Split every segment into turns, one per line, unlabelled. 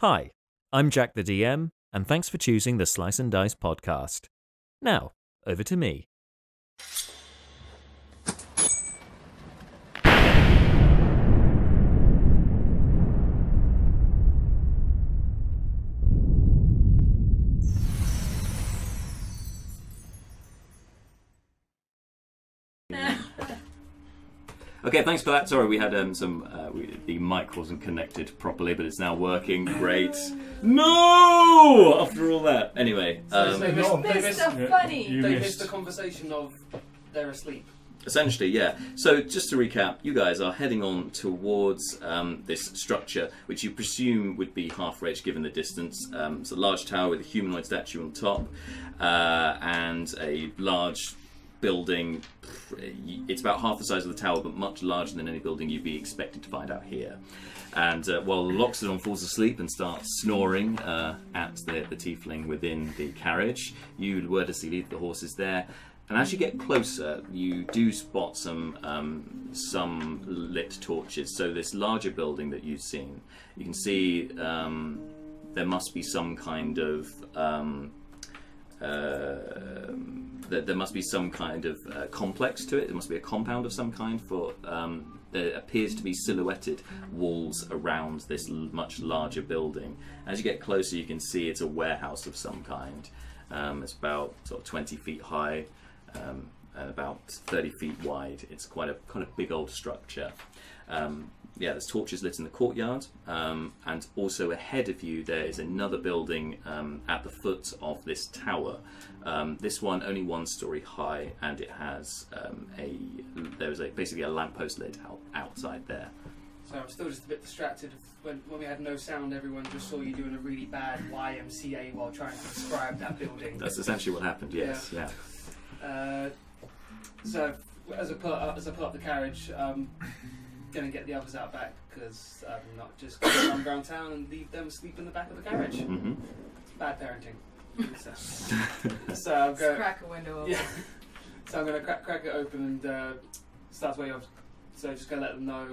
Hi, I'm Jack the DM, and thanks for choosing the Slice and Dice podcast. Now, over to me.
Okay, thanks for that. Sorry, we had um, some. Uh, we, the mic wasn't connected properly, but it's now working. Great. No! After all that. Anyway, um,
They missed-
No,
they
Mr.
missed-
Funny.
They
You
missed the conversation of they're asleep.
essentially, yeah. So, just to recap, you guys are heading on towards um, this structure, which you presume would be half rage given the distance. Um, it's a large tower with a humanoid statue on top uh, and a large building. It's about half the size of the tower, but much larger than any building you'd be expected to find out here. And uh, while Loxodon falls asleep and starts snoring uh, at the, the tiefling within the carriage, you wordlessly leave the horses there. And as you get closer, you do spot some um, some lit torches. So this larger building that you've seen, you can see um, there must be some kind of um, that there must be some kind of uh, complex to it. There must be a compound of some kind for. Um, there appears to be silhouetted walls around this l- much larger building. As you get closer, you can see it's a warehouse of some kind. Um, it's about sort of 20 feet high um, and about 30 feet wide. It's quite a kind of big old structure. Um, yeah, there's torches lit in the courtyard, um, and also ahead of you there is another building um, at the foot of this tower. Um, this one only one story high, and it has um, a there is a basically a lamppost lit out, outside there.
So I'm still just a bit distracted. When, when we had no sound, everyone just saw you doing a really bad YMCA while trying to describe that building.
That's essentially what happened. Yes, yeah.
Uh, so as I pull up, as I pull up the carriage, um, gonna get the others out back because I'm not just gonna run around town and leave them asleep in the back of the carriage.
hmm
Bad parenting. So, so I'll
Just
go.
crack a window open.
Yeah. So I'm gonna crack, crack it open and uh, start way off. So just gonna let them know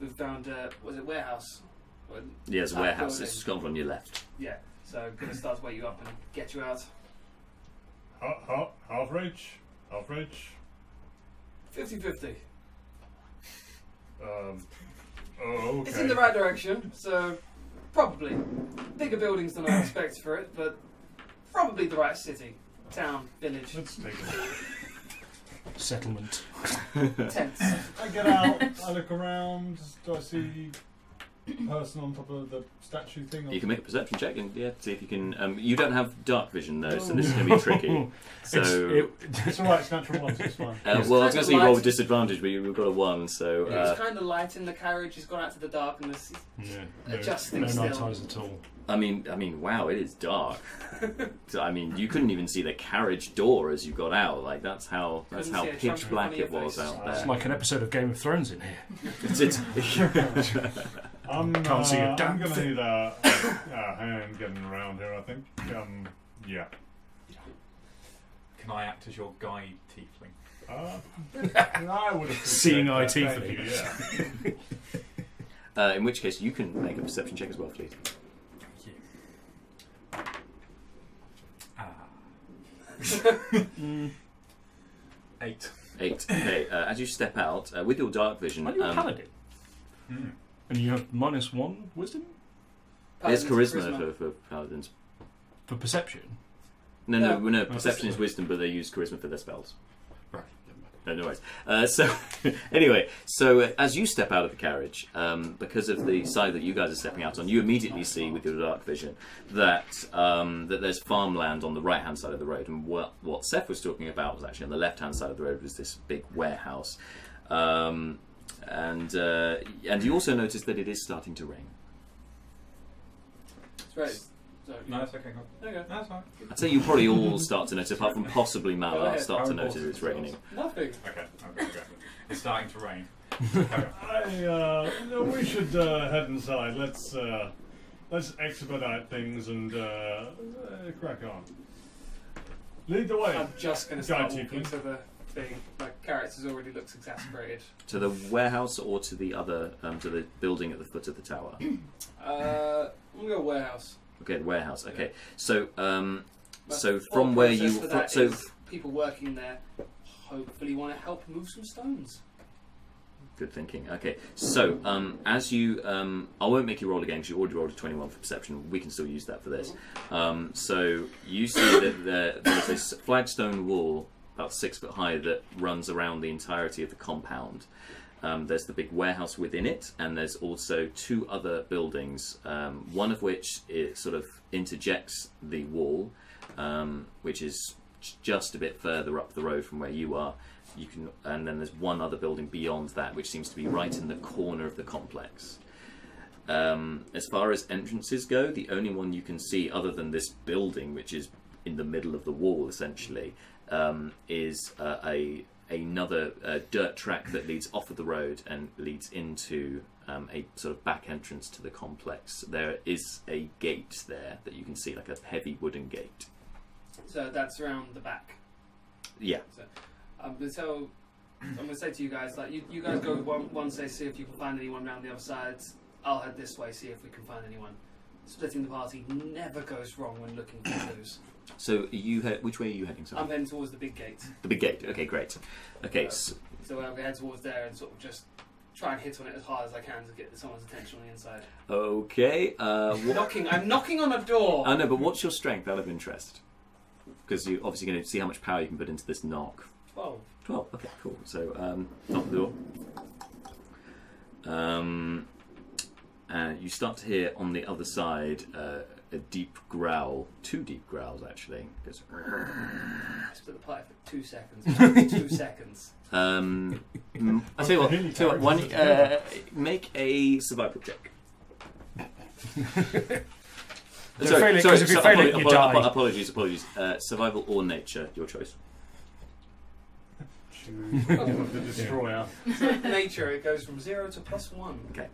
we've found uh, was it warehouse? Well,
Yeah, it's a
That
warehouse.
building.
It's scrolled on your left.
Yeah. So gonna start way you up and get you out.
Half, half rage, half rage.
50-50.
Um, oh,
It's in the right direction, so probably bigger buildings than I expect for it, but probably the right city, town, village,
Let's take it. Settlement.
tents.
I get out, I look around, do I see a person on top of the statue thing?
Oh.
You can make a perception check and yeah, see if you can. Um, you don't have dark vision though, so this is going to
Oh.
be tricky. So.
It's alright, it's natural ones, it's fine.
Uh,
It's
well, I was going
kind of
to say you roll
light.
with disadvantage, but you've got a one, so uh,
it's kind of light in the carriage. It's gone out to the darkness.
Yeah,
Adjusting
no, no night
still.
eyes at all.
I mean, I mean, wow, it is dark. So, I mean, you couldn't even see the carriage door as you got out. Like that's how that's
Couldn't
how
see a
pitch
trunk
black
in front
it
of your
was
face.
out
It's
there.
like an episode of Game of Thrones in here.
It's, it's,
I'm,
Can't see a
uh,
damn
I'm gonna
thing.
need a, a hand getting around here, I think. Um, yeah.
Can I act as your guide, tiefling?
Uh, I would appreciate
Seeing
that,
eye
thank
teeth.
you, yeah.
uh, in which case, you can make a perception check as well, please.
Thank you. Ah. Eight.
Eight. Okay. Uh, as you step out uh, with your dark vision,
Are you a
um,
paladin? And you have minus one wisdom
there's
Paladin's
charisma, For, for paladins.
for perception.
No, no,
No.
no. perception is wisdom, but they use charisma for their spells.
Right.
No, no worries. Uh, so, anyway, so uh, as you step out of the carriage, um, because of the side that you guys are stepping out on, you immediately see with your dark vision that um, that there's farmland on the right hand side of the road, and what what Seth was talking about was actually on the left hand side of the road was this big warehouse, um, and uh, and you also notice that it is starting to rain.
That's right. So,
No, it's okay. Go.
there you go.
No, it's fine.
I'd say you probably all start to notice, apart from possibly
Go
Malar,
ahead.
start to
Aaron
notice
Paulson
it's raining.
Nothing.
Okay, okay, okay. It's starting to rain.
I, uh, no, we should uh, head inside. Let's uh, let's expedite things and uh, uh, crack on. Lead the way.
I'm just going to start
Guide you,
walking
please.
to the thing. My character's already looks exasperated.
To the warehouse or to the other um, to the building at the foot of the tower.
Uh, I'm going to go warehouse.
Okay, the warehouse. Okay, so um,
But
so
all
from where
process
you
for
fro-
that
so
is people working there hopefully want to help move some stones.
Good thinking. Okay, so um, as you, um, I won't make you roll again because you already rolled a twenty-one for perception. We can still use that for this.
Mm-hmm.
Um, so you see that there, there's this flagstone wall about six foot high that runs around the entirety of the compound. Um, there's the big warehouse within it, and there's also two other buildings. Um, one of which it sort of interjects the wall, um, which is j- just a bit further up the road from where you are. You can, and then there's one other building beyond that, which seems to be right in the corner of the complex. Um, as far as entrances go, the only one you can see, other than this building, which is in the middle of the wall essentially, um, is uh, a another uh, dirt track that leads off of the road and leads into um, a sort of back entrance to the complex. There is a gate there that you can see, like a heavy wooden gate.
So that's around the back.
Yeah.
I'm gonna tell. I'm gonna say to you guys, like, you, you guys go with one, one say, see if you can find anyone around the other side. I'll head this way, see if we can find anyone. Splitting the party never goes wrong when looking for clues.
So you, he- which way are you heading? Sorry?
I'm heading towards the big gate,
The big gate. Okay, great. Okay, s
so I'm gonna head towards there and sort of just try and hit on it as hard as I can to get someone's attention on the inside.
okay. Uh, what,
Knocking, I'm knocking on a door.
I know, but what's your strength out of interest? Because you're obviously going to see how much power you can put into this knock.
Twelve.
Twelve. Okay, cool. So um, knock the door. Um, and you start to hear on the other side uh, a deep growl, two deep growls actually. It goes,
Split the party for two seconds. two seconds.
Um, mm, I tell you what, tell you what one, uh, make a survival check.
Don't fail it, 'cause if you fail it, you die.
Apologies, apologies. Uh, survival or nature, your choice.
the destroyer.
Nature, it goes from zero to plus one.
Okay.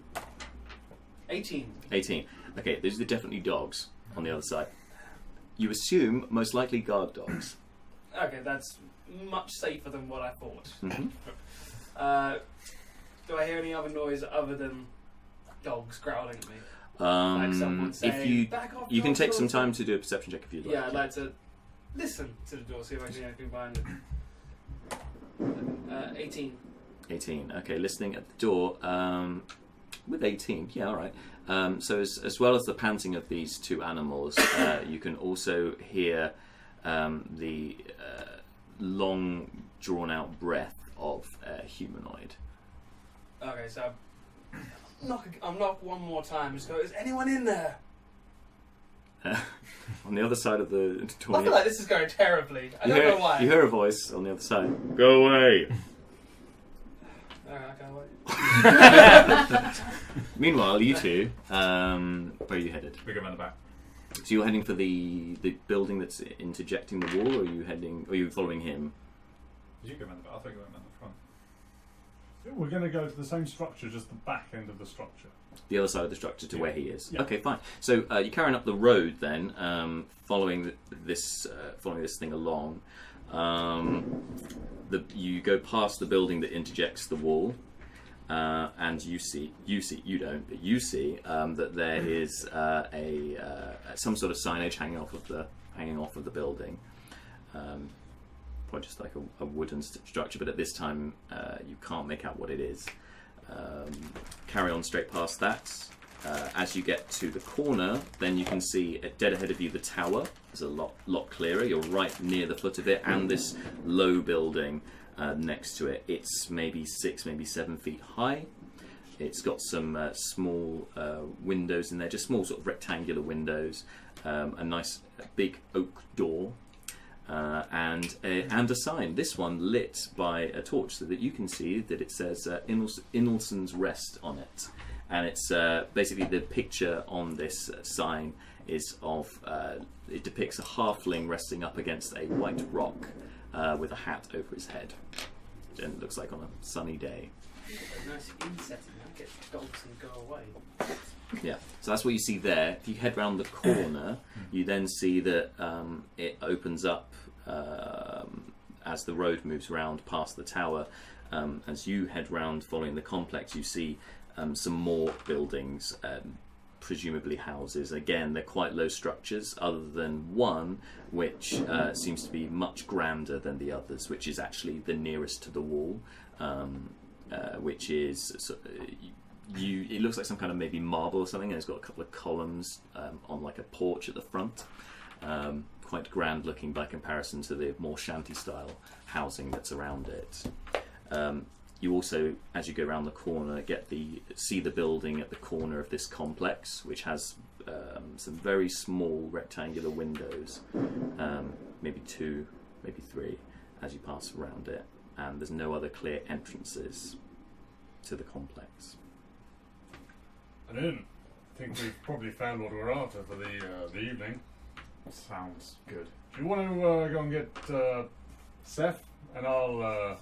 Eighteen.
18. Okay, these are definitely dogs on the other side. You assume most likely guard dogs.
Okay, that's much safer than what I thought.
Mhm.
Uh, do I hear any other noise other than dogs growling at me? Like someone
Um,
saying,
if you
"Back off,
you can
dog,
take some
dog."
time to do a perception check if you'd like.
Yeah, I'd like to listen to the door, see if I can hear anything behind it. Uh, 18.
18. Okay, listening at the door. Um, with 18, yeah, all right. Um, so, as, as well as the panting of these two animals, uh, you can also hear um, the uh, long, drawn out breath of a humanoid.
Okay, so I'm knock, I'm knock one more time. Just go, is anyone in there?
on the other side of the door,
I feel like this is going terribly. I
you,
don't
hear,
know why.
you hear a voice on the other side Go away!
Alright, okay, wait.
Meanwhile, you two, um, where are you headed?
Big man in the back.
So, you're heading for the, the building that's interjecting the wall, or are you heading, or are you following him?
Did you go man in the back? I thought you went man in the front.
We're going to go to the same structure, just the back end of the structure.
the other side of the structure to where he is.
Yeah.
Okay, fine. So uh, you're carrying up the road then, um, following th- this uh, following this thing along. Um, the, you go past the building that interjects the wall, uh, and you see you see you don't, but you see um, that there
Mm-hmm.
is uh, a uh, some sort of signage hanging off of the hanging off of the building. Um, Probably just like a, a wooden st- structure, but at this time uh, you can't make out what it is um, carry on straight past that. Uh, as you get to the corner, then you can see uh, dead ahead of you the tower is a lot lot clearer. You're right near the foot of it, and this low building uh, next to it. It's maybe six, maybe seven feet high. It's got some uh, small uh, windows in there, just small sort of rectangular windows. Um, a nice uh, big oak door uh, and a, and a sign. This one lit by a torch, so that you can see that it says uh, Inels- Inelson's Rest on it, and it's uh, basically the picture on this uh, sign is of uh, it depicts a halfling resting up against a white rock uh, with a hat over his head, and it looks like on a sunny day.
A nice inset in there. Get dogs and go away.
Yeah, so that's what you see there. If you head round the corner, you then see that um, it opens up um, as the road moves round past the tower. Um, as you head round following the complex, you see um, some more buildings, um, presumably houses. Again, they're quite low structures, other than one which uh, seems to be much grander than the others, which is actually the nearest to the wall, um, uh, which is. So, uh, you, it looks like some kind of maybe marble or something, and it's got a couple of columns um, on like a porch at the front. Um, quite grand looking by comparison to the more shanty style housing that's around it. Um, you also, as you go around the corner, get the see the building at the corner of this complex, which has um, some very small rectangular windows, um, maybe two, maybe three, as you pass around it. And there's no other clear entrances to the complex.
And in. I think we've probably found what we're after for the uh, the evening.
Sounds good.
Do you want to uh, go and get uh, Seth, and I'll uh,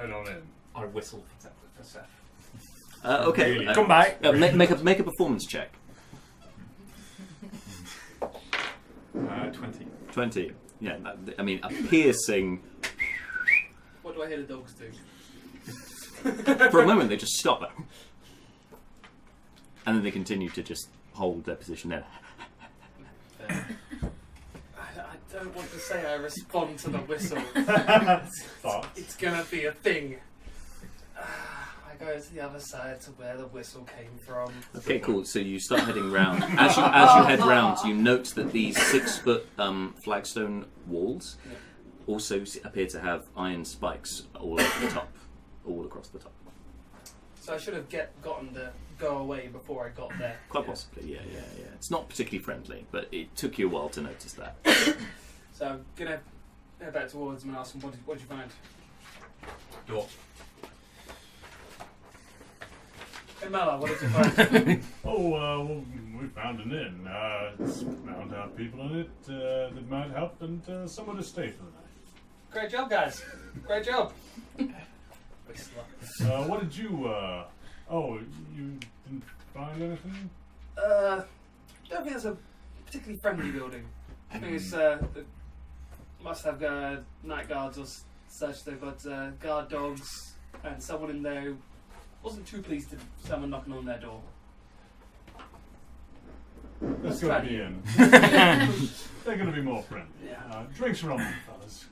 head on in.
I whistle for Seth. For Seth.
Uh, okay,
Really?
uh,
Come back.
uh, make, make a make a performance check.
Uh, Twenty.
Twenty. Yeah, that- I mean a piercing.
What do I hear the dogs do?
For a moment, they just stop it, and then they continue to just hold their position there.
I, I don't want to say I respond to the whistle.
But
it's gonna be a thing. Ah, I go to the other side to where the whistle came from.
Okay, cool. So you start heading round. As you, as you head round, you note that these six foot um, flagstone walls also s- appear to have iron spikes all over the top, all across the top.
So I should have get gotten the go away before I got there.
Quite possibly, yeah, yeah, yeah. It's not particularly friendly, but it took you a while to notice that.
So I'm gonna head back towards him and ask him what did, what did you find?
Door.
Hey Mala, what did you find?
oh, uh, well, we found an inn. Uh, it's found out people in it uh, that might help, and uh, someone to stay for the
Great job, guys. Great job. Whistler.
night. Uh, what did you? Uh, oh, you didn't find anything?
Uh, don't think it's a particularly friendly building. I think it's uh, it must have uh, night guards or s- such. They've got uh, guard dogs and someone in there who wasn't too pleased to someone knocking on their door. Let's
Let's go
try
to the inn. They're going to be more friendly.
Yeah.
Uh, drinks are on, fellas.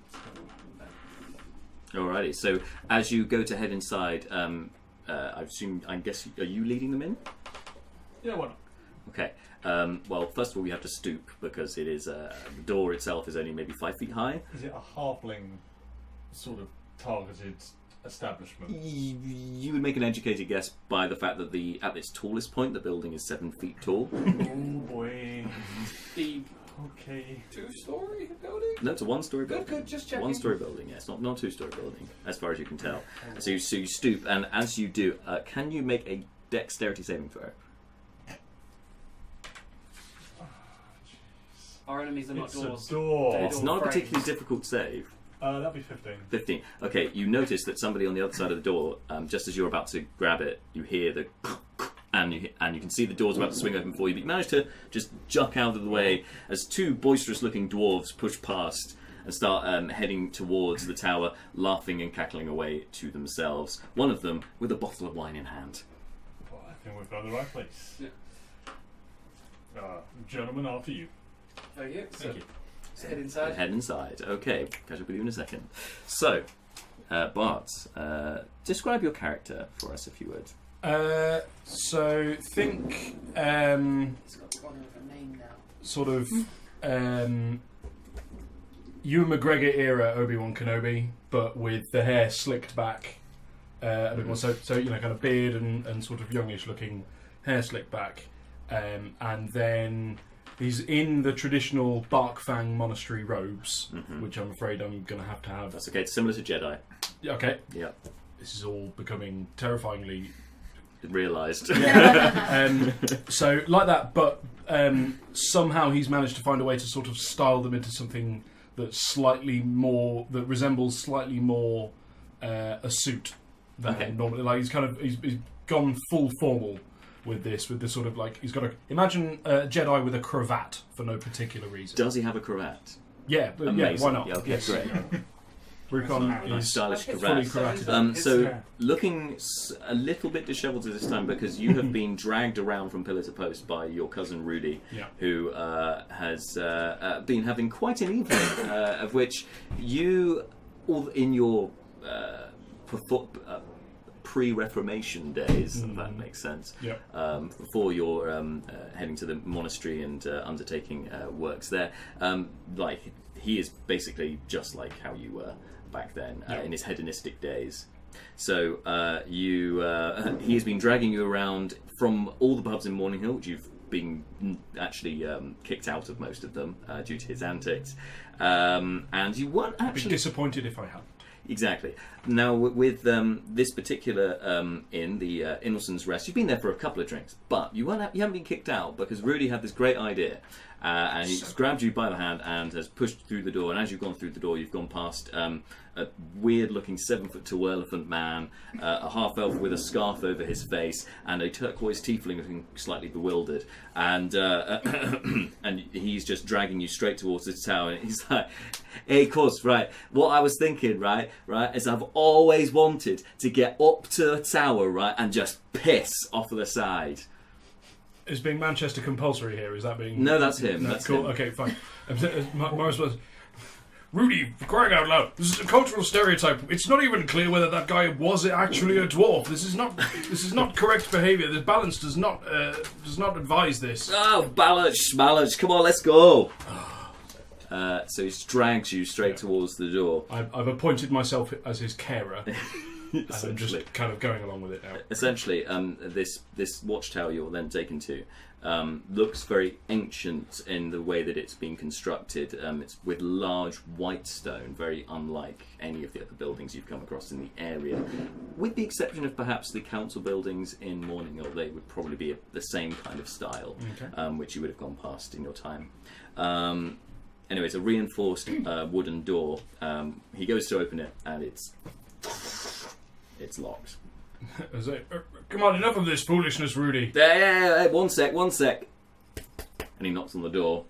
Alrighty. So as you go to head inside, um, uh, I assume, I guess, are you leading them in?
Yeah, what?
Okay. Um, well, first of all, you have to stoop because it is uh, the door itself is only maybe five feet high.
Is it a halfling sort of targeted establishment?
Y- You would make an educated guess by the fact that the at its tallest point, the building is seven feet tall.
oh boy.
The
Okay.
two-story building.
No, it's a one-story
Good,
building.
good. Just checking.
One-story building. Yes, not not a two-story building, as far as you can tell. So you, so you stoop, and as you do, uh, can you make a dexterity saving throw?
Our enemies are not
It's
doors.
a door.
They
It's
Door
not a
frames.
particularly difficult save.
Uh, that'd be 15.
15. Okay, you notice that somebody on the other side of the door, um, just as you're about to grab it, you hear the and you, and you can see the door's about to swing open for you, but you manage to just duck out of the way as two boisterous looking dwarves push past and start um, heading towards the tower, laughing and cackling away to themselves. One of them with a bottle of wine in hand.
Well, I think we've found the right place.
Yeah.
Uh, gentlemen, after you.
Thank you. So,
Thank you.
let's head inside.
Head inside. Okay, catch up with you in a second. So, uh, Bart, uh, describe your character for us if you would.
Uh, so think um,
It's got one of a name now.
sort of um, Ewan McGregor era Obi Wan Kenobi, but with the hair slicked back uh, a bit more. So, so you know, kind of beard and, and sort of youngish looking hair slicked back, um, and then he's in the traditional Barkfang monastery robes, which I'm afraid I'm going to have to have.
Mm-hmm. Mm. That's okay, it's similar to Jedi.
Okay,
Yeah,
this is all becoming terrifyingly
realised.
Um, so like that, but um, somehow he's managed to find a way to sort of style them into something that's slightly more that resembles slightly more uh, a suit than
Okay.
normally. Like he's kind of he's, he's gone full formal with this, with this sort of like he's got a imagine a Jedi with a cravat for no particular reason.
Does he have a cravat?
yeah, but yeah,
Amazing.
why not?
Yeah, okay,
yes.
great.
Recon
Nice
is
stylish cravat.
fully karate.
Um,
It's-
so,
yeah.
looking s- a little bit dishevelled at this time because you have been dragged around from pillar to post by your cousin Rudy,
Yeah.
who uh, has uh, uh, been having quite an evening, uh, of which you, all in your uh, perfo- uh, pre-Reformation days, if that makes sense,
Mm-hmm. Yep.
um, before you're um, uh, heading to the monastery and uh, undertaking uh, works there. Um, like he is basically just like how you were back then uh, in his hedonistic days. So uh, you, uh, he has been dragging you around from all the pubs in Morning Hill, which you've been mm, actually um, kicked out of most of them uh, due to his antics, um, and you weren't
Be
actually
disappointed if I had.
Exactly. Now, w- with um, this particular um, inn, the uh, Innocents Rest, you've been there for a couple of drinks, but you, weren't, you haven't been kicked out because Rudy had this great idea. Uh, and he's grabbed you by the hand and has pushed through the door. And as you've gone through the door, you've gone past um, a weird looking seven foot tall elephant man, uh, a half elf with a scarf over his face, and a turquoise tiefling looking slightly bewildered. And uh, and he's just dragging you straight towards the tower. And he's like, hey, course, right. What I was thinking, right, right, is I've always wanted to get up to a tower, right, and just piss off of the side.
Is being Manchester compulsory here? Is that being
No, that's him. That's
cool?
him.
Okay, fine. Um, so, uh, Ma- Morris was. Rudy, for crying out loud! This is a cultural stereotype. It's not even clear whether that guy was actually a dwarf. This is not. This is not correct behaviour. The balance does not uh, does not advise this.
Oh, balance, balance. Come on, let's go. Uh, so he drags you straight towards the door.
I've, I've appointed myself as his carer. and I'm
Essentially.
just kind of going along with it now.
essentially, um, this this watchtower you're then taken to um, looks very ancient in the way that it's been constructed. Um, it's with large white stone, very unlike any of the other buildings you've come across in the area, with the exception of perhaps the council buildings in Morning Hill. They would probably be the same kind of style, um, which you would have gone past in your time. Um, anyway, it's a reinforced uh, wooden door. Um, he goes to open it, and it's it's locked.
I was like, "Uh, Come on, enough of this foolishness, Rudy.
Hey, hey, hey, one sec, one sec. And he knocks on the door.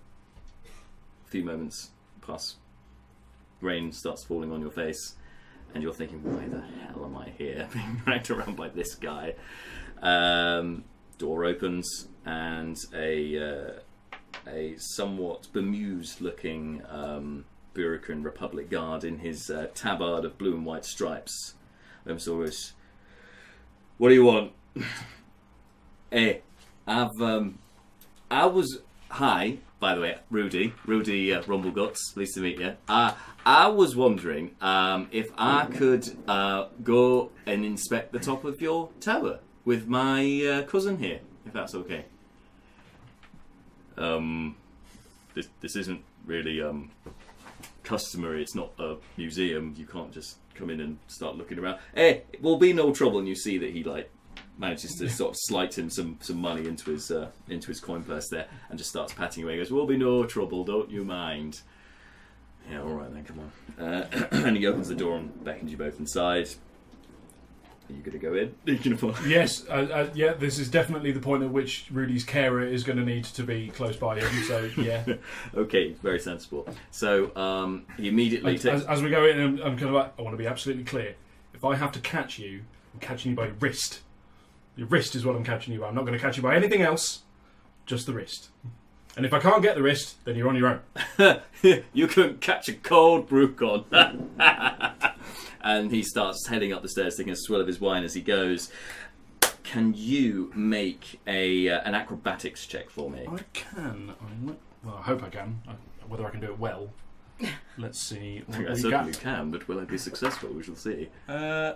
A few moments pass. Rain starts falling on your face, and you're thinking, why the hell am I here? Being dragged around by this guy. Um, door opens, and a, uh, a somewhat bemused looking um, Bureaucrat and Republic guard in his uh, tabard of blue and white stripes. Lemsaurus, what do you want? Hey, Eh, I've um, I was hi. By the way, Rudy, Rudy uh, Rumbleguts, pleased to meet you. Uh, I was wondering um, if I could uh, go and inspect the top of your tower with my uh, cousin here, if that's okay. Um, this this isn't really um customary. It's not a museum. You can't just come in and start looking around. Hey, it will be no trouble. And you see that he like manages to sort of slight him some, some money into his uh, into his coin purse there, and just starts patting away. He goes, "Will be no trouble. Don't you mind." Yeah, all right then. Come on. Uh, and he opens the door and beckons you both inside. Are you gonna go in? Are you gonna follow?
Yes, uh, uh, yeah, this is definitely the point at which Rudy's carer is going to need to be close by him. So, yeah.
Okay, very sensible. So um, he immediately
as,
takes.
as, as we go in, I'm, I'm kind of like, I want to be absolutely clear. If I have to catch you, I'm catching you by your wrist. Your wrist is what I'm catching you by. I'm not going to catch you by anything else, just the wrist. And if I can't get the wrist, then you're on your own.
you couldn't catch a cold brew con. and he starts heading up the stairs, taking a swill of his wine as he goes. Can you make a uh, an acrobatics check for me?
I can. I might, well, I hope I can. I, whether I can do it well, let's see.
I think I
we
certainly
got.
can, but will I be successful? We shall see.
Uh,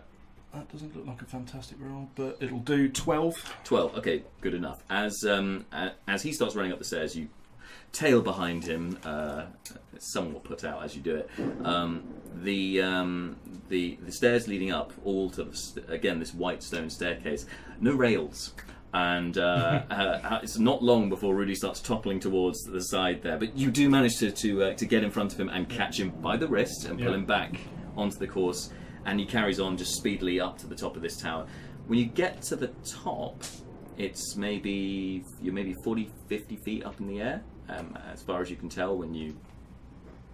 that doesn't look like a fantastic roll, but it'll do. Twelve.
Twelve. Okay, good enough. As um, a- as he starts running up the stairs, you tail behind him, uh, somewhat put out as you do it. Um, the um, the the stairs leading up, all to the, st- again this white stone staircase, no rails. And uh, uh, it's not long before Rudy starts toppling towards the side there, but you do manage to to, uh, to get in front of him and catch him by the wrist and pull
Yeah.
him back onto the course. And he carries on just speedily up to the top of this tower. When you get to the top, it's maybe you're maybe 40 50 feet up in the air um, as far as you can tell when you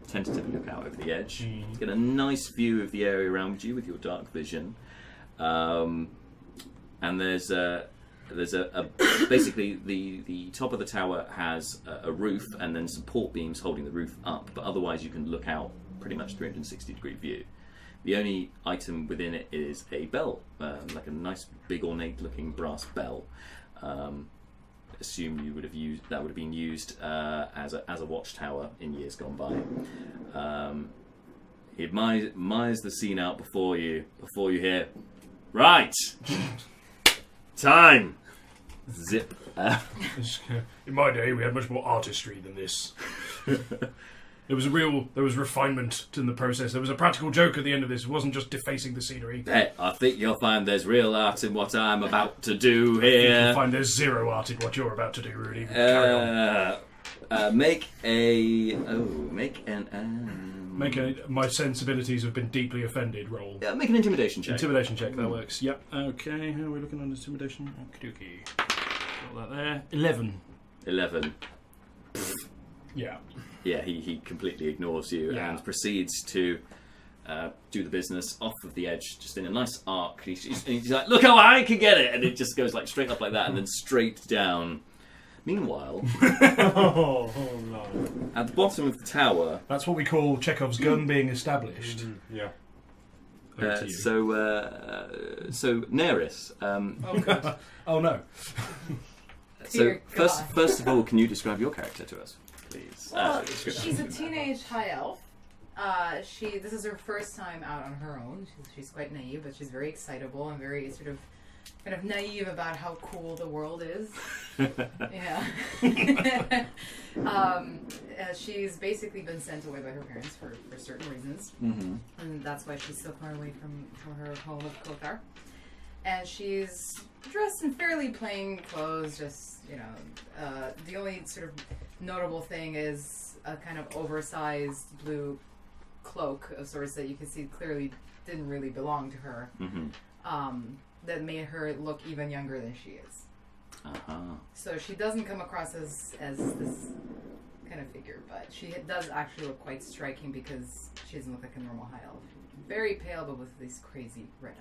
tentatively look out over the edge. You get a nice view of the area around you with your dark vision. Um, and there's a there's a, a basically the the top of the tower has a, a roof and then support beams holding the roof up, but otherwise you can look out pretty much 360 degree view. The only item within it is a bell, um, like a nice big ornate looking brass bell. Um, assume you would have used that would have been used uh, as a as a watchtower in years gone by. Um, he admires, admires the scene out before you before you hear right time zip. Uh,
In my day, we had much more artistry than this. there was a real, there was refinement in the process. There was a practical joke at the end of this. It wasn't just defacing the scenery.
hey, I think you'll find there's real art in what I'm about to do
You'll
here.
find there's zero art in what you're about to do, Rudy. Carry on.
Uh, uh, make a oh, make an um,
Make a, my sensibilities have been deeply offended roll.
Yeah, Hmm. make an intimidation check.
Intimidation check, that works. Yep. Okay, how are we looking on intimidation? Okie dokie. Got that there. 11.
Eleven.
Yeah.
Yeah, he, he completely ignores you
Yeah.
and proceeds to uh, do the business off of the edge, just in a nice arc. He's, he's, he's like, "Look how I can get it!" And it just goes like straight up like that, and then straight down. Meanwhile,
Oh, oh no.
at the bottom of the tower,
That's what we call Chekhov's gun being established.
Yeah.
Over
uh,
to you.
so uh, so Neris. Um,
Oh, good.
oh no.
so
Dear
first
God.
first of all, can you describe your character to us, please? Uh,
Well,
description.
she's a teenage high elf. Uh, she this is her first time out on her own. She's, she's quite naive, but she's very excitable and very sort of kind of naive about how cool the world is. yeah. um, uh, she's basically been sent away by her parents for, for certain reasons
Mhm.
and that's why she's so far away from, from her home of Kothar. And she's dressed in fairly plain clothes, just, you know, uh, the only sort of notable thing is a kind of oversized blue cloak of sorts that you can see clearly didn't really belong to her,
Mhm.
um, that made her look even younger than she is.
Uh-huh.
So she doesn't come across as, as this kind of figure, but she does actually look quite striking because she doesn't look like a normal high elf. Very pale, but with these crazy red eyes.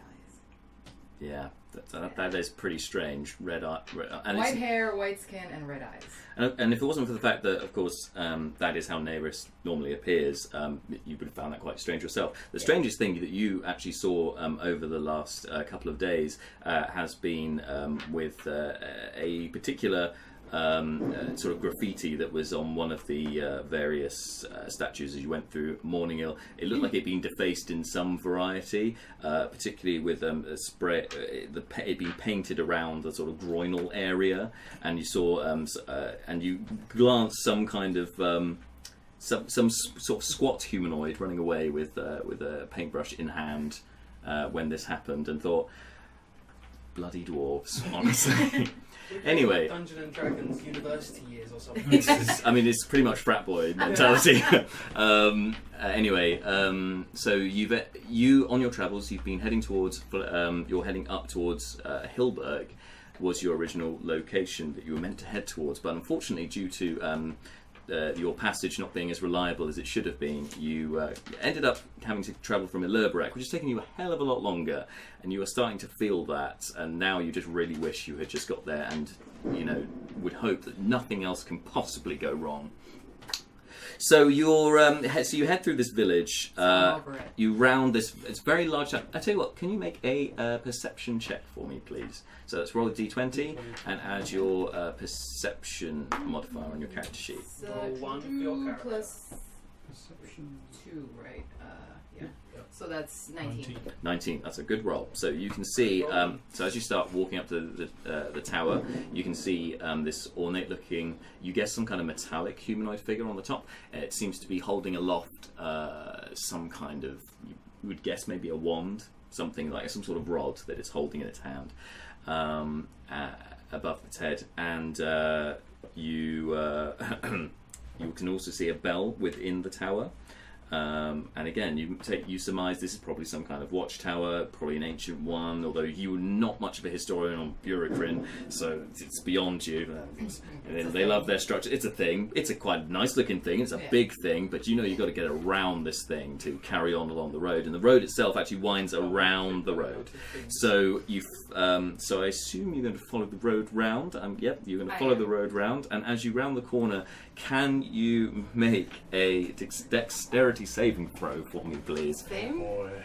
Yeah, that, that, that is pretty strange. Red eye, red eye. and
white
it's-
hair, white skin, and red eyes.
And, and if it wasn't for the fact that, of course, um, that is how Nerys normally appears, um, you would have found that quite strange yourself. The strangest thing that you actually saw um, over the last uh, couple of days uh, has been um, with uh, a particular um, uh, sort of graffiti that was on one of the uh, various uh, statues as you went through Morning Hill. It looked like it had been defaced in some variety, uh, particularly with um, a spray, uh, the pa- it being painted around the sort of groinal area, and you saw um, s- uh, and you glanced some kind of. Um, some some s- sort of squat humanoid running away with uh, with a paintbrush in hand uh, when this happened, and thought, "Bloody dwarves!" Honestly, Anyway.
Dungeon and Dragons University years or something.
It's- it's- I mean, it's pretty much frat boy mentality. um, uh, anyway, um, so you've you on your travels, you've been heading towards. Um, you're heading up towards uh, Hilberg, was your original location that you were meant to head towards, but unfortunately, due to um, uh, your passage not being as reliable as it should have been, you uh, ended up having to travel from Illerbrek, which has taken you a hell of a lot longer, and you are starting to feel that, and now you just really wish you had just got there and, you know, would hope that nothing else can possibly go wrong. So you're um, he- so you head through this village. Uh,
over it.
you round this. It's very large. I tell you what. Can you make a uh, perception check for me, please? So let's roll a d20 and add your uh, perception modifier on your character sheet.
So
Roll one for your
two
character.
plus two, right? Uh, yeah. So that's 19.
19. That's a good roll. So you can see. Um, so as you start walking up to the uh, the tower, you can see um, this ornate-looking. You guess some kind of metallic humanoid figure on the top. Uh, It seems to be holding aloft uh, some kind of. You would guess maybe a wand, something like some sort of rod that it's holding in its hand um, uh, above its head, and uh, you uh, you can also see a bell within the tower. Um, and again, you take you surmise this is probably some kind of watchtower, probably an ancient one. Although you are not much of a historian on Burekrin, so it's- it's beyond you. Uh, And then they love their structure. It's a thing. It's a quite nice looking thing. It's a
Yeah.
big thing, but you know you've got to get around this thing to carry on along the road. And the road itself actually winds around the road. So you, f- um, so I assume you're going to follow the road round. Um, yep, you're going to
I
follow
am.
the road round, and as you round the corner, can you make a dex- dexterity saving throw for me, please?
Same.
Boy.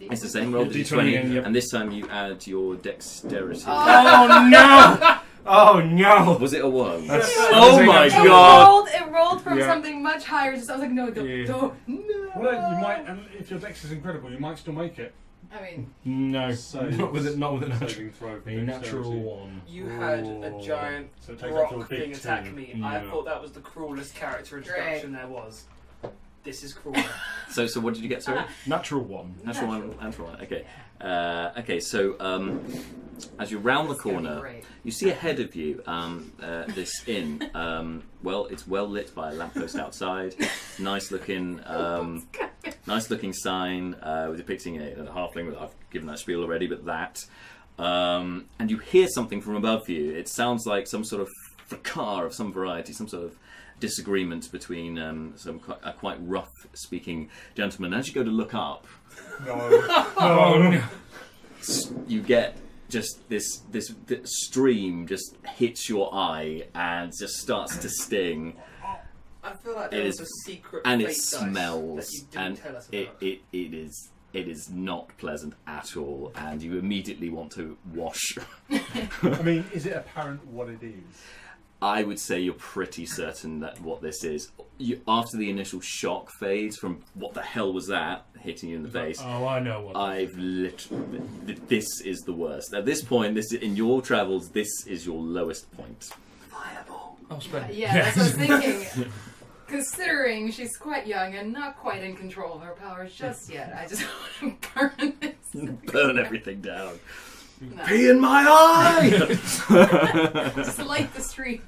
It's the same roll,
D20,
d20,
and yep.
and this time you add your dexterity.
Oh no! Oh no!
Was it a one?
That's-
Oh
that's-
my
It
God.
rolled. It rolled from
Yeah.
something much higher. Just I was like, no, don't,
Yeah.
don't, no.
Well, you might, and if your dex is incredible, you might still make it.
I mean,
No.
Saves.
Not with it. Not with a natural.
Saving throw. for
A natural
dexterity.
one.
You had a giant
So it takes up to a
rock
big
thing attack
two.
me. I
Yeah.
thought that was the cruelest character introduction there was. This is cruel.
So, so what did you get? Sorry,
Natural one.
natural one, natural one. Okay, uh, okay. So, um, as you round the
it's gonna be
corner,
great.
You see ahead of you um, uh, this inn. Um, well, it's well lit by a lamppost outside. Nice looking, um, nice looking sign uh, depicting a, a halfling. That I've given that spiel already, but that. Um, and you hear something from above you. It sounds like some sort of fracas of some variety, some sort of disagreement between um, some quite, a quite rough-speaking gentleman. As you go to look up,
Oh no!
you get just this this th- stream just hits your eye and just starts to sting
I feel like
It
there
is-
was a secret
and
fate
it
dice
smells
that you didn't
and
tell us about.
it, it it is it is not pleasant at all and you immediately want to wash
I mean, is it apparent what it is?
I would say you're pretty certain that what this is you, after the initial shock fades from what the hell was that hitting you in the face
Oh, I know what.
I've literally th- this is the worst at this point this in your travels this is your lowest point fireball
Oh,
Uh,
spend.
yeah, that's what I was thinking. Considering she's quite young and not quite in control of her powers just yet, I just want to burn this.
burn everything down.
No.
Pee in my eye!
Just light the street.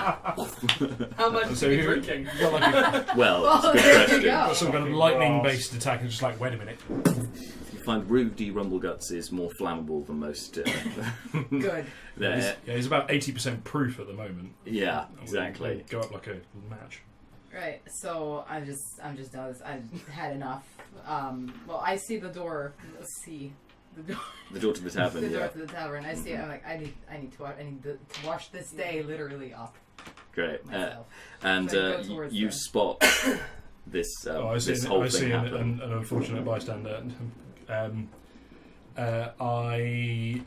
How much
So
are you
who-
drinking?
You've got like a,
well, it's a
Oh,
good
there
question.
you go.
some kind of lightning-based attack, and just like, wait a minute.
You find Rube D. Rumbleguts is more flammable than most. Uh,
Good.
there.
Yeah, he's about eighty percent proof at the moment.
Yeah,
And we- we
exactly.
Go up like a match.
Right. So I just, I'm just done. With this. I've had enough. Um, well, I see the door. See the door.
The door to the
the
tavern,
door
yeah.
to the tavern. I see. it. I'm like, I need, I need to, wa- I need to to wash this day literally up
Great. Uh,
myself.
and
So I go
uh, y-
towards
you
the-
spot this, um,
Oh, I see.
this
an-
whole
I
thing
see an,
happen.
an, an unfortunate bystander. Um, uh, I.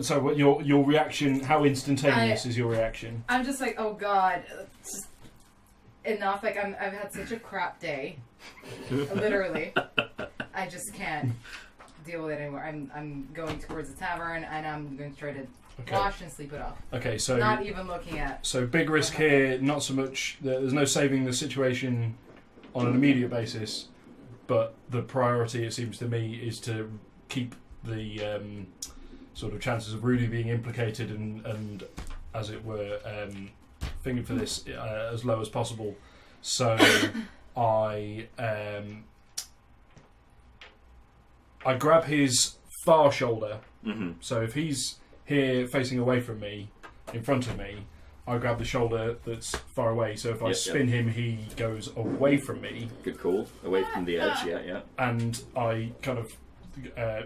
So, what your your reaction? How instantaneous is your reaction?
I'm just like, oh god, it's just enough. Like I'm, I've had such a crap day, literally. I just can't deal with it anymore. I'm, I'm going towards the tavern and I'm going to try to
Okay.
wash and sleep it off.
Okay, so
Not even looking at.
so big risk here. Not so much. there- There's no saving the situation on an immediate basis, but the priority, it seems to me, is to keep the um, sort of chances of Rudy being implicated and, and as it were, um, fingered for this uh, as low as possible. So I um, I grab his far shoulder.
Mhm.
So if he's here facing away from me, in front of me, I grab the shoulder that's far away. So if I
Yep, yep.
spin him, he goes away from me,
Good call. Away from the edge, yeah, yeah.
and I kind of uh,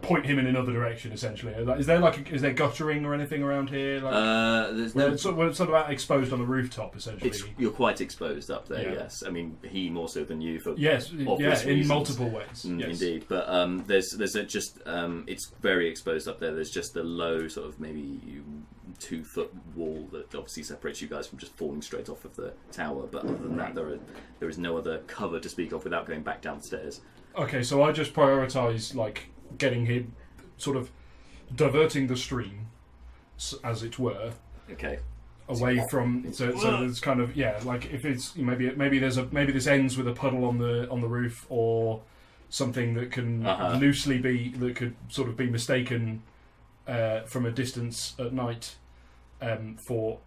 point him in another direction. Essentially, Like, is there like a, is there guttering or anything around here? Like,
Uh, there's
well,
no
it's sort of, well, it's sort of out exposed on the rooftop, essentially.
It's, you're quite exposed up there.
Yeah.
Yes, I mean he more so than you for
yes,
obvious
yeah, in
reasons.
multiple ways.
Mm,
yes.
Indeed, but um, there's there's a just um, it's very exposed up there. There's just a low sort of maybe two foot wall that obviously separates you guys from just falling straight off of the tower. But other than that, there are, there is no other cover to speak of without going back downstairs.
Okay, so I just prioritize like getting him, sort of diverting the stream, s- as it were,
Okay,
away from so, so there's kind of yeah like if it's maybe maybe there's a maybe this ends with a puddle on the on the roof or something that can
Uh-huh.
loosely be that could sort of be mistaken uh, from a distance at night um, for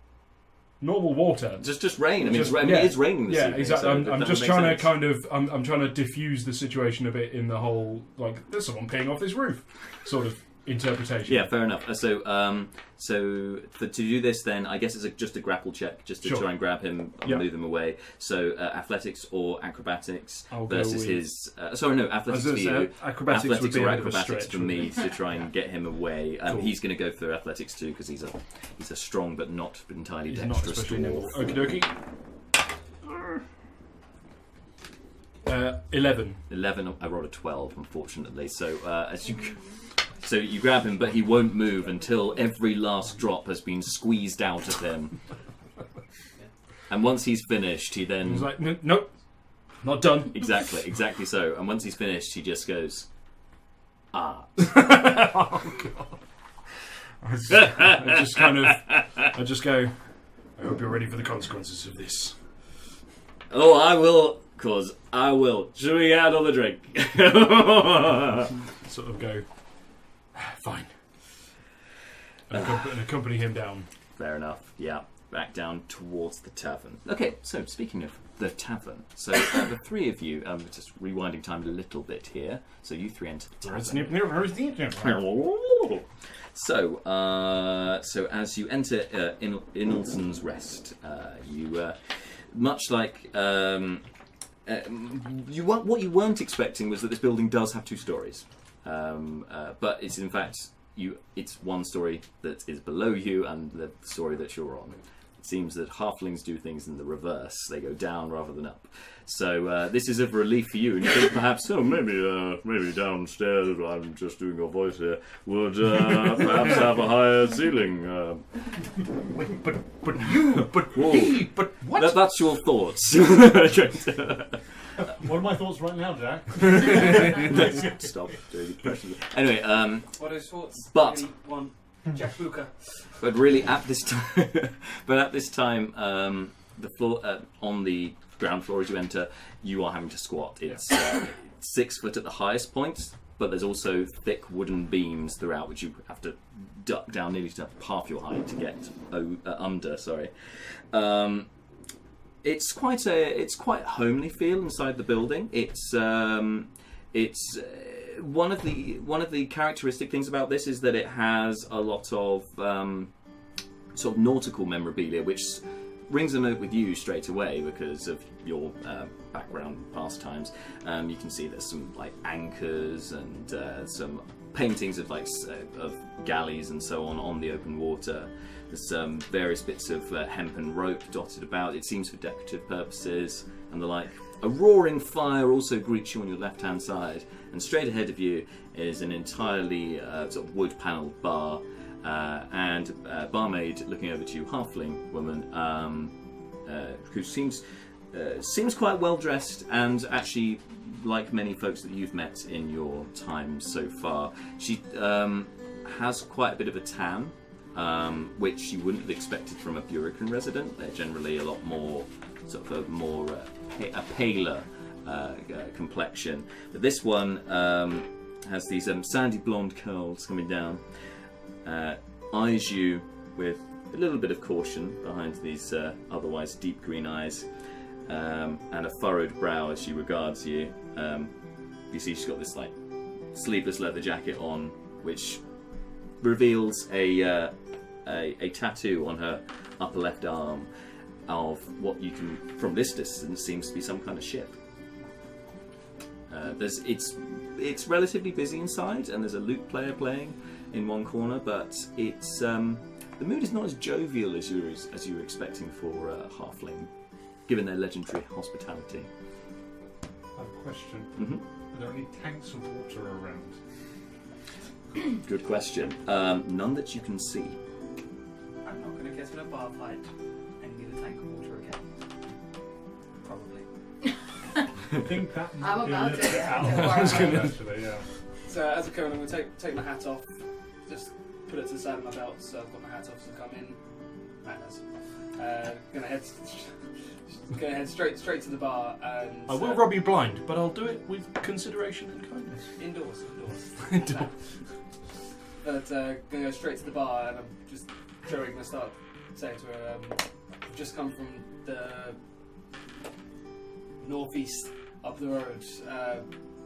normal water.
Just just rain. I mean,
Just-
it's, ra- I mean
yeah.
it is raining this
yeah,
evening.
exactly.
so
I'm,
that-
I'm
that
just
would make
trying
sense.
to kind of, I'm, I'm trying to diffuse the situation a bit in the whole like there's someone peeing off this roof sort of interpretation.
Yeah, fair enough. Uh, So, um, so for, to do this, then I guess it's a, just a grapple check, just to
Sure.
try and grab him and
Yeah.
move him away. So, uh, athletics or acrobatics
I'll go
versus
with-
his. Uh, sorry, no, athletics for
gonna say,
you.
acrobatics would be a
or
bit of a
acrobatics
stretch,
for
wouldn't
me to try and get him away. Um,
Cool.
He's going to go for athletics too because he's a he's a strong but not entirely
He's not
dexterous
especially nimble.
dwarf.
Okie dokie. Uh, Eleven.
Eleven. I rolled a twelve, unfortunately. So uh, as you. So you grab him, but he won't move until every last drop has been squeezed out of him. And once he's finished, he
He's
then
like, "N- nope, not done.
exactly, exactly so. And once he's finished, he just goes, ah.
I just, I just kind of, I just go. I hope you're ready for the consequences of this.
Oh, I will, cause I will. Should we add on the drink?
Sort of go. "Ah, Fine. And, accom- and accompany him down.
Fair enough. Yeah. Back down towards the tavern. Okay, so speaking of the tavern, so uh, the three of you, um, just rewinding time a little bit here. So you three enter the tavern. So, uh, so as you enter uh, In- Inilson's Rest, uh, you, uh, much like um, uh, you, wa- what you weren't expecting was that this building does have two stories, um, uh, but it's in fact you. It's one story that is below you and the story that you're on. It seems that halflings do things in the reverse; they go down rather than up. So uh, this is of relief for you, and you think perhaps, oh, maybe
Maybe, uh, maybe downstairs, I'm just doing your voice here, would uh, perhaps have a higher ceiling. Uh,
Wait, but but you, but
Whoa.
me, but what?
That, that's your thoughts.
What are my thoughts right now, Jack?
Stop doing impressions. Anyway, um,
What is Schwartz?
But-
Really One. Jack Luca.
but really at this time, but at this time, um, the floor uh, on the ground floor as you enter, you are having to squat. It's uh, six foot at the highest point, but there's also thick wooden beams throughout, which you have to duck down nearly to half your height to get o- uh, under. Sorry. Um, it's quite a it's quite homely feel inside the building. It's um, it's uh, one of the one of the characteristic things about this is that it has a lot of um, sort of nautical memorabilia, which s- rings a note with you straight away because of your uh, background and pastimes. Um, you can see there's some like anchors and uh, some paintings of like s- uh, of galleys and so on on the open water. There's um, various bits of uh, hemp and rope dotted about. It seems for decorative purposes and the like. A roaring fire also greets you on your left hand side, and straight ahead of you is an entirely uh, sort of wood panelled bar. Uh, and uh, barmaid looking over to you, halfling woman, um, uh, who seems uh, seems quite well dressed and actually like many folks that you've met in your time so far she um, has quite a bit of a tan um, which you wouldn't have expected from a Burican resident they're generally a lot more sort of a more uh, pa- a paler uh, uh, complexion but this one um, has these um, sandy blonde curls coming down uh, eyes you with a little bit of caution behind these uh, otherwise deep green eyes um, and a furrowed brow as she regards you. Um, you see she's got this like sleeveless leather jacket on, which reveals a, uh, a a tattoo on her upper left arm of what you can, from this distance, seems to be some kind of ship. Uh, there's it's it's relatively busy inside, and there's a lute player playing in one corner, but it's um, the mood is not as jovial as you were- as you were expecting for uh, halfling given their legendary hospitality.
I have a question.
Mhm.
Are there any tanks of water around?
Good question. Um, none that you can see.
I'm not going to get in a bar fight and get a tank of water again. Probably.
I think that might
I'm
be a
about
little
to,
bit
yeah.
out of
Don't
my
worry.
mind, actually, yeah.
So as I come in, I'm going to take, take my hat off, just put it to the side of my belt so I've got my hat off to come in. Manners. Uh, gonna head, gonna head straight straight to the bar and
I will
uh,
rob you blind, but I'll do it with consideration and kindness.
indoors, indoors.
Indoors.
but uh, gonna go straight to the bar and I'm just showing gonna start say to her, um, "I've just come from the northeast up the road. Uh,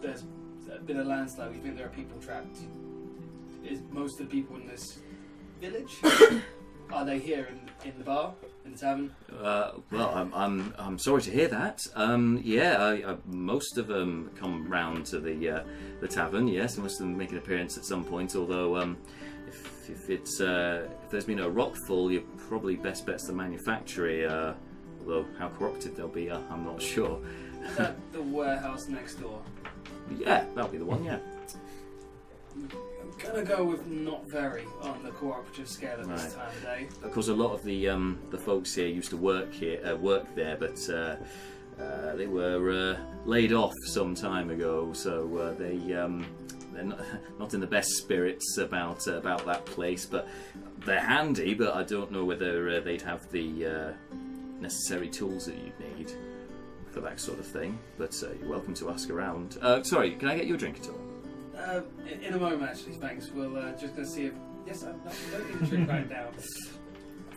there's been a landslide. We think there are people trapped. Is most of the people in this village? are they here in, in the bar, in the tavern?
Uh, well, I'm, I'm, I'm sorry to hear that. Um, yeah, I, I, most of them come round to the uh, the tavern. Yes, most of them make an appearance at some point. Although, um, if, if it's uh, if there's been a rock fall, you're probably best bets the manufactory. Uh, although how corrupted they'll be, uh, I'm not sure.
Is that the warehouse next door?
Yeah, that'll be the one. Yeah.
I'm gonna go with not very on the cooperative scale at this
Right.
time of day.
Of course, a lot of the um, the folks here used to work here, uh, work there, but uh, uh, they were uh, laid off some time ago, so uh, they um, they're not, not in the best spirits about uh, about that place. But they're handy, but I don't know whether uh, they'd have the uh, necessary tools that you'd need for that sort of thing. But uh, you're welcome to ask around. Uh, sorry, can I get you a drink at all?
Uh, in, in a moment, actually, thanks. We'll uh, just gonna see if. Yes, I'm not, I don't need to drink right now.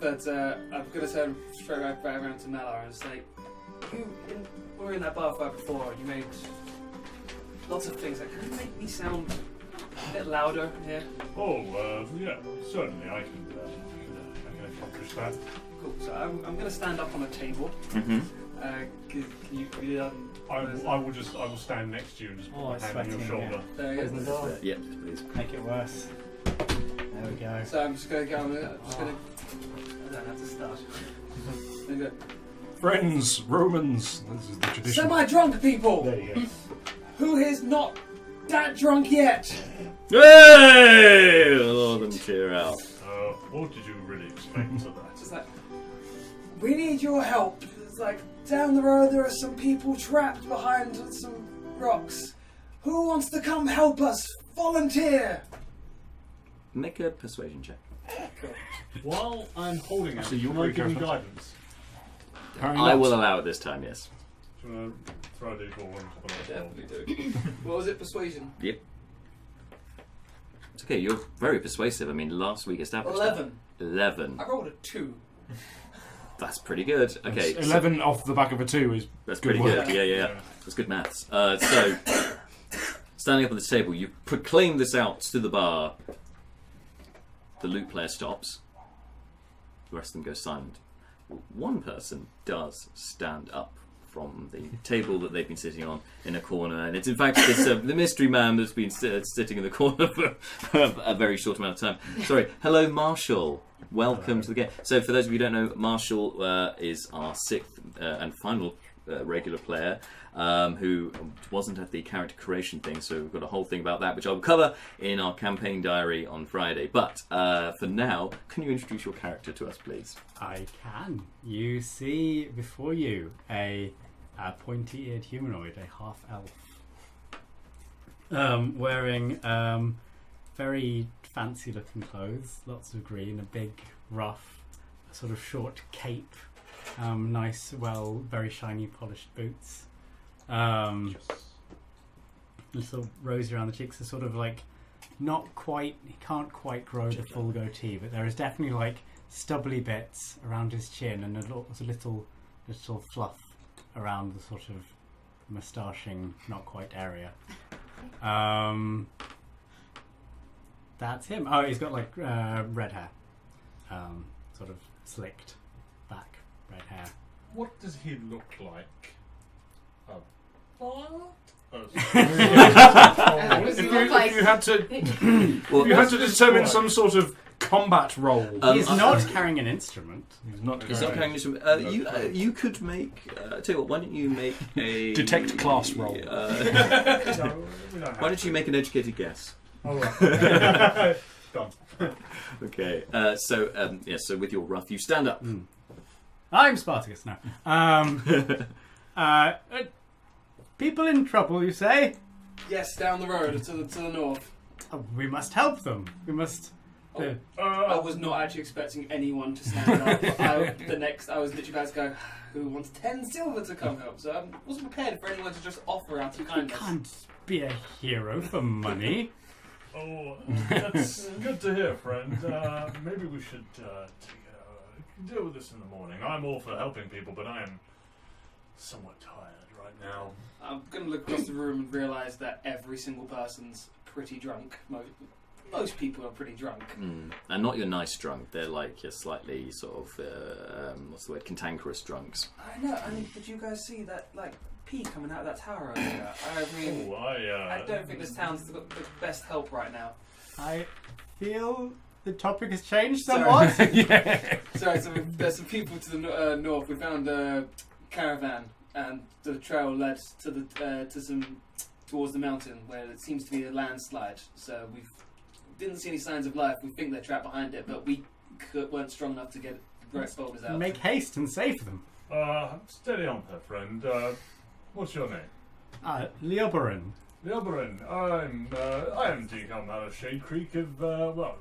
But uh, I'm gonna turn straight back right around to Malar and say, "You in, we were in that bar fight before. and You made lots of things. Like, can you make me sound a bit louder here?
Oh, uh, yeah, certainly I can, uh, I can, uh, I can accomplish that.
Cool. So I'm, I'm gonna stand up on a table.
Mm-hmm.
Uh, can, can you read it up?
I, w- I will just, I will stand next to you and just put
Oh,
my
it's
hand on your
sweating, yeah.
shoulder.
There you
Open the
go.
door.
Yep, Uh, please.
Make it worse. There we go.
So I'm just gonna go. I'm just gonna.
Ah.
I don't have to start. I'm gonna
Friends, Romans. This is the
go,
tradition.
Semi-drunk people.
There you go.
Who is not that drunk yet?
Hey! All of them cheer out.
Uh, what did you really expect of that?
Just like, we need your help. It's like, down the road there are some people trapped behind some rocks. Who wants to come help us? Volunteer!
Make a persuasion check.
While I'm holding it,
Actually, you're
can I
very
give him
careful.
guidance?
I will allow it this time. Yes.
Do you want to throw a d4 on top of that?
do. what was it, persuasion?
Yep. It's okay, you're very persuasive. I mean, last week established. that.
Eleven. Uh,
Eleven.
I rolled a two.
That's pretty good. Okay, so
Eleven off the back of a two is
that's
good
pretty
work.
good. Yeah, yeah, yeah. That's good maths. Uh, so, standing up on the table, you proclaim this out to the bar. The loot player stops. The rest of them go silent. One person does stand up from the table that they've been sitting on in a corner, and it's in fact it's uh, the mystery man that's been si- sitting in the corner for a very short amount of time. Sorry, hello, Marshall. Welcome to the game. So, for those of you who don't know, Marshall uh, is our sixth uh, and final uh, regular player um, who wasn't at the character creation thing, so we've got a whole thing about that, which I'll cover in our campaign diary on Friday. But uh, for now, can you introduce your character to us, please?
I can. You see before you a, a pointy eared humanoid, a half elf, um, wearing um, very fancy looking clothes, lots of green, a big, rough, sort of short cape, um, nice, well, very shiny, polished boots, um, little rosy around the cheeks, a sort of like not quite, he can't quite grow the full goatee, but there is definitely like stubbly bits around his chin and a little, a little, little fluff around the sort of mustaching, not quite area. Um, that's him. Oh, he's got like uh, red hair, um, sort of slicked back red hair.
What does he look like?
Oh,
Uh, what does he
If you,
look like?
if you had to,
Well,
if you had to determine some sort of combat role.
Uh,
Um,
he's
I-
not carrying an instrument.
He's not.
It's not carrying this from. Uh, you, uh, you could make. Uh, tell you what, why don't you make a.
Detect class roll.
Uh,
We don't
why don't you make an educated guess?
have.
Okay, uh, so, um, yeah, so with your rough, you stand up.
Mm.
I'm Spartacus now. Um, uh, uh, people in trouble, you say?
Yes, down the road to the, to the north.
Oh, we must help them. We must. uh,
I was not actually expecting anyone to stand up. but I, the next, I was literally about to go, who wants 10 silver to come help? So I wasn't prepared for anyone to just offer out of
you
kindness.
can't be a hero for money.
oh, that's good to hear, friend. Uh, maybe we should uh, take a can deal with this in the morning. I'm all for helping people, but I am somewhat tired right now.
I'm going to look across the room and realise that every single person's pretty drunk. Most, most people are pretty drunk.
Mm. And not your nice drunk. They're like your slightly sort of uh, um, what's the word cantankerous drunks.
I know. I mean, did you guys see that like pee coming out of that tower over there? I mean,
Oh, I, uh,
I don't think this town's got the best help right now.
I feel the topic has changed somewhat.
yeah. Sorry, so we- there's some people to the no- uh, north. We found a caravan, and the trail led to the uh, to some towards the mountain where it seems to be a landslide. So we didn't see any signs of life. We think they're trapped behind it, but we could, weren't strong enough to get the right boulders out.
Make haste and save them.
Uh, steady on there, friend. Uh, what's your name?
Uh, Leoberon.
Leoberon. I'm, uh, I am Deacon out of Shade Creek of, uh, well,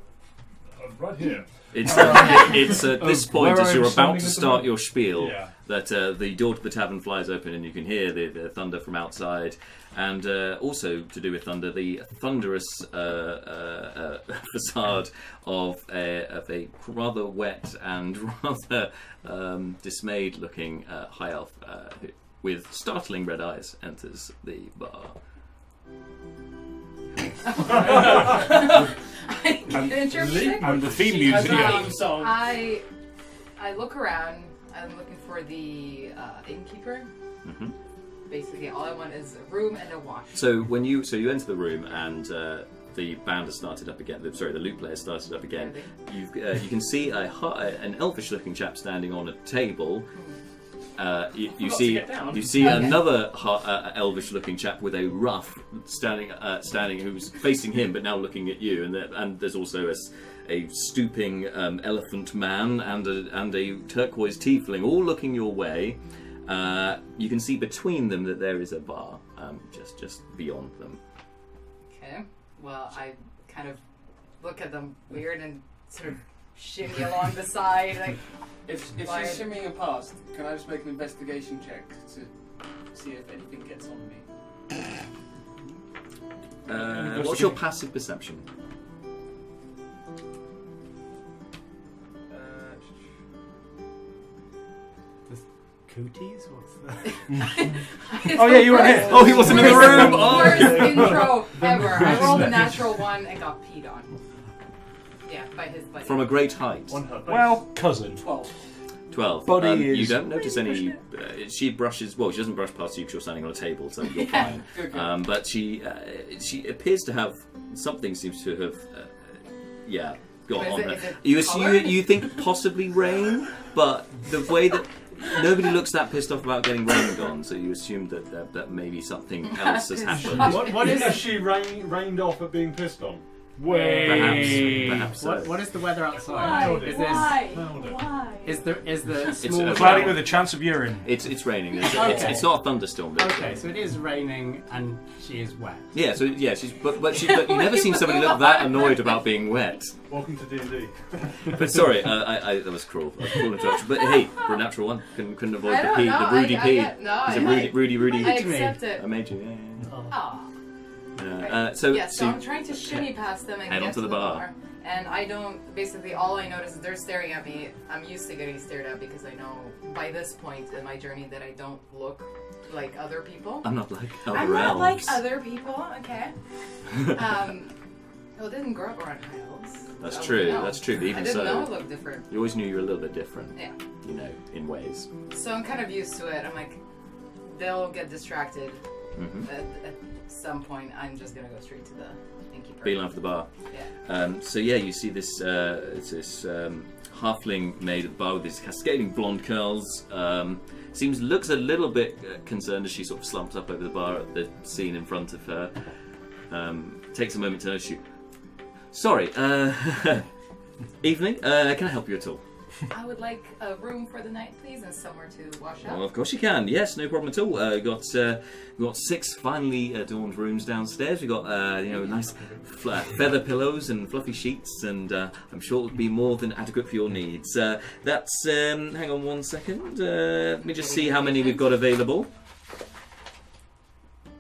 of right here.
It's
Uh,
at, it's at this
of
point
where
as
I'm
you're about
standing
to
at the
start
moment.
your
Oh.
spiel
Yeah.
that uh, the door to the tavern flies open and you can hear the, the thunder from outside. And uh, also to do with thunder, the thunderous uh, uh, uh, facade of a, of a rather wet and rather um, dismayed-looking uh, high elf uh, who, with startling red eyes enters the bar.
I
And
get interrupted.
the- and the theme music.
Um,
Song.
I I look around. I'm looking for the uh, innkeeper.
Mm-hmm.
Mhm.
Basically, all I want is a room and a wash.
So when you so you enter the room and uh, the band has started up again. The, sorry, the loop player started up again. You've, uh, you can see a hi- an elfish-looking chap standing on a table. Uh, you, you
forgot Hmm. to
see
get down.
you see
Okay.
another hi- uh, elvish-looking chap with a ruff standing uh, standing who's facing him, but now looking at you. And there, and there's also a, s- a stooping um, elephant man and a, and a turquoise tiefling, all looking your way. Uh, you can see between them that there is a bar, um, just just beyond them.
Okay. Well, I kind of look at them weird and sort of shimmy along the side. Like,
If if
Why-
she's shimmying past, can I just make an investigation check to see if anything gets on me?
Uh, what's your passive perception?
Cooties? What's that?
Oh, yeah, you were here.
Oh, he wasn't in the room. Oh,
Worst intro ever. I rolled a natural one and got peed on. Yeah, by his buddy.
From a great height.
Uh,
Well, cousin.
Twelve.
12.
Body
Um, You
is-
don't notice any. Uh, she brushes. Well, she doesn't brush past you because you're standing on a table, so you're
Yeah,
fine.
good, good.
Um, but she uh, she appears to have. Something seems to have. Uh, yeah, got
Is
on
it-
her.
is it
you, assume,
coloured?
you think possibly rain, but the way that. Nobody looks that pissed off about getting rain gone, so you assume that, that, that maybe something else has happened.
What, what is she rain, rained off at being pissed on?
Way. Perhaps- uh, perhaps so.
What, what is the weather
Why?
outside? Is
Why?
Why? Is there is the
It's
small
a
Cloudy with a chance of urine.
It's it's raining. It's, it's,
Okay.
it's not a thunderstorm. But
Okay, so it is raining and she is wet.
Yeah, so yeah, she's but, but, she, but you never seen somebody look that annoyed about being wet.
Welcome to D&D.
But sorry, uh, I, I, that was cruel. That was a cruel interruption. But hey, for a natural one, couldn't, couldn't avoid
I
the
don't
pee,
know,
the Rudy
I- I
pee.
get- no,
Is it
I-
Rudy, Rudy, Rudy?
I accept it.
I made you. Yeah,
Aw.
yeah, yeah. Uh, uh, so,
yeah, so,
so
I'm trying to shimmy past them and
Head
get
onto
to
the
the,
bar.
bar. And I don't. Basically, all I notice is they're staring at me. I'm used to getting stared at because I know by this point in my journey that I don't look like other people.
I'm not like other
I'm not like
elves.
other people. Okay. um, well, I didn't grow up around high elves.
That's
I wouldn't
true.
know.
That's true. But even
I didn't
so,
know I looked different.
you always knew you were a little bit different.
Yeah.
You know, in ways.
So I'm kind of used to it. I'm like, they'll get distracted.
Mhm.
At, at some point, I'm just gonna go straight to the innkeeper.
Beeline for the bar. Um, so yeah, you see this uh, it's this um, halfling maid at the bar with these cascading blonde curls. Um, seems looks a little bit uh, concerned as she sort of slumps up over the bar at the scene in front of her. Um, takes a moment to notice you. Sorry. Uh, evening. Uh, can I help you at all?
I would like a room for the night, please, and somewhere to wash up.
Well, of course you can. Yes, no problem at all. Uh, we've got uh, we've got six finely uh, adorned rooms downstairs. We've got uh, you know nice fl- uh, feather pillows and fluffy sheets, and uh, I'm sure it'll be more than adequate for your needs. Uh, that's um, hang on one second. Uh, let me just see how many we've got available.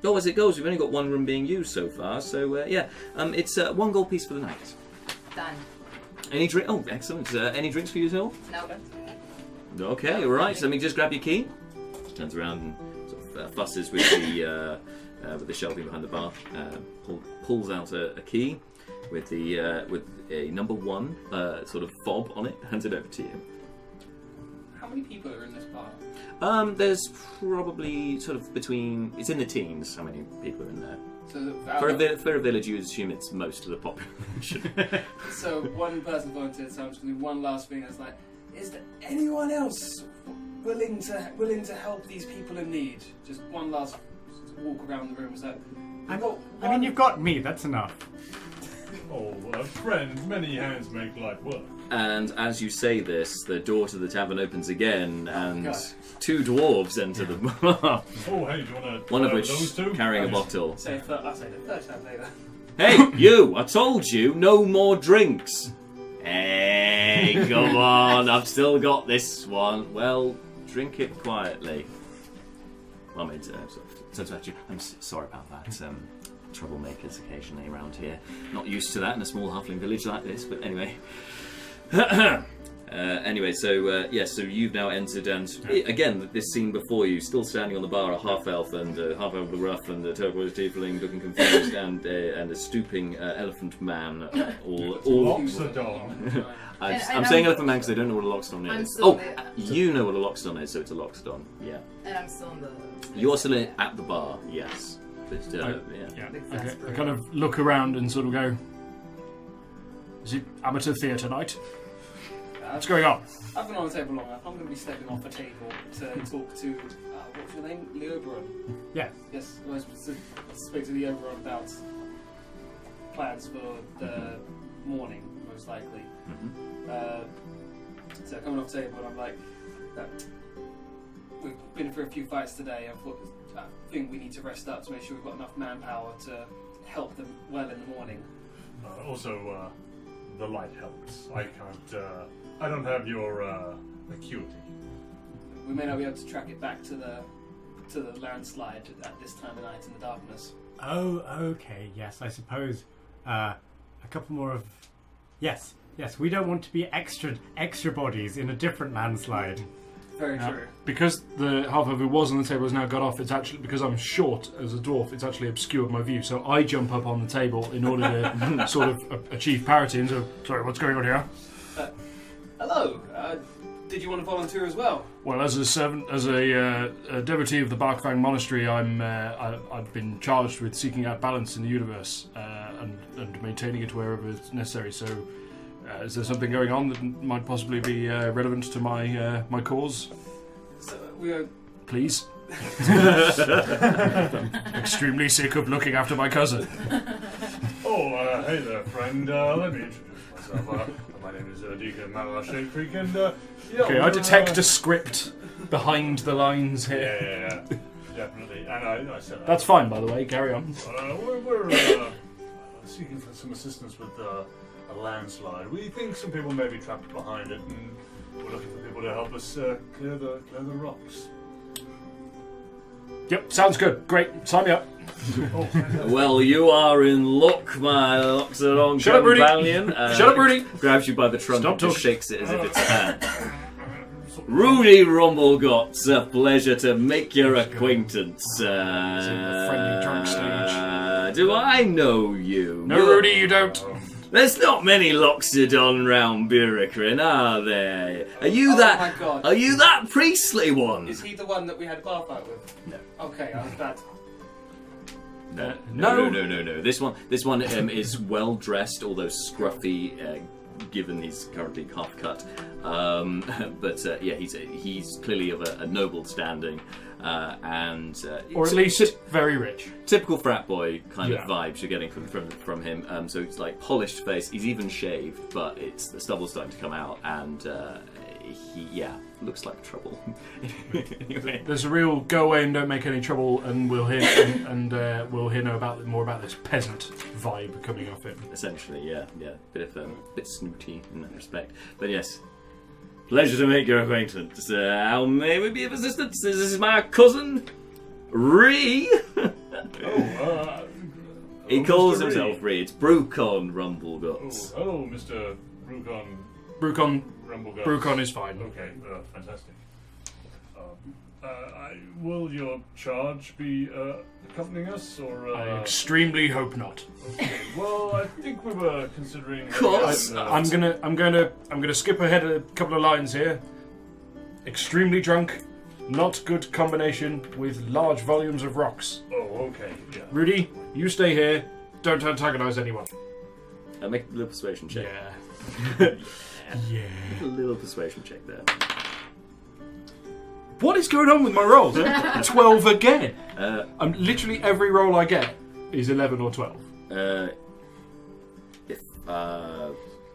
Oh, as it goes, we've only got one room being used so far. So uh, yeah, um, it's uh, one gold piece for the night.
Done.
Any drink? Oh, excellent. Uh, any drinks for you, Till?
No.
Okay, all right. So let me just grab your key. Turns around and sort of uh, fusses with the uh, uh, with the shelving behind the bar. Uh, pull, pulls out a, a key with the uh, with a number one uh, sort of fob on it. Hands it over to you.
How many people are in this bar?
Um, there's probably sort of between. It's in the teens. How many people are in there?
So the-
for a, vi- for a village, you would assume it's most of the population.
So one person volunteered, so I'm just gonna do one last thing. It's like, is there anyone else willing to willing to help these people in need? Just one last walk around the room. So
I, I mean, you've got me. That's enough.
Oh, a friend, many hands make light work.
And as you say this, the door to the tavern opens again, and two dwarves enter the bar.
Oh, hey, do you want to?
One of which carrying a bottle.
say thir- I say the third time later.
Hey, you! I told you, no more drinks. Hey, come on! I've still got this one. Well, drink it quietly. Mermaid uh, sort of turns back to you. I'm s- sorry about that. Um, troublemakers occasionally around here. Not used to that in a small halfling village like this, but anyway. uh, anyway, so uh, yes, so you've now entered, and i- again, this scene before you, still standing on the bar, a half elf and a half elf with a ruff and a turquoise tiefling looking confused, and, uh, and a stooping uh, elephant man. Uh, all, all...
Loxodon.
I'm,
And-
I'm
and
saying
I'm-
elephant man because I don't know what a loxodon
I'm
is.
still
Oh,
there.
you know what a loxodon is, so it's a loxodon. Yeah.
And I'm still in the.
You're still at the bar, yes. But, uh,
I-
yeah.
Okay. I kind of look around and sort of go, "Is it amateur theatre night? What's going on?"
I've been on the table long enough. I'm going to be stepping off a table to talk to uh, what's your name, Leoberon.
Yeah.
Yes, I was supposed to speak to Leoberon about plans for the morning, most likely. Uh, so coming off the table, and I'm like, uh, we've been through a few fights today. I've got, I think we need to rest up to make sure we've got enough manpower to help them well in the morning.
Uh, also, uh, the light helps. I can't. Uh, I don't have your uh, acuity.
We may not be able to track it back to the to the landslide at this time of night in the darkness.
Oh, okay. Yes, I suppose uh, a couple more of. Yes, yes. We don't want to be extra extra bodies in a different landslide.
Very
Now,
true.
Because the half of it was on the table has now got off, it's actually because I'm short as a dwarf, it's actually obscured my view. So I jump up on the table in order to sort of a- achieve parity and so sorry, what's going on here?
Uh, hello. Uh, did you want to volunteer as well?
Well, as a servant, as a, uh, a devotee of the Barkfang Monastery, I'm uh, I, I've been charged with seeking out balance in the universe uh, and and maintaining it wherever it's necessary. So, uh, is there something going on that might possibly be uh, relevant to my uh, my cause?
So we are.
Please. Extremely sick of looking after my cousin.
Oh, uh, hey there, friend. Uh, let me introduce myself. Uh, my name is uh, Deacon Malash Shade Creek, and uh, yeah,
okay, I
we're,
detect
uh,
a script behind the lines
Yeah,
here.
yeah, yeah, definitely. And I, I said uh,
That's fine, by the way. Carry on.
Uh, we're we're uh, seeking for some assistance with uh, a landslide. We think some people may be trapped behind it, and we're looking for people to help us uh, clear the clear the rocks.
Yep, sounds good. Great. Sign me up.
Well, you are in luck, my Loxodon
Shut up, Rudy.
companion. Uh,
Shut up, Rudy.
Grabs you by the trunk
Stop
and just
talking.
shakes it as if it's a hand. Rudy Rumblegot's a pleasure to make your acquaintance. Uh,
friendly drunk stage.
Do I know you?
No,
You're-
Rudy, you don't.
There's not many Loxodon round Birikrin, are there? Are you
Oh
that?
my God.
Are you that priestly one?
Is he the one that we had a bar fight with?
No.
Okay, I was bad.
No, no, no, no, no, no. This one, this one um, is well dressed, although scruffy, uh, given he's currently half cut. Um, but uh, yeah, he's he's clearly of a, a noble standing, uh, and uh,
Or at
t-
least very rich.
typical frat boy kind
Yeah.
of vibes you're getting from from, from him. Um, so it's like polished face. He's even shaved, but it's the stubble's starting to come out, and uh, he yeah looks like trouble. anyway.
There's a real go away and don't make any trouble, and we'll hear and, and uh, we'll hear no about more about this peasant vibe coming off him.
Essentially, yeah, yeah, bit of um, bit snooty in that respect. But yes, pleasure to make your acquaintance. Uh, how may we be of assistance? This is my cousin, Ree.
uh,
he calls
Mr. Ree.
himself Ree. It's Brucon Rumbleguts.
Oh, hello, Mr. Brucon.
Brucon.
Rumble goes.
Brucon is fine.
Okay, uh, fantastic. Um, uh, I, will your charge be uh, accompanying us, or uh,
I extremely hope not.
Okay, well, I think we were considering.
Uh,
Um,
I, am gonna, I'm gonna, I'm gonna skip ahead a couple of lines here. Extremely drunk, not good combination with large volumes of rocks.
Oh, okay. Yeah.
Rudy, you stay here. Don't antagonize anyone.
Uh, make a little persuasion check. Yeah.
yeah.
Make a little persuasion check there.
What is going on with my rolls? twelve again. I'm literally every roll I get is eleven or twelve.
Uh, if uh,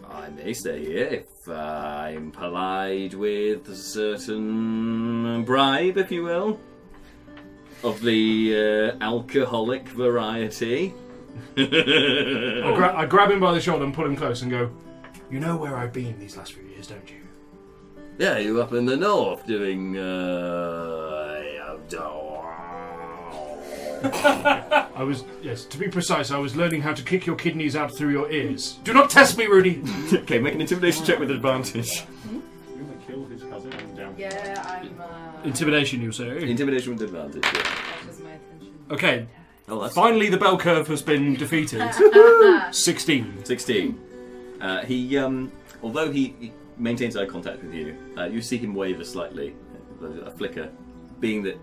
I may say here, if uh, I'm polite with a certain bribe, if you will, of the uh, alcoholic variety.
I, gra- I grab him by the shoulder and pull him close and go, You know where I've been these last few years, don't you?
Yeah, you up in the north doing. Uh,
I was, yes, to be precise, I was learning how to kick your kidneys out through your ears. Do not test me, Rudy!
okay, make an intimidation check with advantage.
You want to kill his cousin and down?
Yeah, I'm. Uh,
Intimidation, you say?
Intimidation with advantage, yeah.
that was my attention.
Okay.
Oh, that's-
Finally, the bell curve has been defeated. 16.
16. Uh, he, um, although he, he maintains eye contact with you, uh, you see him waver slightly, a, a flicker, being that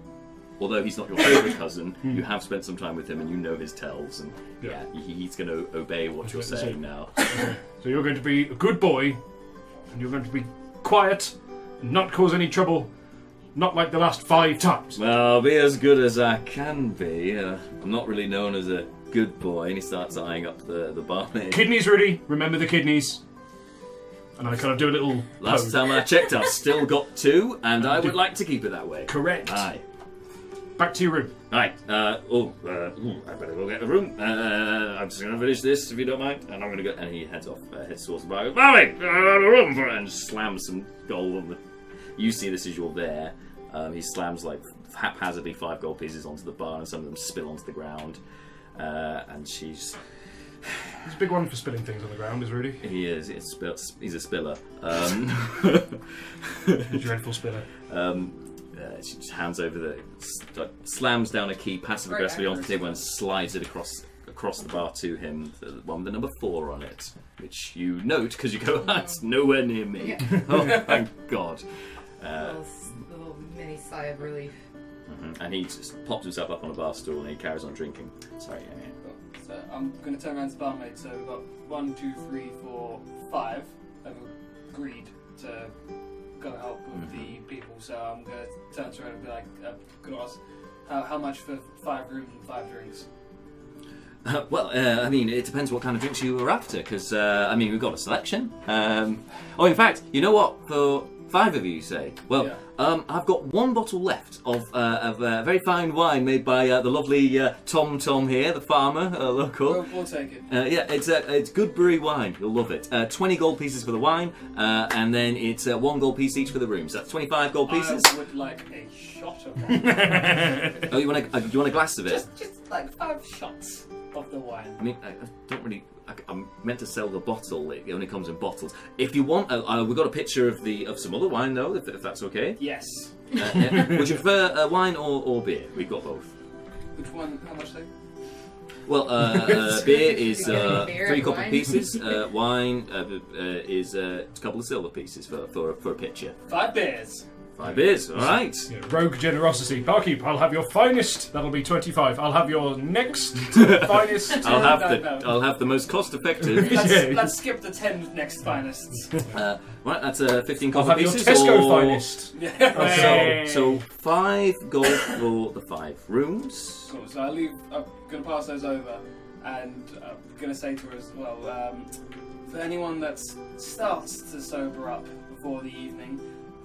although he's not your favourite cousin,
Hmm.
you have spent some time with him and you know his tells, and yeah, he, he's going to obey what you're
gonna say.
saying now.
So you're going to be a good boy, and you're going to be quiet, and not cause any trouble, not like the last five times.
Well, I'll be as good as I can be. Uh, I'm not really known as a good boy, and he starts eyeing up the, the barmaid.
Kidneys, Rudy. Remember the kidneys. And I kind of do a little.
Last
pose.
time I checked, I've still got two, and I would like to keep it that way.
Correct.
Aye.
Back to your room.
Right. Uh, oh, uh, ooh, I better go get the room. Uh, I'm just going to finish this, if you don't mind. And I'm going to go. And he heads off, uh, heads towards the bar. Goes, Marley, uh, the room for it," And slams some gold on the. You see this as you're there. Um, he slams like haphazardly five gold pieces onto the bar, and some of them spill onto the ground. Uh, and she's.
He's a big one for spilling things on the ground, is Rudy.
He is. It's spill, he's a spiller. Um,
dreadful spiller.
Um, uh, she just hands over the, s- like, slams down a key passive aggressively
Right,
onto the table and slides it across across the bar to him. The one with the number four on it, which you note because you go, "That's nowhere near me."
Yeah.
oh, thank God. Uh,
little, s- little mini sigh of relief.
mhm. And he just pops himself up on a bar stool and he carries on drinking. Sorry. yeah, yeah.
So I'm going to turn around to the barmaid. So we've got one, two, three, four, five have agreed to go help with
Mm-hmm.
the people. So I'm going to turn to her and be like, uh, going to ask how, how much for five rooms and five drinks?
Uh, well, uh, I mean, it depends what kind of drinks you were after, because, uh, I mean, we've got a selection. Um, oh, in fact, you know what? For five of you, say. Well, um, I've got one bottle left of, uh, of uh, very fine wine made by uh, the lovely uh, Tom Tom here, the farmer, uh, local.
We'll, we'll take it.
Uh, yeah, it's uh, it's good brewery wine. You'll love it. Uh, Twenty gold pieces for the wine, uh, and then it's uh, one gold piece each for the rooms. That's twenty-five gold pieces.
I would like a shot of wine.
oh, you want a, uh, you want a glass of it?
just, just like five shots of the wine.
I mean, I, I don't really. I, am meant to sell the bottle. It only comes in bottles. If you want, uh, uh, we've got a picture of the of some other wine though, if, if that's okay.
Yes.
Uh, yeah. Would you prefer uh, wine or, or beer? We've got both.
Which one? How much? They?
Well, uh, uh, beer is uh,
Beer
three
and
copper
wine.
pieces. Uh, wine uh, uh, is uh, a couple of silver pieces for for, for a picture.
Five beers.
Five beers. All right.
Yeah, rogue generosity. Barkeep, I'll have your finest. That'll be 25. I'll have your next finest.
I'll have the I'll have the most cost effective.
Let's, let's skip the ten next finest.
Uh, right, that's uh, 15
I'll
copper
have your
pieces.
Tesco
or-
finest.
so,
Yeah.
so five gold for the five rooms.
Cool. So I leave. I'm gonna pass those over, and I'm gonna say to her as well. Um, for anyone that s- starts to sober up before the evening,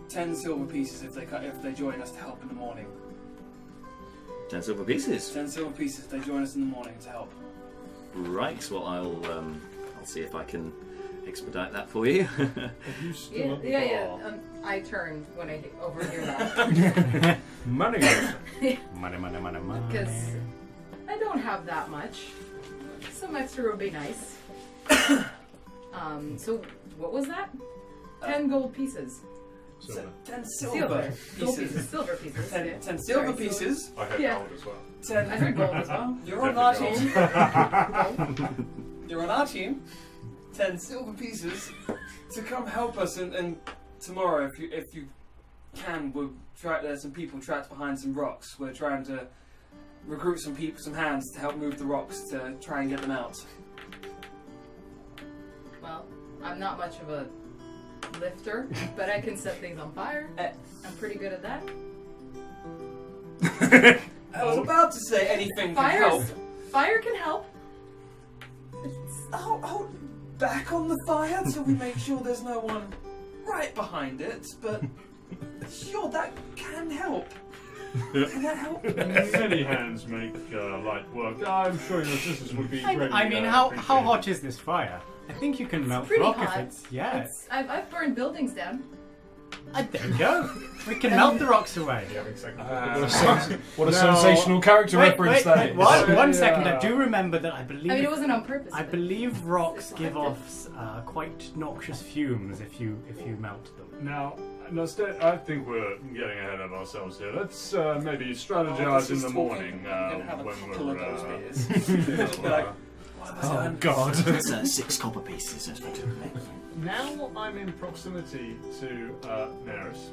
ten silver pieces if they co- if they join us to help in the morning.
Ten silver pieces.
Ten silver pieces if they join us in the morning to help.
Right. Well, I'll um, I'll see if I can expedite that for you.
Yeah, yeah, yeah. Um, I turned when I he- overhear that.
Money.
Yeah.
money, money, money, money.
Because I don't have that much. Some extra would be nice. Um, so what was that? Ten gold pieces.
Silver. Ten
Silver.
silver
Gold
pieces.
pieces. Silver pieces.
Ten-
yeah.
ten silver
Sorry,
pieces. I heard
yeah.
gold as well.
Ten. I heard gold as well.
You're on our team. You're on our team. Ten silver pieces to come help us, and, and tomorrow, if you if you can, we'll try. There's some people trapped behind some rocks. We're trying to recruit some people, some hands to help move the rocks to try and get them out.
Well, I'm not much of a lifter, but I can set things on fire.
Eh.
I'm pretty good at that.
I was about to say anything can
Fire,
help.
fire can help.
Hold, hold back on the fire till we make sure there's no one right behind it, but sure, that can help. Can that help?
Many hands make uh, light work. I'm sure your assistance would be
I,
greatly.
I mean,
uh,
how how
appreciated.
hot is this fire? I think you can melt
Pretty
rock
hot.
if it's yeah.
It's- I've, I've burned buildings down.
I, there we go. We can melt the rocks away.
Uh,
What a sens- what a sensational character
wait,
reference
wait,
that
wait,
is.
One, one
Yeah.
second, I do remember that I believe.
I mean, it wasn't on purpose,
I
but-
believe rocks give off uh, quite noxious fumes if you if you melt them.
Now, now Sta I think we're getting ahead of ourselves here. Let's uh, maybe
Oh, this
strategize in
is
the
talking.
morning
I'm
uh,
gonna have a
when
couple
we're.
of those beers.
Uh,
Just be like,
Oh,
God.
That's, uh, six copper pieces. That's what I'm doing.
now I'm in proximity to uh, Nerys,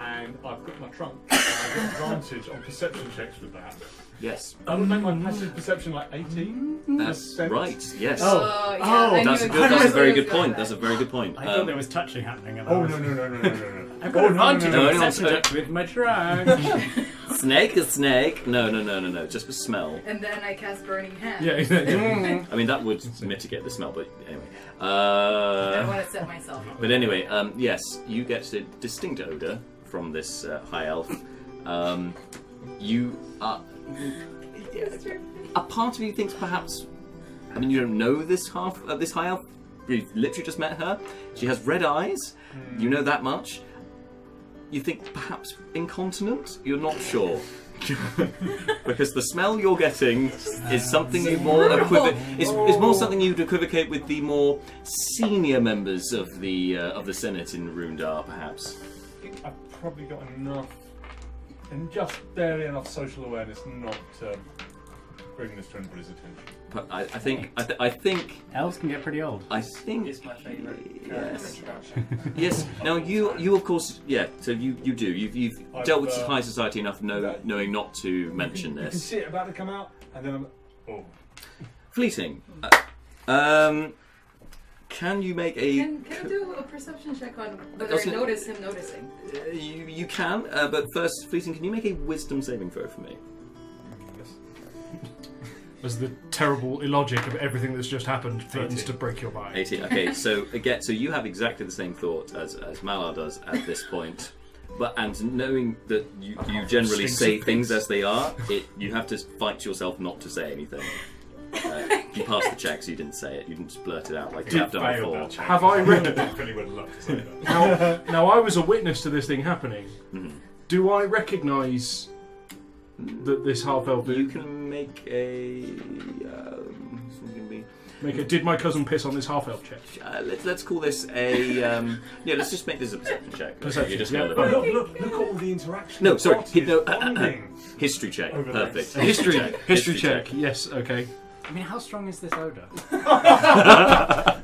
and I've got my trunk. and I've got advantage on perception checks with that.
Yes.
I would make my passive perception like 18.
Mm,
That's right. Yes.
Oh, yeah, I knew
that's a
it
good.
was-
That's a
I
very
knew it
good
was going
point.
there.
That's a very good point.
I thought
Um,
there was touching happening. and I
Oh,
was-
no, no, no, no, no, no, no.
I've got
Oh, no,
no,
advantage
no,
on
no,
perception
no.
checks with my trunk.
snake is snake. No, no, no, no, no. Just for smell.
And then I cast burning hand.
Mm.
I mean, that would mitigate the smell, but anyway.
I don't
Uh,
want to set myself up.
but anyway, um, yes, you get a distinct odor from this uh, high elf. Um, you are. A part of you thinks perhaps. I mean, you don't know this half uh, this high elf. You've literally just met her. She has red eyes. You know that much. You think perhaps incontinent? You're not sure. because the smell you're getting is something you more equivoc- is, is more something you'd equivocate with the more senior members of the uh, of the Senate in Rundar, perhaps.
I've probably got enough, and just barely enough social awareness not to bring this to anybody's attention.
But I, I think I, th- I think
elves can get pretty old.
I think
It's my favourite
Yes.
introduction.
yes. Now you you of course yeah. So you you do you've, you've
I've,
dealt with
uh,
high society enough know, knowing not to mention
You can
this.
see it about to come out, and then I'm. Oh.
Fleeting. Uh, um, can you make a?
Can, can I do a perception check on whether I
Doesn't-
notice him noticing?
Uh, You, you can, uh, but first, Fleeting, can you make a wisdom saving throw for me?
As the terrible illogic of everything that's just happened threatens to break your mind.
18. Okay, so again, so you have exactly the same thought as, as Malar does at this point, but and knowing that you, you generally
Stinks
say
of
things as they are, it you have to fight yourself not to say anything. Uh, you passed the check, so you didn't say it. You didn't just blurt it out like you
Deep
have done
failed
before.
that check. Have I written-
Definitely would love to say that.
now, now, I was a witness to this thing happening.
Mm.
Do I recognise that this half elf?
You can make a. Um, it's gonna be-
Make it. Did my cousin piss on this half elf check?
uh, let's, let's call this a. Um, yeah, let's just make this a perception check.
Perception,
You just
yeah. Oh.
know the-
But look, look, look at all the interaction.
No, sorry.
What
hi-
is
no, uh,
bonding?
history check.
Over there.
Perfect.
History, history check. Yes. Okay.
I mean, how strong is this odor?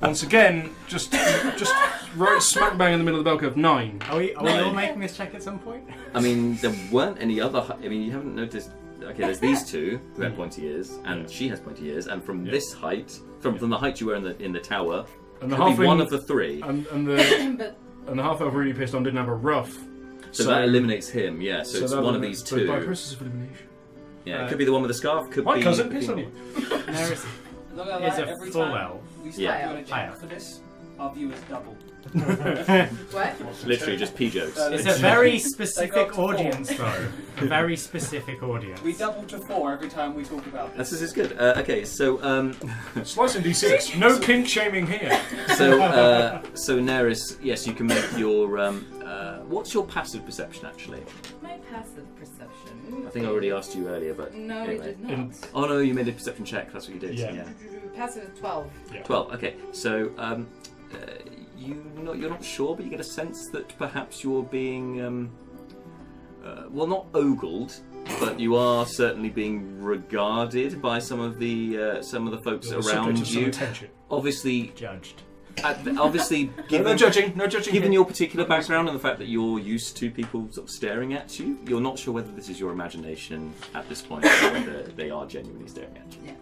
Once again, just just right smack bang in the middle of the bell curve. Nine.
Are we, are we
No.
all making this check at some point?
I mean, there weren't any other. hi- I mean, you haven't noticed. Okay, there's these two who have pointy ears, and she has pointy ears, and from this height, from from the height you were in the in the tower,
And the Oh,
could be
halfling-
one of the three.
And, and the
but
and the half elf really pissed on didn't have a rough.
So, that eliminates him. Yeah. So, it's
that
one of
eliminates-
these
but By
two.
process of elimination.
Yeah,
Uh,
it could be the one with the scarf. Could
My
be
cousin
could
pissed
be-
on you.
There is
Not gonna
It's
lie,
a
every
full
time
elf.
We
Yeah.
start doing a
High
check for this. Our viewers double.
What?
Literally just pee jokes.
It's a very
They go up
specific
to four.
audience, though. A very specific audience.
We double to four every time we talk about this.
This is good. Uh, okay, so um,
slicing d6. No kink shaming here.
so uh, so Neris, yes, you can make your. Um, uh, what's your passive perception actually?
My passive perception.
I think I already asked you earlier, but
No, you did not. In-
Oh no, you made a perception check. That's what you did.
Yeah.
yeah.
Passive is 12.
Twelve. Okay, so um, uh, you not you're not sure, but you get a sense that perhaps you're being um, uh, well, not ogled, but you are certainly being regarded by some of the uh, some of the folks
You're the subject
around
of some
you.
attention.
Obviously
judged.
obviously,
No,
given
no judging, no judging
Given
here.
your particular background and the fact that you're used to people sort of staring at you, you're not sure whether this is your imagination at this point, or whether they are genuinely staring at
Yeah.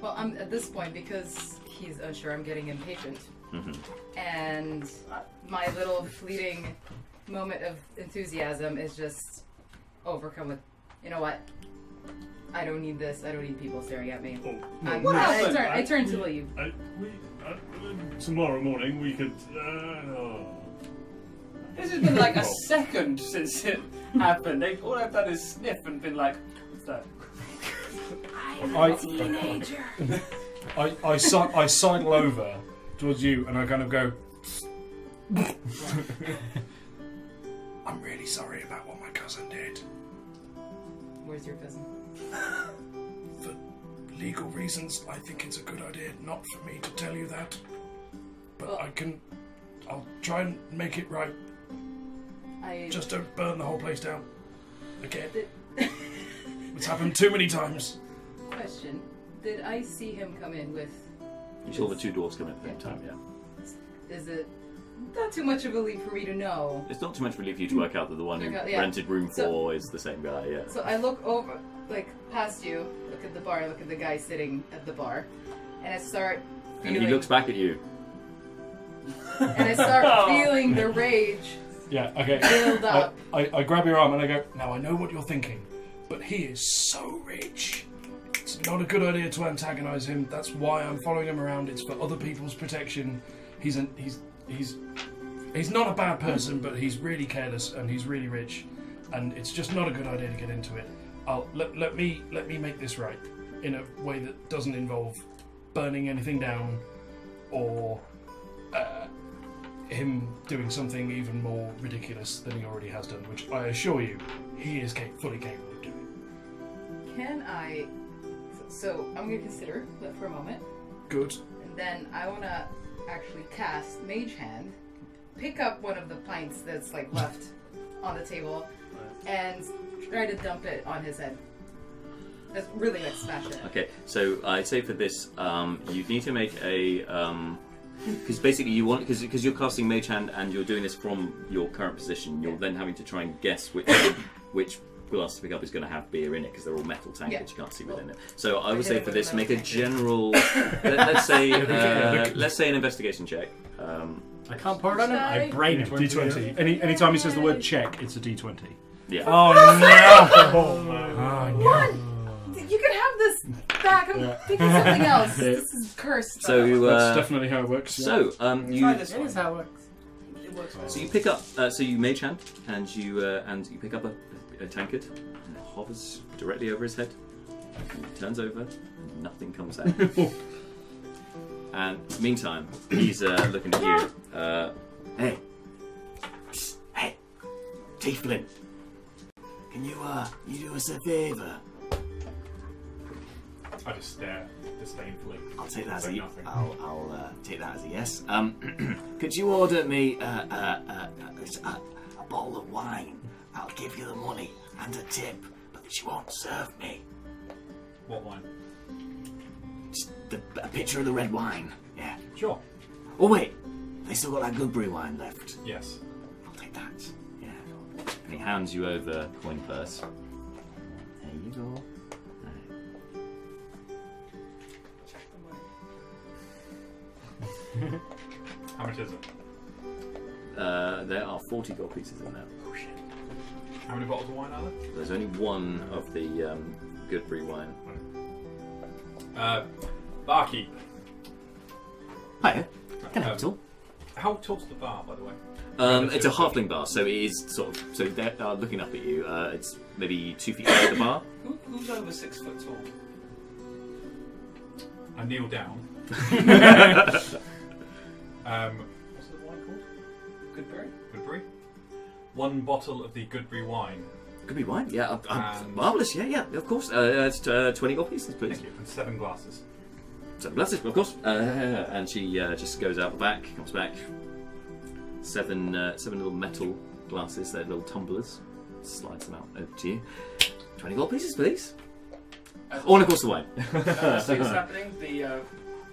Well, I'm at this point because he's unsure. I'm getting impatient,
you. hmm
and my little fleeting moment of enthusiasm is just overcome with, you know what? I don't need this. I don't need people staring at
Oh,
me. I'm-
What
I,
happened?
turn, I turn to
I-
leave.
I, we, uh, tomorrow morning we could. Uh, oh.
This has been like a second since it happened. They, all I've done is sniff and been like, what's that?
I'm a I- teenager. I, I, si- I sidle over towards you and I kind of go. I'm really sorry about what my cousin did.
Where's your cousin?
For legal reasons, I think it's a good idea not for me to tell you that. But I can. I'll try and make it right.
I
Just don't burn the whole place down. Again. it's happened too many times.
question. Did I see him come in with?
You saw the two dwarves come in at the same time, yeah.
Is it not too much of a leap for me to know?
It's not too much relief for you to work out that the one who
Hmm. Work out, yeah.
rented room
So-
four is the same guy, yeah.
So I look over, like past you, look at the bar, look at the guy sitting at the bar, and I start
and
feeling,
he looks back at you.
and I start feeling the rage.
Yeah, okay.
Uh,
Build up.
I, I, I grab your arm and I go, Now I know what you're thinking, but he is so rich. It's not a good idea to antagonize him. That's why I'm following him around. It's for other people's protection. He's an, he's he's he's not a bad person, but he's really careless and he's really rich, and it's just not a good idea to get into it. I'll let, let me let me make this right in a way that doesn't involve burning anything down or uh, him doing something even more ridiculous than he already has done, which I assure you, he is cap- fully capable of doing.
Can I? So I'm gonna consider that for a moment,
Good.
and then I wanna actually cast Mage Hand, pick up one of the pints that's like left on the table, and try to dump it on his head. That's really like smash it.
Okay, so I'd say for this, um, you need to make a because basically you want because because you're casting Mage Hand and you're doing this from your current position. You're then having to try and guess which which glass to pick up is going to have beer in it because they're all metal tankers.
Yeah.
You can't see within it. So I would
hit
say
it
for
with
this,
a
make
metal
a general let, us say
Yeah, we can.
uh, let's say an investigation check. Um,
I can't pour it on him. I brain him.
D20. Any anytime he says the word check, it's a D20.
Yeah.
Oh, no.
oh,
What? You could have this back. I'm
Yeah.
thinking something else.
Yeah.
This is cursed.
so
That's
you, uh,
definitely how it works, yeah.
So um, you
That is how it works. It works.
So you pick up, uh, so you mage hand, and you uh, and you pick up a, a tankard, and it hovers directly over his head. He turns over, and nothing comes out. and meantime, he's uh, looking at you. Uh, hey,
Psst, hey, Tiefling, can you uh, you do us a favour?
I just stare disdainfully.
I'll take that as a
Say
yes.
nothing.
I'll, I'll uh, take that as a yes. Um, could you order me uh, uh, uh, uh, a, a bottle of wine? I'll give you the money and a tip, but she won't serve me.
What wine?
Just the, a picture of the red wine. Yeah.
Sure.
Oh wait, they still got that Goodbury wine left.
Yes.
I'll take that. Yeah.
and he hands you over coin purse. There you go.
How much is it?
Uh, there are forty gold pieces in there.
How many bottles of wine are there?
There's only one of the um, Goodbury wine.
Uh, barkeep.
Hiya. Can I have
Um,
it all?
How tall's the bar, by the way?
Um, it's a halfling bar, so it is sort of. So they are looking up at you. Uh, it's maybe two feet high the bar.
Who, who's over six foot tall?
I kneel down. um,
What's the wine called? Goodberry.
Goodbury. One bottle of the Goodbury wine.
Could be wine. Yeah, uh, uh,
And-
marvelous. Yeah, yeah, of course. Uh, it's uh, twenty gold pieces, please.
Thank you. And seven glasses.
Seven glasses, of course. Uh, and she uh, just goes out the back, comes back. Seven, uh, seven little metal glasses. They're little tumblers. Slides them out over to you. Twenty gold pieces, please. Oh, and of course the wine.
Uh, see what's happening. The uh,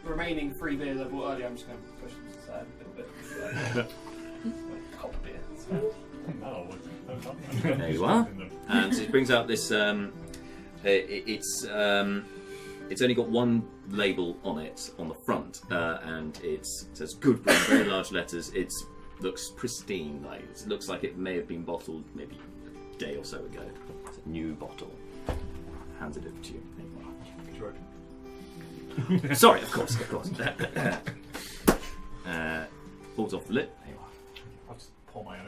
remaining free beer that I bought earlier, I'm just going to push them aside a little bit. Copper beer. it's fine.
Hmm.
Oh,
There you are. And so it brings out this. Um, i- i it's um, it's only got one label on it on the front, uh, and it's, it says Goodwood in very large letters. It looks pristine. Like it looks like it may have been bottled maybe a day or so ago. It's a new bottle. Hands it over to you. There you are. Sorry, of course, of course. uh, falls off the lip. There you are.
I'll just pour my own.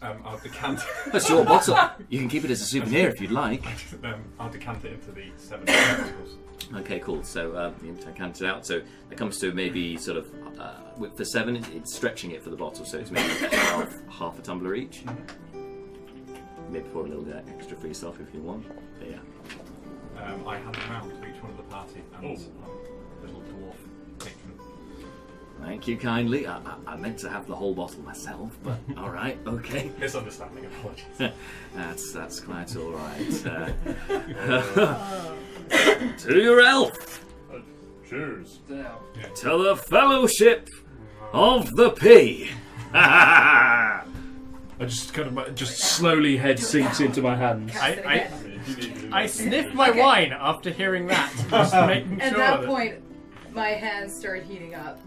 Um, I'll decant.
That's your bottle. You can keep it as a souvenir if you'd like.
um, I'll decant it into the seven glasses.
Okay, cool. So um, you can count it out. So it comes to maybe sort of uh, with- for seven. It's, it's stretching it for the bottle, so it's maybe half, half a tumbler each. Maybe pour a little bit extra for yourself if you want. But yeah.
Um, I hand them out to each one of the party and um, little dwarf patron.
Thank you kindly. I, I, I meant to have the whole bottle myself, but all right, okay.
Misunderstanding, apologies.
that's that's quite all right. Uh, to your elf.
Cheers.
To the fellowship of the pea. I
just kind of my, just slowly head sinks into my hands.
I, I, I sniff my wine after hearing that. Just making
At
sure.
that
that-
point, my hands start heating up.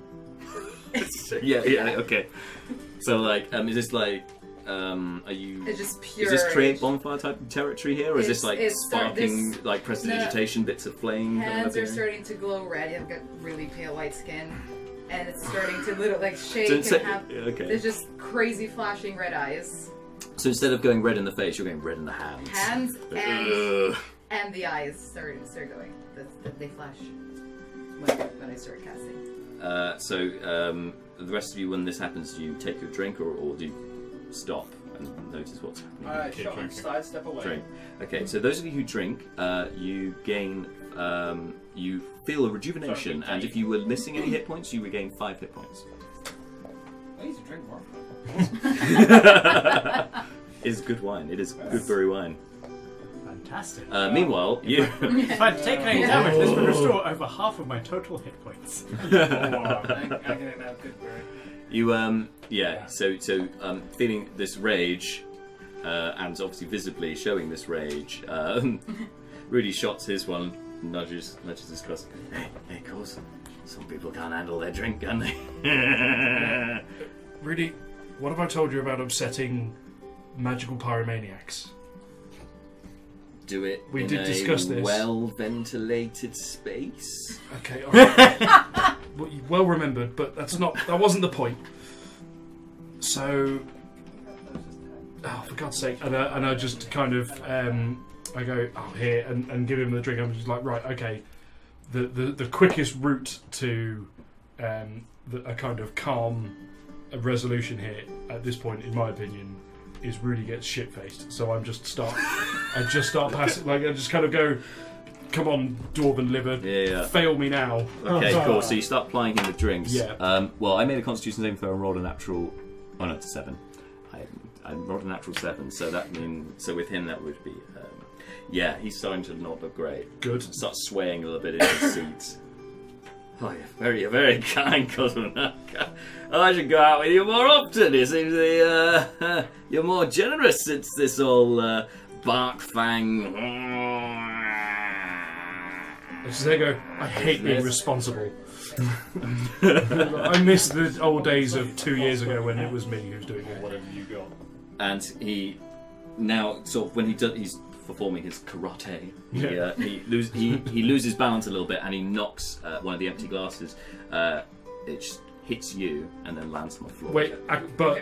yeah, yeah, okay. So, like, um, is this like, um, are you?
It's just
Is this
pure-
create bonfire type territory here, or is this like
It's- it's sort of
sparking,
this-
like prestidigitation, bits of flame? going
Hands
up in
are
here?
starting to glow red. I've got really pale white skin, and it's starting to little like shake
Don't
and
say-
have.
yeah, okay.
There's just crazy flashing red eyes,
So instead of going red in the face, you're going red in the hands.
hands and
Ugh.
and the eyes start start going. The, the, they flash when, when I start casting.
Uh, so um, the rest of you, when this happens, do you take your drink, or, or do you stop and notice what's happening?
All right,
Keep
shot on
drinking.
side, step away.
Drink. Okay, so those of you who drink, uh, you gain, um, you feel a rejuvenation, and if you were missing any hit points, you regain five hit points.
I need to drink more.
is good wine. It is good berry wine.
Fantastic.
Uh, meanwhile, you.
If I'd taken any damage, this would restore over half of my total hit points.
Oh, uh,
You um yeah so so um feeling this rage, uh, and obviously visibly showing this rage. Um, Rudy shots his one, nudges nudges his cross. Hey, hey, of course, some people can't handle their drink, can they?
Rudy, what have I told you about upsetting magical pyromaniacs?
Do it.
We
in
did
a
discuss this.
Well ventilated space.
Okay, all right. well, you- well remembered, but that's not that wasn't the point. So, oh, for God's sake! And I, and I just kind of um, I go oh here and, and give him the drink. I'm just like right, okay. The the, the quickest route to um, the, a kind of calm uh, resolution here at this point, in my opinion, is Rudy gets shit faced. So I'm just start I just start passing like I just kind of go. Come on, Dwarven liver,
yeah.
fail me now.
Okay, cool. So you start plying him with drinks.
Yeah.
Um, well, I made a Constitution saving throw and rolled a natural. Oh no, it's a seven. I, I rolled a natural seven, so that mean so with him that would be. Um, yeah, he's starting to not look great.
Good.
Starts swaying a little bit in his seat. Oh, you're very, you're very kind, Cosmonautica. I should go out with you more often. It seems the, uh, you're more generous since this all uh, bark fang.
So they go, I hate being responsible. I miss the old days of two years ago when it was me who was doing it. Whatever you got.
and he now sort of when he does he's performing his karate he,
Yeah.
uh, he, lose, he, he loses balance a little bit and he knocks uh, one of the empty glasses uh, it just hits you, and then lands on the floor.
Wait, ac- but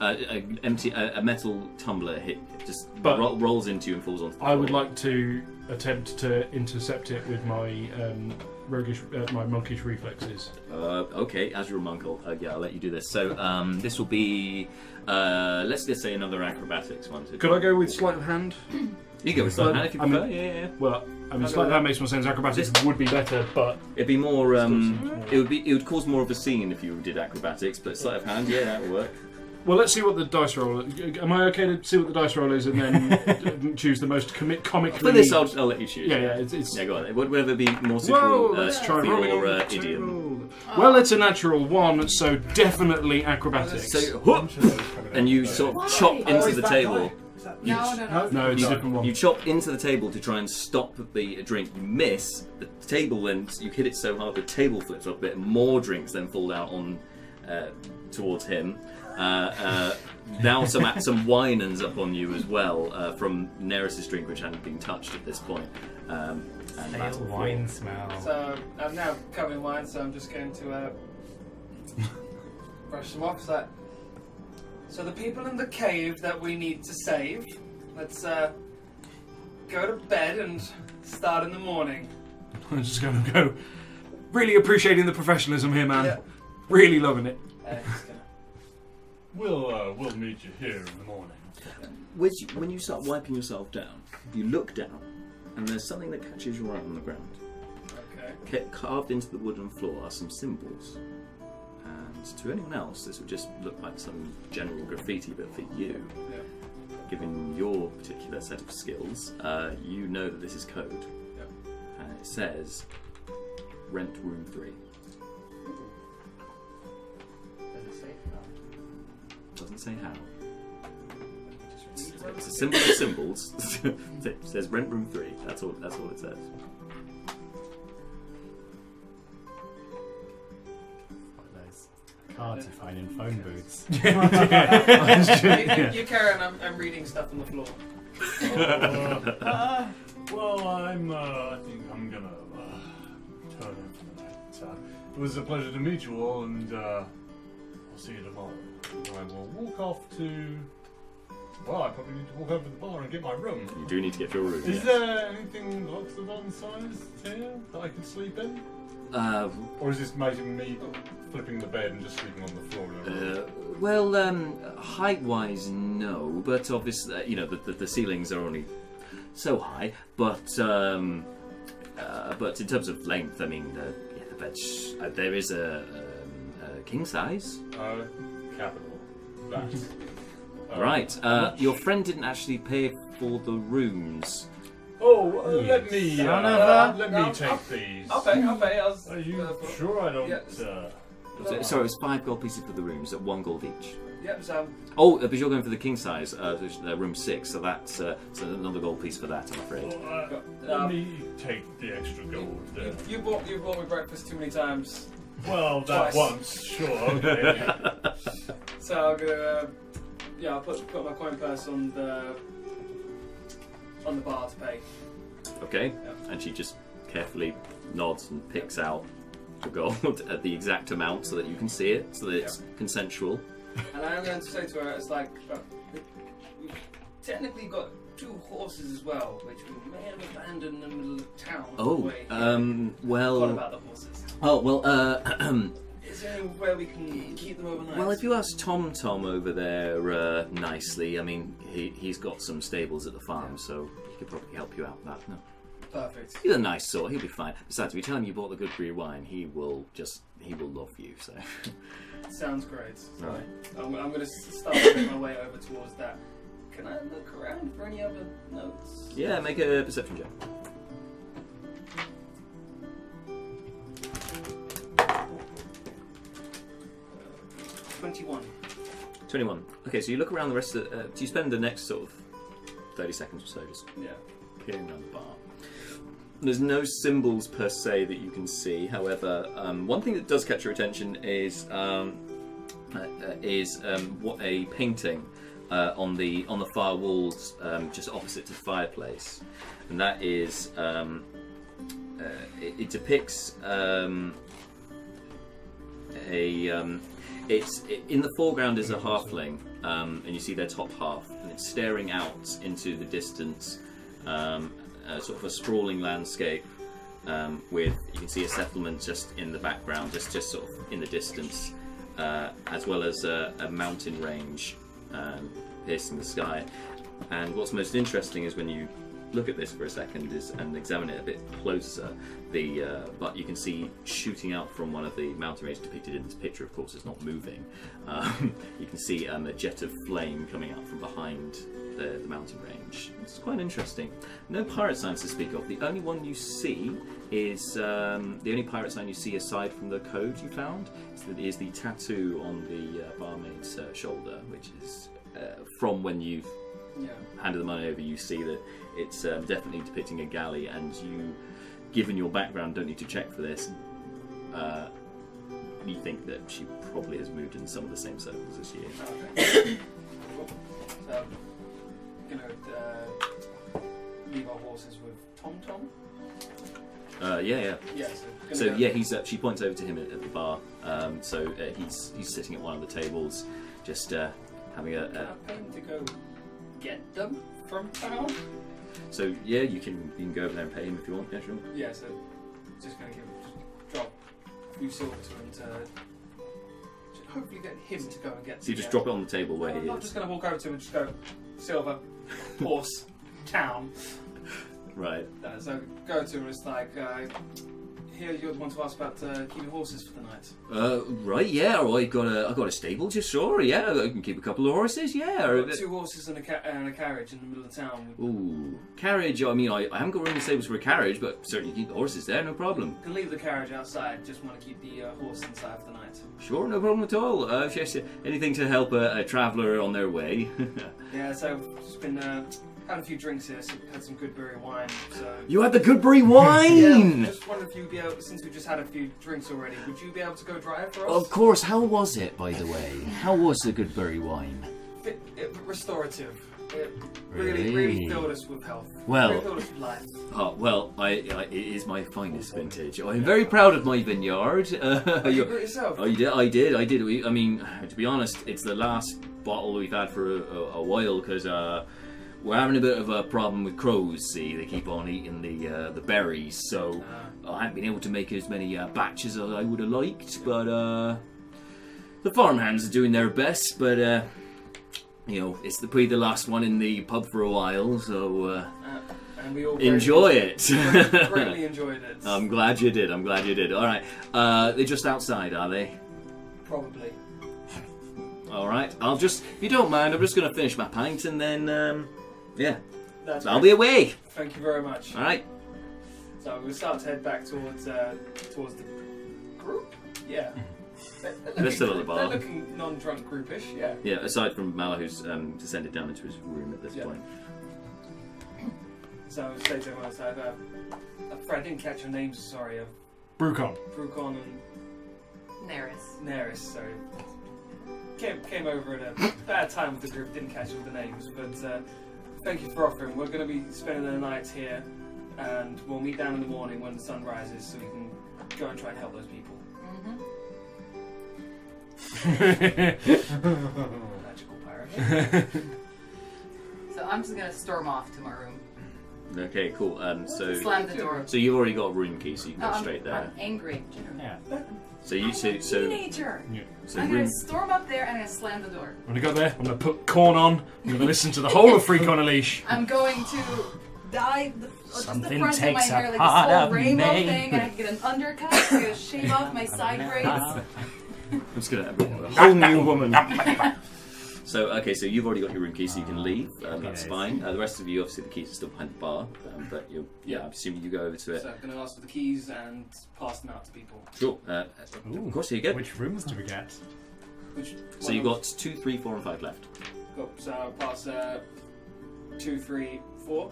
Uh, a, empty, a, a metal tumbler hit just
But-
ro- rolls into you and falls onto the
I would
floor.
like to attempt to intercept it with my um, roguish, uh, my monkish reflexes.
Uh, okay, as your monkel, uh, yeah, I'll let you do this. So um, this will be, uh, let's just say another acrobatics one.
Could I go with sleight of hand?
You go with sleight of hand if you
I mean-
prefer, yeah, yeah, yeah.
Well, I mean,
I'll go
sleight
with
of hand makes more sense. Acrobatics would be better, but
It'd be more. Um, it would be. It would cause more of a scene if you did acrobatics, but sleight of hand, yeah, that would work.
well, let's see what the dice roll. Am I okay to see what the dice roll is and then choose the most comic comically?
For this, I'll, I'll let you choose.
Yeah, yeah, it's, it's
yeah. Go on. Would whatever be more
Whoa,
suitable uh,
let's try
for
rolling
your
on
uh,
the
idiom?
Well, it's a natural one, so definitely acrobatics.
So, whoop, and you sort of chop into the table. You
No,
ch-
no, no.
No, it's
you,
a different one.
You chop into the table to try and stop the drink. You miss the table, then you hit it so hard the table flips off a bit. More drinks then fall out on uh, towards him. Uh, uh, now some some wine ends up on you as well uh, from Neris's drink, which hadn't been touched at this point. Um, and
Stale
that's-
wine smell.
So I'm now covered in wine, so I'm just going to uh, brush them off. So, so the people in the cave that we need to save, let's uh, go to bed and start in the morning.
I'm just going to go. Really appreciating the professionalism here, man. Really loving it.
We'll uh, we'll meet you here in the morning.
When you- when you start wiping yourself down, you look down, and there's something that catches your eye on the ground. Okay. Carved into the wooden floor are some symbols, and to anyone else, this would just look like some general graffiti. But for you, given your particular set of skills, uh, you know that this is code, and it says rent room three.
Does it say?
Doesn't say how. It's a symbol of symbols. it says rent room three. That's all. That's all it says.
Those cards you find in phone booths.
you, you carry on. I'm, I'm reading stuff on the floor.
Uh, well, I'm. Uh, I think I'm gonna uh, turn in for the night. Uh, it was a pleasure to meet you all, and uh, I'll see you tomorrow. I will walk off to. Well, I probably need to walk over to the bar and get my room.
You do need to get your room.
Is
yes.
there anything lots of unsized here that I can sleep in?
Uh,
Or is this making me flipping the bed and just sleeping on the floor? in a room?
Uh, well, um, height-wise, no, but obviously, uh, you know, the, the, the ceilings are only so high. But um, uh, but in terms of length, I mean, the, yeah, the bed's uh, there is a, um, a king size.
Uh, capital. That. Oh.
All right. Uh, your friend didn't actually pay for the rooms.
Oh, uh, let me. Uh,
Son of a-
let
No,
me take
I'll-
these.
I'll pay, I'll pay. I was,
Are you sure I don't? Uh,
So- sorry, it was five gold pieces for the rooms at one gold each.
Yep, so
Oh, uh, but you're going for the king size, uh, which- uh, room six. So that's uh, so another gold piece for that, I'm afraid.
uh, let
Um,
me take the extra gold. Then.
you, you bought you bought me breakfast too many times.
Well,
Twice.
that once, sure. Okay.
So I'll go. Uh, yeah, I'll put put my coin purse on the on the bar to pay.
Okay, and she just carefully nods and picks out the gold at the exact amount so that you can see it, so that it's consensual.
And I am going to say to her, it's like, "Look, we've technically got two horses as well, which we may have abandoned in the middle of town. on the
Oh,
way.
um, well.
Forgot about the horses.
Oh, well, uh.
Is there any way we can keep them overnight?
Well, if you ask Tom Tom over there uh, nicely, I mean, he, he's got some stables at the farm, so he could probably help you out with that. No.
Perfect.
He's a nice sort, he'll be fine. Besides, if you tell him you bought the Goodbury wine, he will just, he will love you, so.
Sounds great. So
Right.
I'm, I'm going to start making my way over towards that. Can I look around for any other notes?
Yeah, make a perception check.
Twenty-one.
21. Okay, so you look around the rest of the. Uh, do you spend the next sort of 30 seconds or so just
Yeah.
peering around the bar? There's no symbols per se that you can see. However, um, one thing that does catch your attention is um, uh, uh, is um, what a painting uh, on the on the far walls, um, just opposite to the fireplace, and that is um, uh, it, it depicts um, a. Um, it's in the foreground is a halfling, um, and you see their top half, and it's staring out into the distance, um, uh, sort of a sprawling landscape. Um, with you can see a settlement just in the background, just just sort of in the distance, uh, as well as a, a mountain range um, piercing the sky. And what's most interesting is when you look at this for a second is, and examine it a bit closer, the uh, but you can see shooting out from one of the mountain ranges depicted in this picture. Of course, it's not moving. Um, you can see um, a jet of flame coming out from behind the, the mountain range. It's quite interesting. No pirate signs to speak of. The only one you see is um, the only pirate sign you see aside from the code you found is the, is the tattoo on the uh, barmaid's uh, shoulder, which is uh, from when you've
Yeah.
handed the money over. You see that it's um, definitely depicting a galley, and you, given your background, don't need to check for this. Uh, you think that she probably has moved in some of the same circles as you.
Um, So, gonna uh, leave our horses with Tom Tom.
Uh, yeah, yeah.
Yeah, so gonna
So,
go-
yeah, he's. Uh, she points over to him at, at the bar. Um, so uh, he's he's sitting at one of the tables, just uh, having a.
Can I
a
pay him to go get them from town?
so yeah, you can you can go over there and pay him if you want. Yeah, sure.
Yeah, so just gonna give just drop a few silver to him to to hopefully get him to go and get.
So you
the,
just
uh,
drop it on the table where
I'm
he
not
is.
just gonna walk over to him and just go silver horse town.
Right.
No, so go to him and it's like uh, here you're the one to ask about uh, keeping horses for the night.
Uh, right, yeah, or I've got a, I've got a stable just sure, yeah, I can keep a couple of horses, yeah.
I've
or-
got two horses and a, ca- and a carriage in the middle of town.
Ooh, carriage, I mean, I, I haven't got room in the stables for a carriage, but certainly keep the horses there, no problem.
We can leave the carriage outside. Just want to keep the uh, horse inside for the night.
Sure, no problem at all. Uh, if you- anything to help a, a traveller on their way.
Yeah, so I've just been uh, had a few drinks here, so had some good berry wine. So
you had the Goodbury wine!
Yeah, just wondered if you'd be able, since we just had a few drinks already, would you be able to go drive for us?
Of course, how was it, by the way? How was the Goodbury wine?
It, it, restorative. It
Really?
really, really filled us with health.
Well-
really filled us with life.
Oh, well, I, I, it is my finest vintage. I am very proud of my vineyard. Uh,
Oh, you
you're-
grew it yourself?
I did, I did, I did. We, I mean, to be honest, it's the last bottle we've had for a, a, a while because uh, we're having a bit of a problem with crows. See, they keep on eating the uh, the berries, so I haven't been able to make as many uh, batches as I would have liked. But uh, the farmhands are doing their best, but. Uh, you know, it's the, probably the last one in the pub for a while, so uh,
Uh, and we all
enjoy Um,
greatly-
it.
greatly enjoyed it.
I'm glad you did. I'm glad you did. All right, uh, they're just outside, are they?
Probably.
All right. I'll just, if you don't mind, I'm just going to finish my pint and then, um, yeah,
That's
I'll
great.
be away.
Thank you very much.
All right.
So we'll start to head back towards uh, towards the group. Yeah. They're- they're
Hmm. They're still at the
looking-
bar.
They're looking non-drunk groupish. Yeah.
Yeah. Aside from Mallow, who's um, descended down into his room at this
Yeah.
point.
So I say to everyone, so I've, uh, I'm afraid I didn't catch your names. Sorry. I've
Brucon.
Brucon and
Neris.
Neris. Sorry. Came came over at a bad time with the group. Didn't catch all the names, but uh, thank you for offering. We're going to be spending the night here, and we'll meet down in the morning when the sun rises, so we can go and try and help those people. Magical pirate.
So I'm just gonna storm off to my room.
Okay. Cool. Um, so
Slam the door.
So you've already got a room key, so you can
Oh,
go
I'm-
straight there.
I'm angry.
Yeah.
So you two. So.
Teenager.
So
I'm
room.
gonna storm up there and I'm gonna slam the door.
I'm gonna go there. I'm gonna put corn on. I'm gonna listen to the whole of Freak on a Leash.
I'm going to dye the, uh, just the
Something
front of my
takes a
hair like
part
this whole
of
rainbow
me.
thing, and I can get an undercut. I'm gonna shave off my side braids.
I'm just gonna have a whole new woman. So okay, so you've already got your room key, so you can leave. Um, that's fine. Uh, the rest of you, obviously, the keys are still behind the bar, um, but you, yeah, I'm assuming you go over to it.
so I'm going to ask for the keys and pass them out to people.
Sure. Uh, of course, here you go.
Which rooms do we get?
Which
So you've got two, three, four, and five left.
Cool. So I'll pass uh, two, three, four.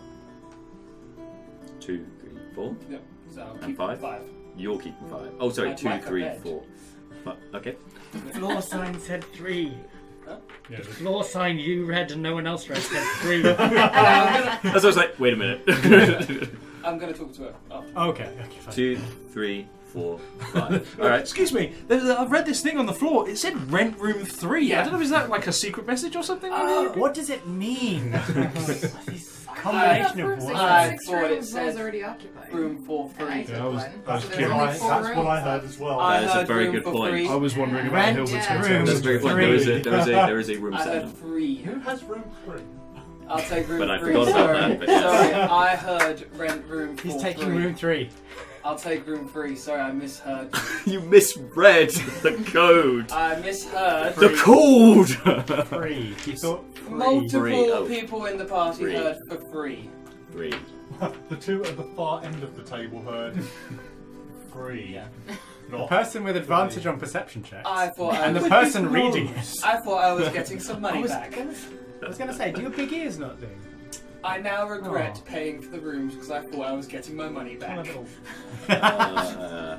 Two, three, four,
Yep. So I'll
and
keep
five.
five.
You're keeping five. Oh, sorry,
I'd
two,
like a
three,
bed.
four. Fi- Okay.
Floor sign said three.
Yeah,
The floor sign you read and no one else read said three.
That's what I was like. Wait a minute.
I'm going to talk to her. Oh. After.
Two, three, four, five. All
Uh,
right.
Excuse me. There's, a- I've read this thing on the floor. It said rent room three. I
Yeah.
don't know. Is that like a secret message or something?
what does it mean?
Combination of words.
I
I thought
thought
it
was
said
already occupied.
Room four three.
And I took
Yeah, I was-
one. So there's only
I was kidding. That's
four
what
rooms.
I heard as well. I
That's a
heard
very
room
good
for
point.
free.
I was wondering about
Rent
Hillwood's
yeah.
hotel. That's a very good point. There is a- there is a- there is a room
I heard
seven.
three.
Who has room three?
I'll take room
But I
three.
forgot about
sorry.
that, but yeah.
sorry, I heard rent room.
He's
four
taking
three.
room three.
I'll take room three. Sorry, I misheard.
You misread the code.
I misheard.
The code.
Three. He thought
Multiple
Three, oh.
people in the party
Three.
heard for free.
Three.
the two at the far end of the table heard free.
The person with advantage on perception checks.
I thought I
and the
was-
person reading it.
I thought I was getting some money
I was
back.
gonna- I was going to say, do your big ears not do?
I
Oh.
now regret paying for the rooms because I thought I was getting my money back.
Uh,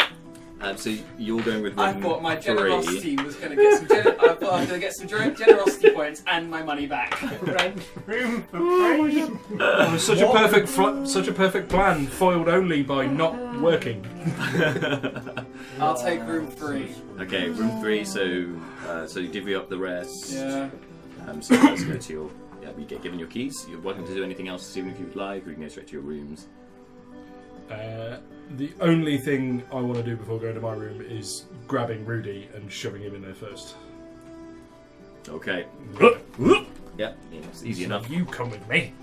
um, so you're going with
I
room
thought my
three.
generosity was going to get some. Gener- I thought I was going to get some gener- generosity points and my money back.
room
It was such a perfect, fl- such a perfect plan, foiled only by not working.
I'll take room three.
Okay, room three. So, uh, so you divvy up the rest.
Yeah.
Um, so let's go to your. Yeah, you get given your keys. You're welcome to do anything else this evening if you'd like. We can go straight to your rooms.
Uh, the only thing I want to do before going to my room is grabbing Rudy and shoving him in there first.
Okay. yeah, it's easy
So
enough.
You come with me.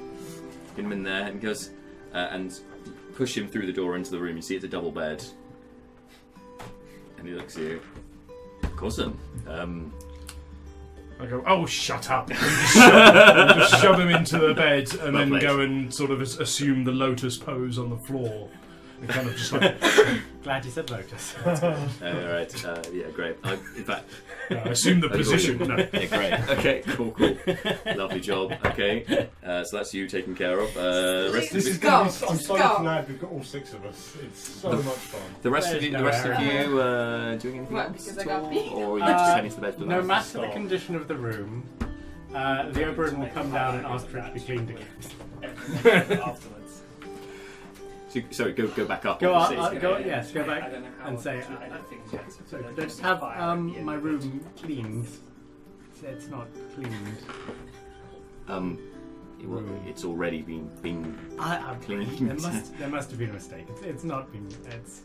Get him in there and goes uh, and push him through the door into the room. You see it's a double bed. And he looks at you. Cousin. Um,
I go, oh, shut up. And just, shove, and just shove him into the bed and then
Lovely.
go and sort of as- assume the lotus pose on the floor. And kind of just like.
Glad you said lotus.
all right. Uh, yeah, great. I, in fact,
Yeah, I assume the
Overall,
position,
yeah.
no.
Yeah, great. Okay, cool, cool. Lovely job. Okay, uh, so that's you taken care of. Uh, the rest
this
of
is
you-
gonna be, I'm
Let's
so
go.
glad we've got all six of us. It's so
The-
much fun.
The rest of you, the rest of you, uh, doing anything
What,
else
because
at
I got
all,
beat?
or are you just
Uh,
heading to the bed for the
No
night?
matter the condition of the room, uh, the Oberon will come down and ask for it to be cleaned again.
Afterwards.
So, sorry, go go back up.
go up,
obviously.
uh, go,
yeah.
yes, go
I
back
don't know how
and say, uh,
to- I don't think so.
so
They're
let's
just
have
fire at the
um,
end
my
of it.
room cleaned. So It's not cleaned.
Um, it wa- it's already been been
I, I,
cleaned.
there must there must have been a mistake. It's, it's not been. It's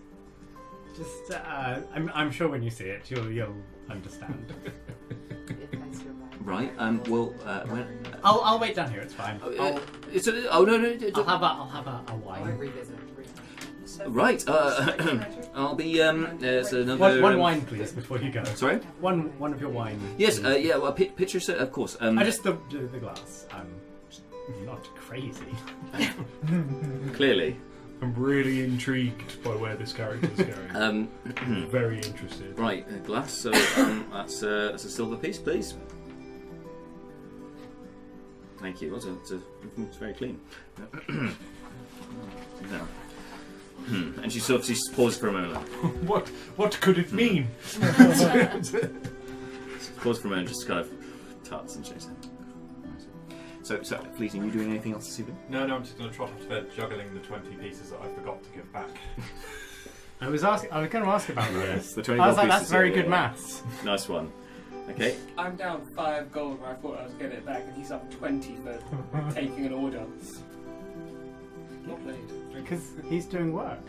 just. Uh, I'm, I'm sure when you see it, you'll you'll understand.
right. Um. Well. Uh, when,
I'll, I'll wait down here. It's fine.
Oh, uh,
I'll,
it's a, oh no no. no,
I'll have a I'll have a, a wine.
Right. Uh, I'll be um. There's another
One, one
um,
wine, please, before you go.
Sorry.
One one of your wine.
Yes.
please.
Uh, yeah. Well, pi- picture. So, of course. Um.
I just the the the glass. I'm not crazy.
Clearly.
I'm really intrigued by where this character is going.
Um,
Very interested.
Right, a glass. So um, that's, uh, that's a silver piece, please. Thank you. Well, it's, a, it's, a, it's very clean. no. Hmm. And she sort of she paused for a moment.
What what could it mean?
She paused for a moment, just to kind of tuts and shakes. her head. So, so, pleasing. You doing anything else this evening?
No, no, I'm just going to trot off to bed juggling the 20 pieces that I forgot to give back.
I was asking. I was going to ask about
Yes,
this.
the
I
twenty-four
was like,
pieces.
Oh, that's very
yeah,
good
yeah.
maths.
Nice one. Okay.
I'm down five gold where I thought I was getting it back, and he's up 20 for taking an order. Not played.
Because he's doing work.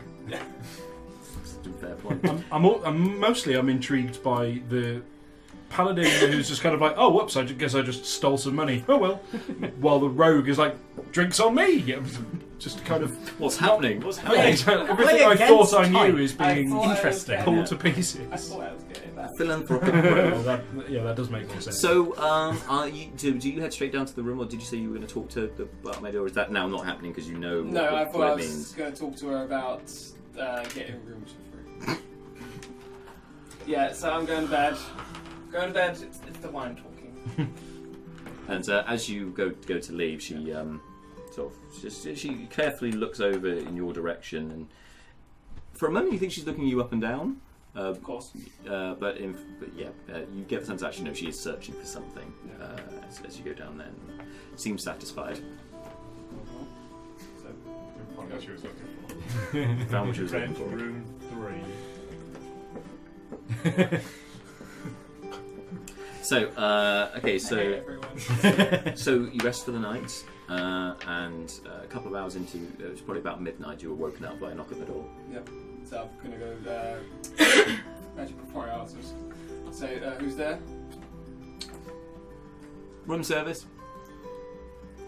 Fair point.
I'm, I'm, all, I'm mostly I'm intrigued by the paladin who's just kind of like, oh, whoops, I ju- guess I just stole some money. Oh well. While the rogue is like, drinks on me. Yeah, Just kind of
What's happening? What's
Yeah,
happening?
exactly. Everything I thought I knew is being
thought I was
pulled
Yeah.
to pieces.
I thought I was getting it back.
Philanthropic.
Well, that, yeah, that does make more sense.
So, um, are you, do, do you head straight down to the room, or did you say you were going to talk to the barmaid, or is that now not happening because you know what,
No, I
what,
thought I
it
was
means?
going to talk to her about uh, getting rooms for free. yeah, so I'm going to bed. Going to bed. It's, it's the wine talking.
And uh, as you go go to leave, she um, sort of just she carefully looks over in your direction, and for a moment you think she's looking you up and down. Uh, of
course.
Uh, but, in, but yeah, uh, you get the sense actually no, she is searching for something uh, as, as you go down there. And seems satisfied.
So,
I'm probably
what she was looking for.
Found what she was looking
Red
for.
room three.
So, uh, okay, so so you rest for the night, uh, and uh, a couple of hours into it was probably about midnight. You were woken up by a knock at the door.
Yep. So I'm gonna go. Uh, magic performing arts. Say, uh, who's there?
Room service,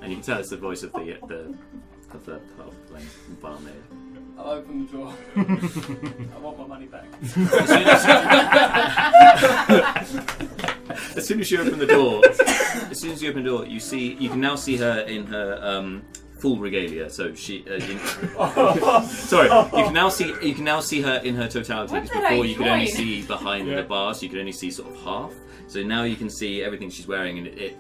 and you can tell it's the voice of the the of the half barmaid.
I'll open the door. I want my money back.
as soon as you open the door, as soon as you open the door, you see you can now see her in her um, full regalia. So she, uh, you, sorry, you can now see you can now see her in her totality.
What
because
did I
before you could only
join?
see behind
Yeah.
the bar, so you could only see sort of half. So now you can see everything she's wearing, and it, it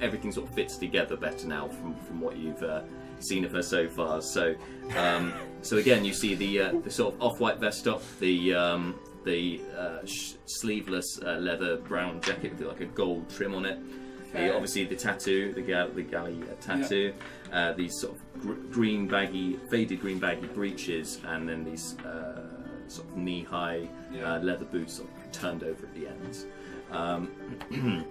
everything sort of fits together better now from from what you've. Uh, Seen of her so far, so um, so again you see the uh, the sort of off-white vest top, the um, the uh, sh- sleeveless uh, leather brown jacket with like a gold trim on it. The,
Okay.
obviously the tattoo, the gal- the galley uh, tattoo, uh, these sort of gr- green baggy, faded green baggy breeches, and then these uh, sort of knee-high uh, leather boots sort of turned over at the ends. Um,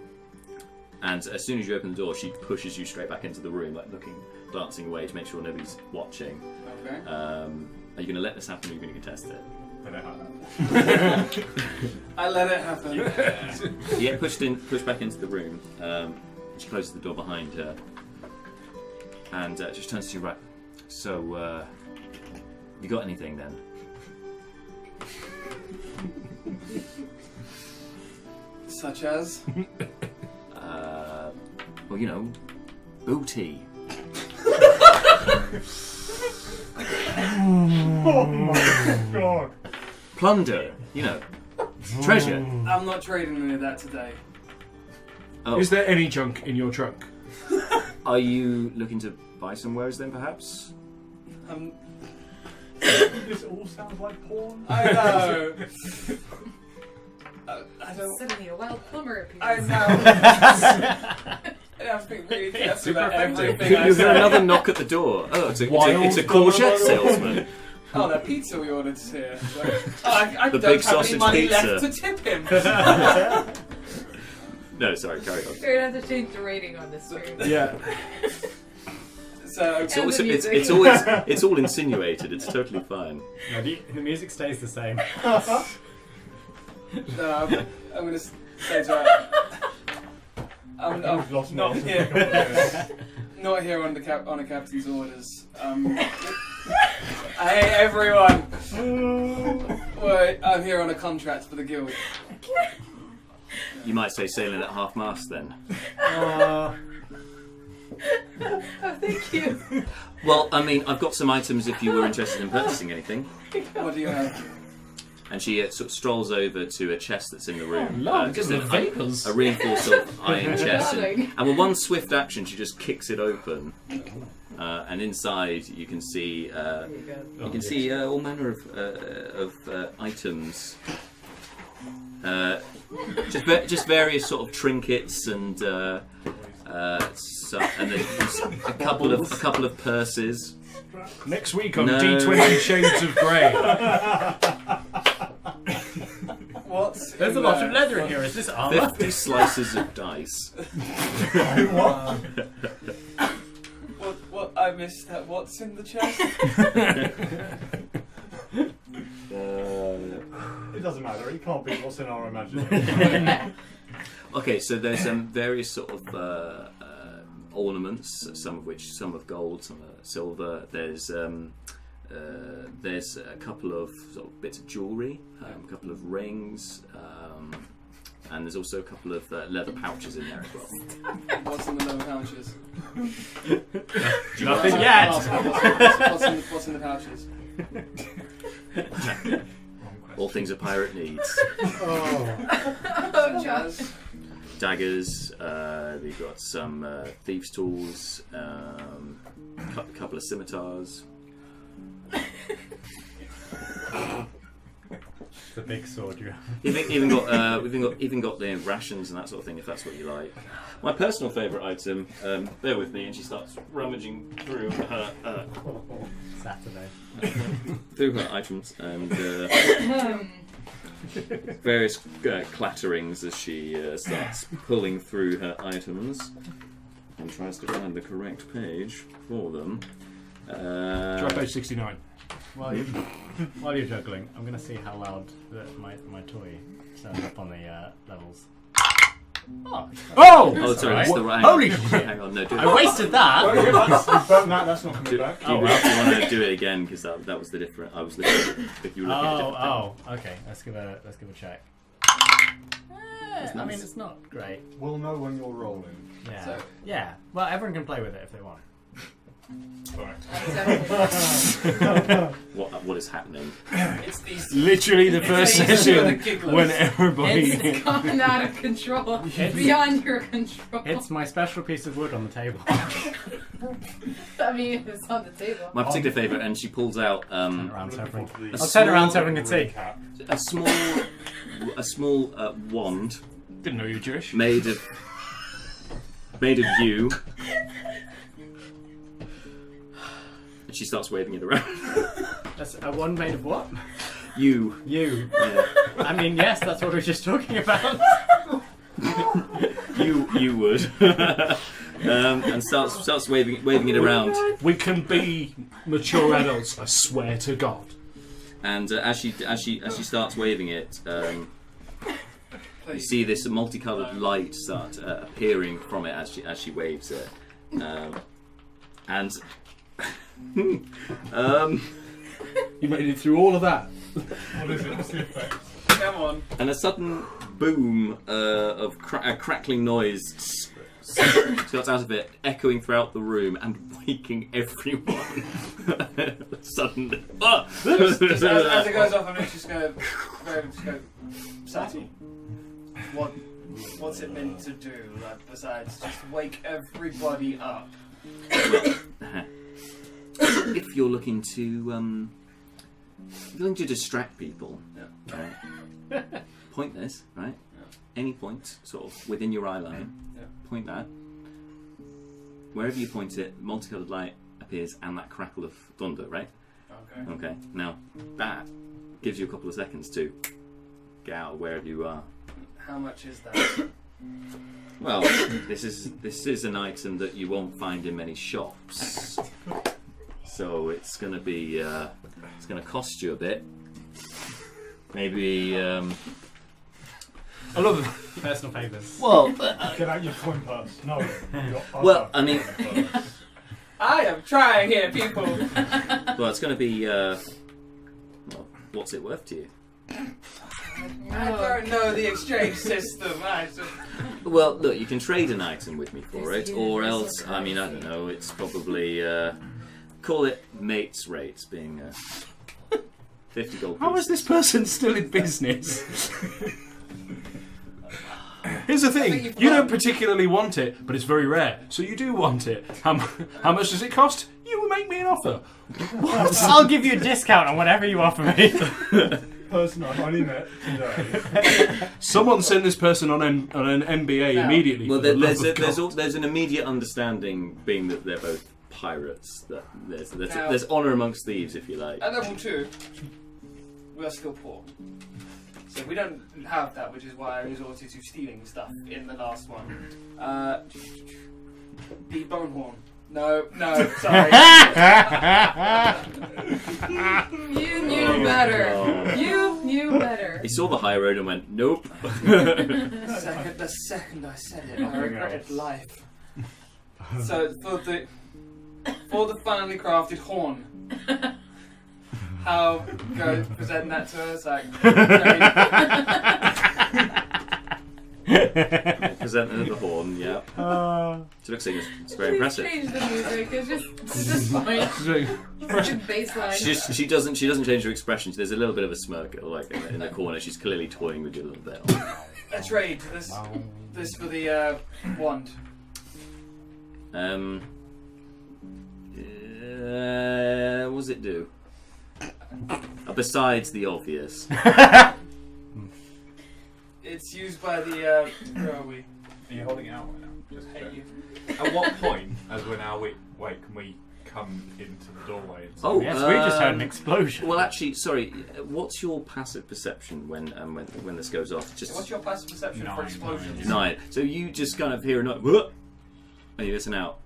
and as soon as you open the door, she pushes you straight back into the room, like looking, glancing away to make sure nobody's watching.
Okay.
Um, are you going to let this happen? or Are you going to contest it? Let it
happen. I let it happen.
yeah, pushed in, pushed back into the room. Um, and she closes the door behind her, and uh, just turns to you. Right. So, uh, you got anything then?
Such as.
Uh, well, you know, booty.
Oh my god.
Plunder, you know, treasure.
I'm not trading any of that today.
Oh.
Is there any junk in your trunk?
Are you looking to buy some wares then, perhaps?
Um,
This all sounds like porn.
I know. Uh, I don't.
Suddenly a wild plumber appears.
I know. I have to be really careful about everything. I
You hear
say.
another knock at the door. Oh, it's a, it's a, it's a courgette salesman.
Oh, that pizza we ordered is here. So, oh, I, I
The
don't
big
have any
sausage
money
pizza.
left to tip him.
No, sorry, carry on.
We're gonna have to change the rating on this stream.
Yeah.
so
It's, always, it's, it's always it's all insinuated. It's totally fine.
No, the, the music stays the same.
no, I'm, I'm gonna s- say to her. I'm, I'm
lost my
not
answer.
here. not here on the cap on a captain's orders. Um, hey everyone! Wait, I'm here on a contract for the guild.
You might say sailing at half mast then.
Uh,
oh, thank you.
Well, I mean, I've got some items if you were interested in purchasing anything.
What do you have?
And she uh, sort of strolls over to a chest that's in the room.
Oh, Lord,
just
give
a,
me vapours.
a reinforced sort of iron chest. And,
Darling.
and with one swift action, she just kicks it open. Uh, and inside, you can see uh,
you,
you can see uh, all manner of, uh, of uh, items. Uh, just, va- just various sort of trinkets and uh, uh, so, and then a couple of a couple of purses.
Next week on
No.
D20 Shades of Grey.
What's
There's a lot of leather in here. Is this armor?
50 slices of dice.
What? What? What? I missed that. What's in the chest?
It doesn't matter. It can't be what's in our imagination.
Okay, so there's um, various sort of uh, uh, ornaments, some of which some of gold, some are silver. There's um, uh, there's a couple of sort of bits of jewellery, um, a couple of rings, um, and there's also a couple of uh, leather pouches in there as well.
What's in the leather pouches?
Nothing
What's-
yet.
what's- What's in the, what's in the pouches?
All things a pirate needs.
oh, Josh.
daggers. Uh, we've got some uh, thieves' tools, um, a couple of scimitars.
the big sword you have.
Even, even got uh, we've even got even got the rations and that sort of thing if that's what you like. My personal favourite item. Um, bear with me, and she starts rummaging through her uh,
Saturday.
through her items and uh, various uh, clatterings as she uh, starts pulling through her items and tries to find the correct page for them. Uh,
Try page 69.
While you're, while you're juggling, I'm going to see how loud the, my, my toy sounds up on the uh, levels. Oh!
Oh, sorry, that's the right.
Holy
Hang
shit!
on, no, do it.
I wasted that!
Don't give that- don't- that- that's not coming
Do,
back.
do
Oh,
you want to do it again? Because that, that was the different. I was looking. If you were looking at a
Oh,
different thing.
oh, okay. Let's give a let's give a check. Eh, I mean, it's not great.
We'll know when you're rolling.
Yeah,
So-
yeah. Well, everyone can play with it if they want.
what, what is happening?
It's these-
Literally the
it's
first
these
session
gigglers.
when everybody.
It's gone out of control. Beyond your control.
It's my special piece of wood on the table.
I mean, it's on the table.
My particular favourite, and she pulls out. Um,
around to having-
a
I'll turn around to
small-
having a tea.
A small, a small uh, wand.
Didn't know you were Jewish.
Made of, made of you. And she starts waving it around.
That's a one made of what?
you.
You.
Yeah.
I mean, yes, that's what we were just talking about.
you you would, um, and starts starts waving waving it around.
We can be mature adults, I swear to God.
And uh, as she as she as she starts waving it, um, you see this multicolored light start uh, appearing from it as she as she waves it, um, and um,
you made it through all of that.
Come on.
and a sudden boom uh, of cra- a crackling noise s- s- starts out of it, echoing throughout the room and waking everyone. Suddenly, Ah!
as, as it goes off, I'm just going to just go. Sati, what what's it meant to do? Like besides just wake everybody up.
Uh-huh. if you're looking to um, if you're looking to distract people, right, point this right. Any point, sort of within your eye line, point that. Wherever you point it, multicolored light appears and that crackle of thunder, right?
Okay.
Okay. Now that gives you a couple of seconds to get out of wherever you are.
How much is that?
Well, this is this is an item that you won't find in many shops, so it's going to be uh, it's going to cost you a bit. Maybe um, I love
personal favours.
Well,
get out your coin purse. No. your
well,
other
uh,
I mean,
coin purse.
I am trying here, people.
well, it's going to be uh, well, what's it worth to you?
I don't know the exchange system. I just,
Well, look, you can trade an item with me for it,
There's
or
universal
else, I mean, I don't know, it's probably, uh, call it mates rates, being uh, 50 gold
How is this person still in business? Here's the thing: you don't particularly want it, but it's very rare, so you do want it. How, mu- how much does it cost? You will make me an offer. What?
I'll give you a discount on whatever you offer me.
Person I only met today.
Someone send this person on, M- on an MBA immediately.
Well,
for the
there, there's,
love
a,
of
there's,
God.
al- there's an immediate understanding, being that they're both pirates, that there's, there's,
Now-
there's honour amongst thieves, if you like.
at level two, we are still poor, so we don't have that, which is why I resorted to stealing stuff in the last one. Uh, the bone horn. No, no, sorry.
You knew better. You knew better.
He saw the high road and went, nope.
The second, the second I said it, I regretted life. So for the for the finely crafted horn, how go present that to us? Like,
Presented at the horn, yeah.
Uh,
She looks like it's, it's very impressive.
Change the music. It's just, it's just fine. It's just baseline.
She, just, she doesn't. She doesn't change her expression. There's a little bit of a smirk, like in the, in the corner. She's clearly toying with you a little bit.
a trade. This this for the uh, wand.
Um, uh, what does it do? Uh, besides the obvious,
It's used by the. Uh, where are we?
Are you holding it out right now? Just
Hate you.
At what point, as we're now awake, can we come into the doorway. and-
Oh.
um, Well, actually, sorry. uh, What's your passive perception when um, when when this goes off? Just
What's your passive perception for
Nine.
explosions?
Nine. So you just kind of hear a noise, "Whoa!" and you listen out.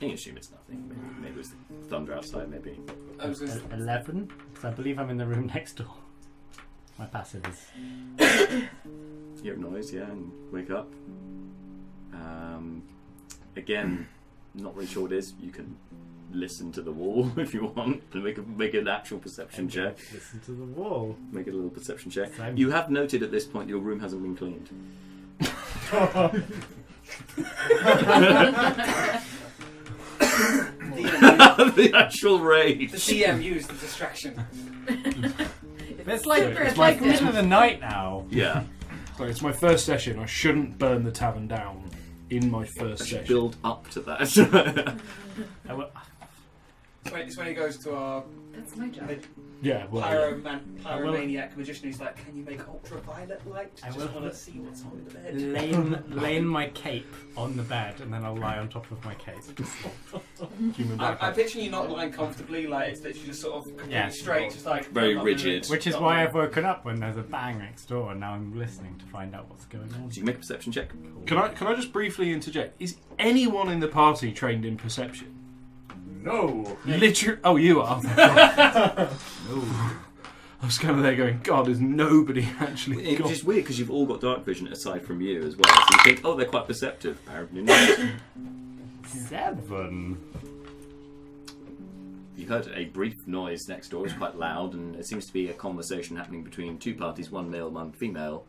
You can assume it's nothing. Maybe, maybe it was the thunder outside. Maybe.
I was gonna say-
Eleven, because I believe I'm in the room next door. My passive is
You have noise, yeah, and wake up. Um, again, not really sure what it is. You can listen to the wall if you want. Make a, make an actual perception check.
listen to the wall.
Make a little perception check.
Same.
You have noted at this point your room hasn't been cleaned. the actual rage.
The DM used the distraction.
It's like- it's like middle of the night now.
Yeah.
Sorry, it's my first session. I shouldn't burn the tavern down in my first
I should
session.
build up to that.
It's when, it's when he goes to our.
That's my job.
Yeah, well,
Pyroman,
I will-
pyromaniac magician who's like, can you make ultraviolet light?
I
I
will-
just want to see what's under the bed.
laying, laying my cape on the bed, and then I'll lie on top of my cape.
Human
I, I'm picturing you not lying comfortably, like it's literally just sort of completely
Yeah.
straight, just like
Very
I'm not moving.
rigid.
Which is why I've woken up when there's a bang next door, and now I'm listening to find out what's going on.
you make a perception check?
Can I can I just briefly interject? Is anyone in the party trained in perception?
No.
Literally. Oh, you are. no. I was kind of there going, God, there's nobody actually.
It's
got-
just weird because you've all got dark vision aside from you as well. So you think, oh, they're quite perceptive. Apparently not.
Seven.
You heard a brief noise next door. It's quite loud, and it seems to be a conversation happening between two parties, one male, one female.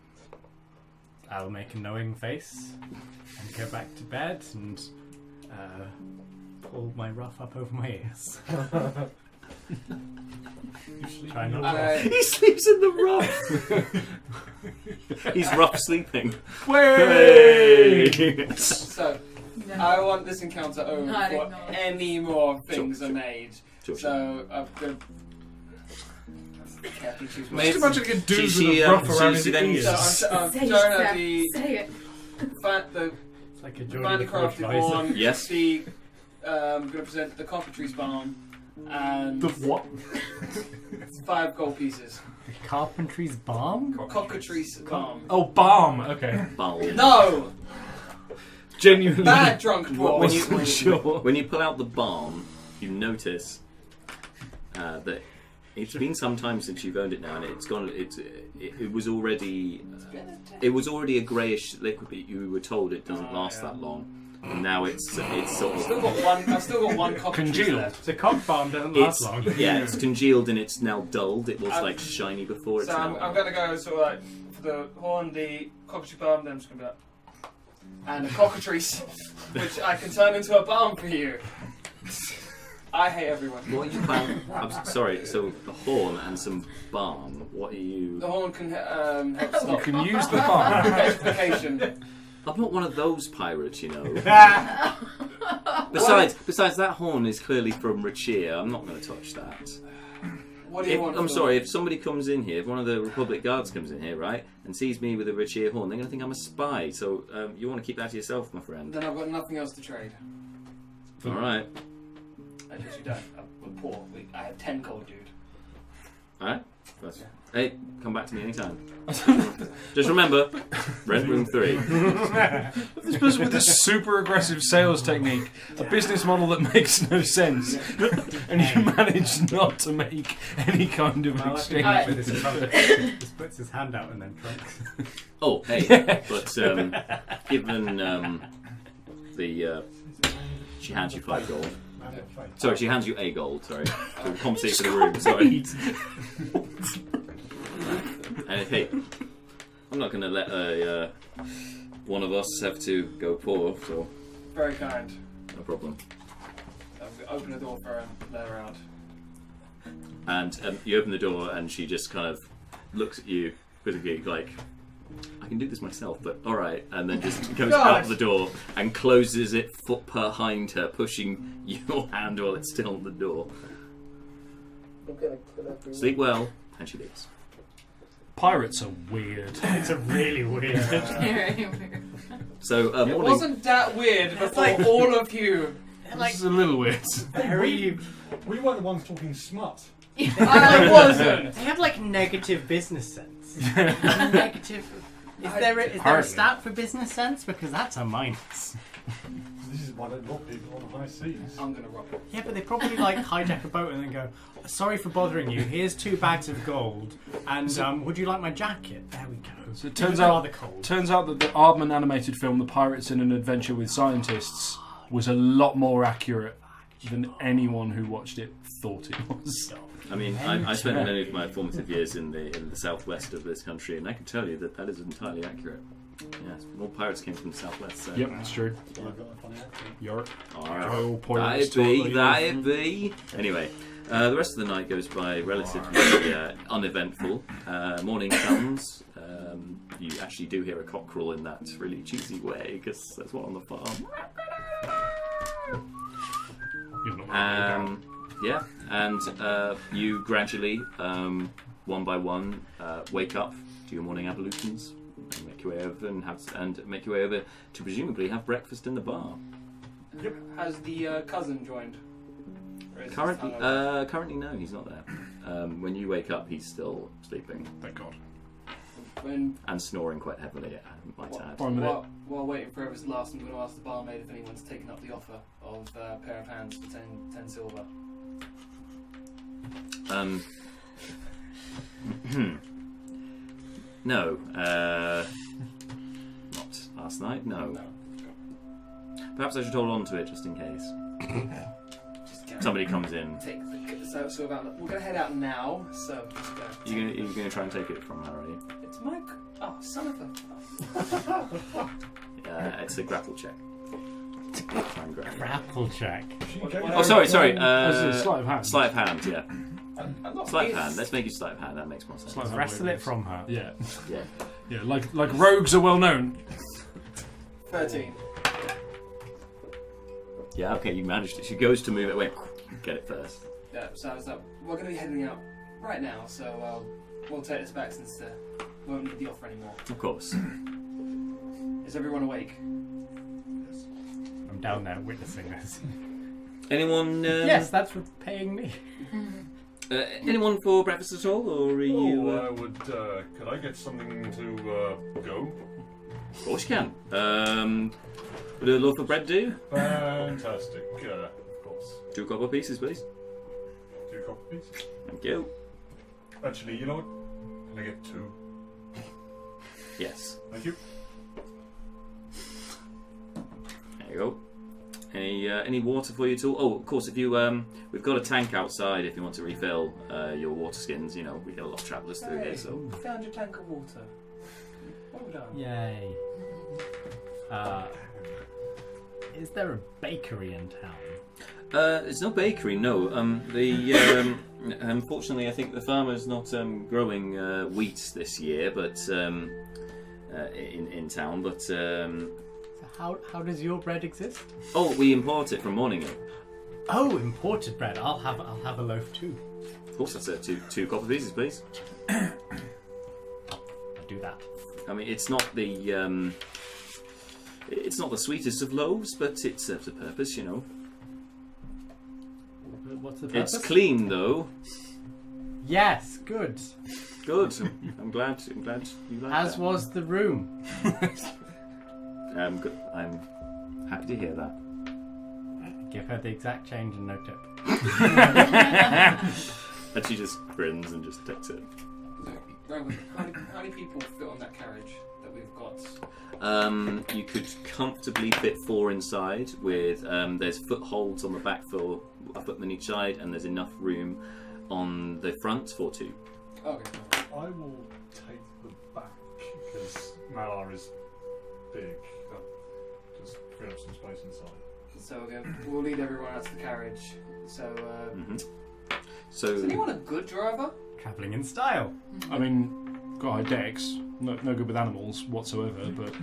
I'll make a knowing face and go back to bed and uh, pull my ruff up over my ears. Try not to
Uh,
he sleeps in the rough. He's rough sleeping.
Way!
Hey!
Uh, so, I want this encounter over
No, I
before
ignore it.
any more things
Sure,
are
sure.
made.
Sure,
So, uh, I'm going to.
Just imagine a dude with a
um,
rough around his ears.
So I'm, I'm
Say it,
throwing
Seth,
out the.
say it.
Fan, the
like a Geordie
Vandercraft
before Kaiser.
Horn.
Yes.
The um, going to present the Coventry Barn and
The what?
five gold pieces.
Carpentry's balm?
Cockatrice Barn.
Oh, balm. Okay.
Balm.
No.
Genuinely.
Bad drunk dwarf.
When you, when,
Sure.
when you pull out the balm, you notice uh, that it's been some time since you've owned it now, and it's gone. It's it, it was already uh, it was already a greyish liquid, but you were told it doesn't last that long, and now it's it's sort of
I've Oh, still got one. I've still got one cockatrice left.
The cock balm doesn't
It's,
last long.
yeah, it's congealed and it's now dulled. It was
Um,
like shiny before. It's
So um, I'm,
now
I'm going to go sort of like for the horn, the cockatrice balm, then I'm just going to be like, and a cockatrice, which I can turn into a balm for you. I hate everyone.
What are you planning? I'm s- sorry. So the horn and some balm. What are you?
The horn can um, help stop.
You can use the balm.
petrification.
I'm not one of those pirates, you know. besides, besides that horn is clearly from Rachia. I'm not going to touch that.
What do you
If-
want?
I'm
for
sorry.
it?
If somebody comes in here, if one of the Republic guards comes in here, right, and sees me with a Rachia horn, they're going to think I'm a spy. So um, you want to keep that to yourself, my friend.
Then I've got nothing else to trade.
All right.
I guess you don't. I'm we're poor. We, I have ten gold, dude.
All right. That's, Hey, come back to me anytime. Just remember, rent room three.
this person with this super aggressive sales technique, a business model that makes no sense, and you manage not to make any kind of
Well, I think
exchange
I-
with this
Trunk just puts his hand out and then trunks.
Oh, hey. but um, given um, the, uh, she hands you five gold. Sorry, she hands you a gold. Sorry, to compensate for the room. Sorry. And hey, I'm not going to let a, uh, one of us have to go poor, so
Very kind.
no problem.
I'm gonna open the door for her and let her out.
And um, you open the door, and she just kind of looks at you quizzically, like, I can do this myself, but alright. And then just goes out
God.
the door and closes it foot behind her, pushing your hand while it's still on the door. Sleep well, and she leaves.
Pirates are weird.
It's a really weird.
So, uh,
It
morning.
wasn't that weird before all of you.
like-
is a little weird.
Harry, we weren't the ones talking smut.
I wasn't. They have like negative business sense. negative. Is there, a, is there a
Hardly.
stat for business sense? Because that's a minus.
This is why they rob people on the high seas.
I'm gonna rob it.
Yeah, but they probably like hijack a boat and then go, "Sorry for bothering you. Here's two bags of gold, and um, would you like my jacket?" There we go.
So it turns
They're
out,
rather cold.
turns out that the Aardman animated film, The Pirates in an Adventure with Scientists, was a lot more accurate than anyone who watched it thought it was.
I mean, I, I spent many of my formative years in the in the southwest of this country, and I can tell you that that is entirely accurate. Yes, more pirates came from the southwest. So.
Yep, that's true. York. Joel Poirot
That it
Stalker,
be,
you
that
know.
it be. Anyway, uh, the rest of the night goes by relatively uh, uneventful. Uh, morning comes. Um, you actually do hear a cockerel in that really cheesy way because that's what on the farm. Um, yeah, and uh, you gradually, um, one by one, uh, wake up, do your morning ablutions, and make your way over and have and make your way over to presumably have breakfast in the bar.
Has the uh, cousin joined? Or is it
Currently,
still-
uh, currently, no, he's not there. Um, when you wake up, he's still sleeping.
Thank God.
uh,
when
And snoring quite heavily, I might add.
while, while waiting for Everest last, I'm going to ask the barmaid if anyone's taken up the offer of uh, a pair of hands for 10, 10 silver.
Um, hmm. no, uh, not last night. No. Perhaps I should hold on to it just in case. Somebody comes in.
Take the, so, so about, we're going to head out now, so just go.
You're gonna, you're gonna try and take it from her, are you?
It's Mike. Oh, son of a.
Uh, it's a grapple check. Try and grapple.
Grapple check.
Oh, sorry, sorry.
Um,
That's
Uh,
a sleight of hand.
Sleight of hand, yeah.
I'm not
Sleight of
being-
hand. Let's make you sleight of hand. That makes more sense.
Sleight of hand Wrestle it works. from her.
Yeah.
Yeah.
Yeah, like like rogues are well known.
13.
Yeah. Okay, you managed it. She goes to move it. Wait, get it first.
Yeah, so I was like, we're going to be heading out right now, so uh, we'll take this back since uh, we won't need the offer anymore.
Of course.
Is everyone awake?
I'm down there witnessing this.
Anyone? Um,
yes, that's for paying me.
Uh, anyone for breakfast at all, or are you?
Oh,
Uh...
I would. Uh, could I get something to uh, go?
Of course you can. Um, would a loaf of bread do?
Fantastic. Uh, of course.
Two copper pieces, please.
Two copper pieces.
Thank you.
Actually, you know what? Can I get two?
Yes.
Thank you.
There you go. Any uh, any water for you at all? Oh, of course. If you um, we've got a tank outside. If you want to refill uh, your water skins, you know we get a lot of travellers through here. So
Found your tank of water. Well done.
Yay. Uh, is there a bakery in town?
uh, it's not bakery. No. Um, the um, unfortunately, I think the farmer's not um, growing uh, wheat this year, but um, uh, in in town. But um,
So how, how does your bread exist?
oh, we import it from Morningham.
Oh, imported bread. I'll have I'll have a loaf too.
Of course, that's it. Two two copper pieces, please.
I'll do that.
I mean, it's not the um, it's not the sweetest of loaves, but it serves a purpose, you know.
What's the purpose?
It's clean though.
Yes, good.
Good. I'm, I'm glad. I'm glad you like
As
that.
was the room.
I'm good. I'm happy to hear that.
Give her the exact change and no tip.
And she just grins and just takes it.
Rowan, how many, how many people fit on that carriage that we've got?
Um, you could comfortably fit four inside. With um, there's footholds on the back for a footman each side, and there's enough room on the front for two.
Okay.
I will take the back because Malar is big. That just free up some space inside.
So we're going, we'll lead everyone out to the carriage. So, uh,
So
is anyone a good driver?
Travelling in style.
I mean, got high decks. No, no good with animals whatsoever. But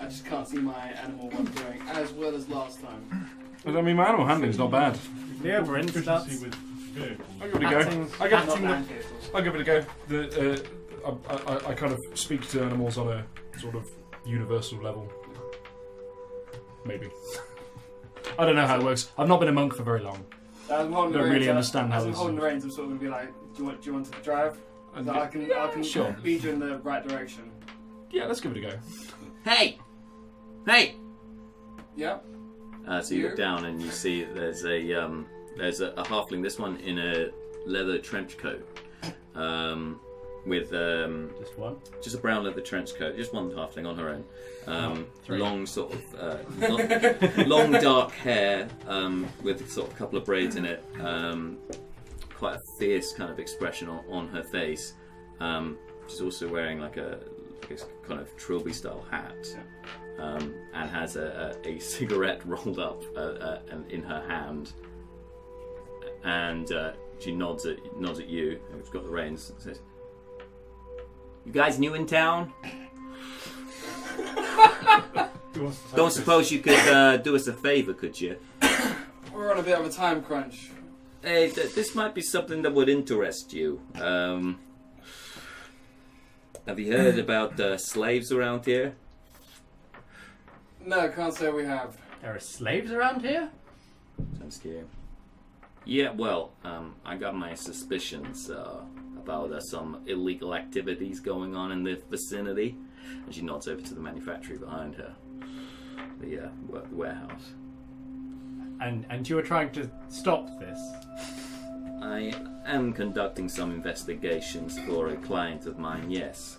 I just can't see my animal one doing as well as last time.
I mean, my animal handling's not bad.
Leo Bryn starts.
I'll give it a go.
Acting-
I give
acting
it,
with-
I'll give it a go. The, uh, I, I, I kind of speak to animals on a sort of universal level. Maybe.
I don't know how it works. I've not been a monk for very long.
As I'm holding
Don't
the reins,
really
I-
understand how
as I'm
this
holding the reins, I'm sort of going to be like, do you want, do you want to drive? And I can, I can
sure.
lead you in the right direction.
Yeah, let's give it a go.
Hey! Hey! Yeah?
Uh, so you look
You?
down and you see there's a um, there's a, a halfling. This one in a leather trench coat, um, with um,
just one,
just a brown leather trench coat. Just one halfling on her own. Um,
Three.
long sort of uh, long, long dark hair um, with sort of a couple of braids in it. Um, quite a fierce kind of expression on, on her face. Um, she's also wearing like a, like a kind of trilby style hat um, and has a, a, a cigarette rolled up uh, uh, and in her hand. And uh, she nods at nods at you, and we've got the reins. And says, "You guys new in town? Don't suppose you could uh, do us a favour, could you?
We're on a bit of a time crunch.
Hey, th- this might be something that would interest you. Um, have you heard about uh, slaves around here?
No, can't say we have.
There are slaves around here?
I'm scared. Yeah, well, um, I got my suspicions uh, about uh, some illegal activities going on in the vicinity. And she nods over to the manufactory behind her, the uh, wa- warehouse.
and and you were trying to stop this.
I am conducting some investigations for a client of mine, yes.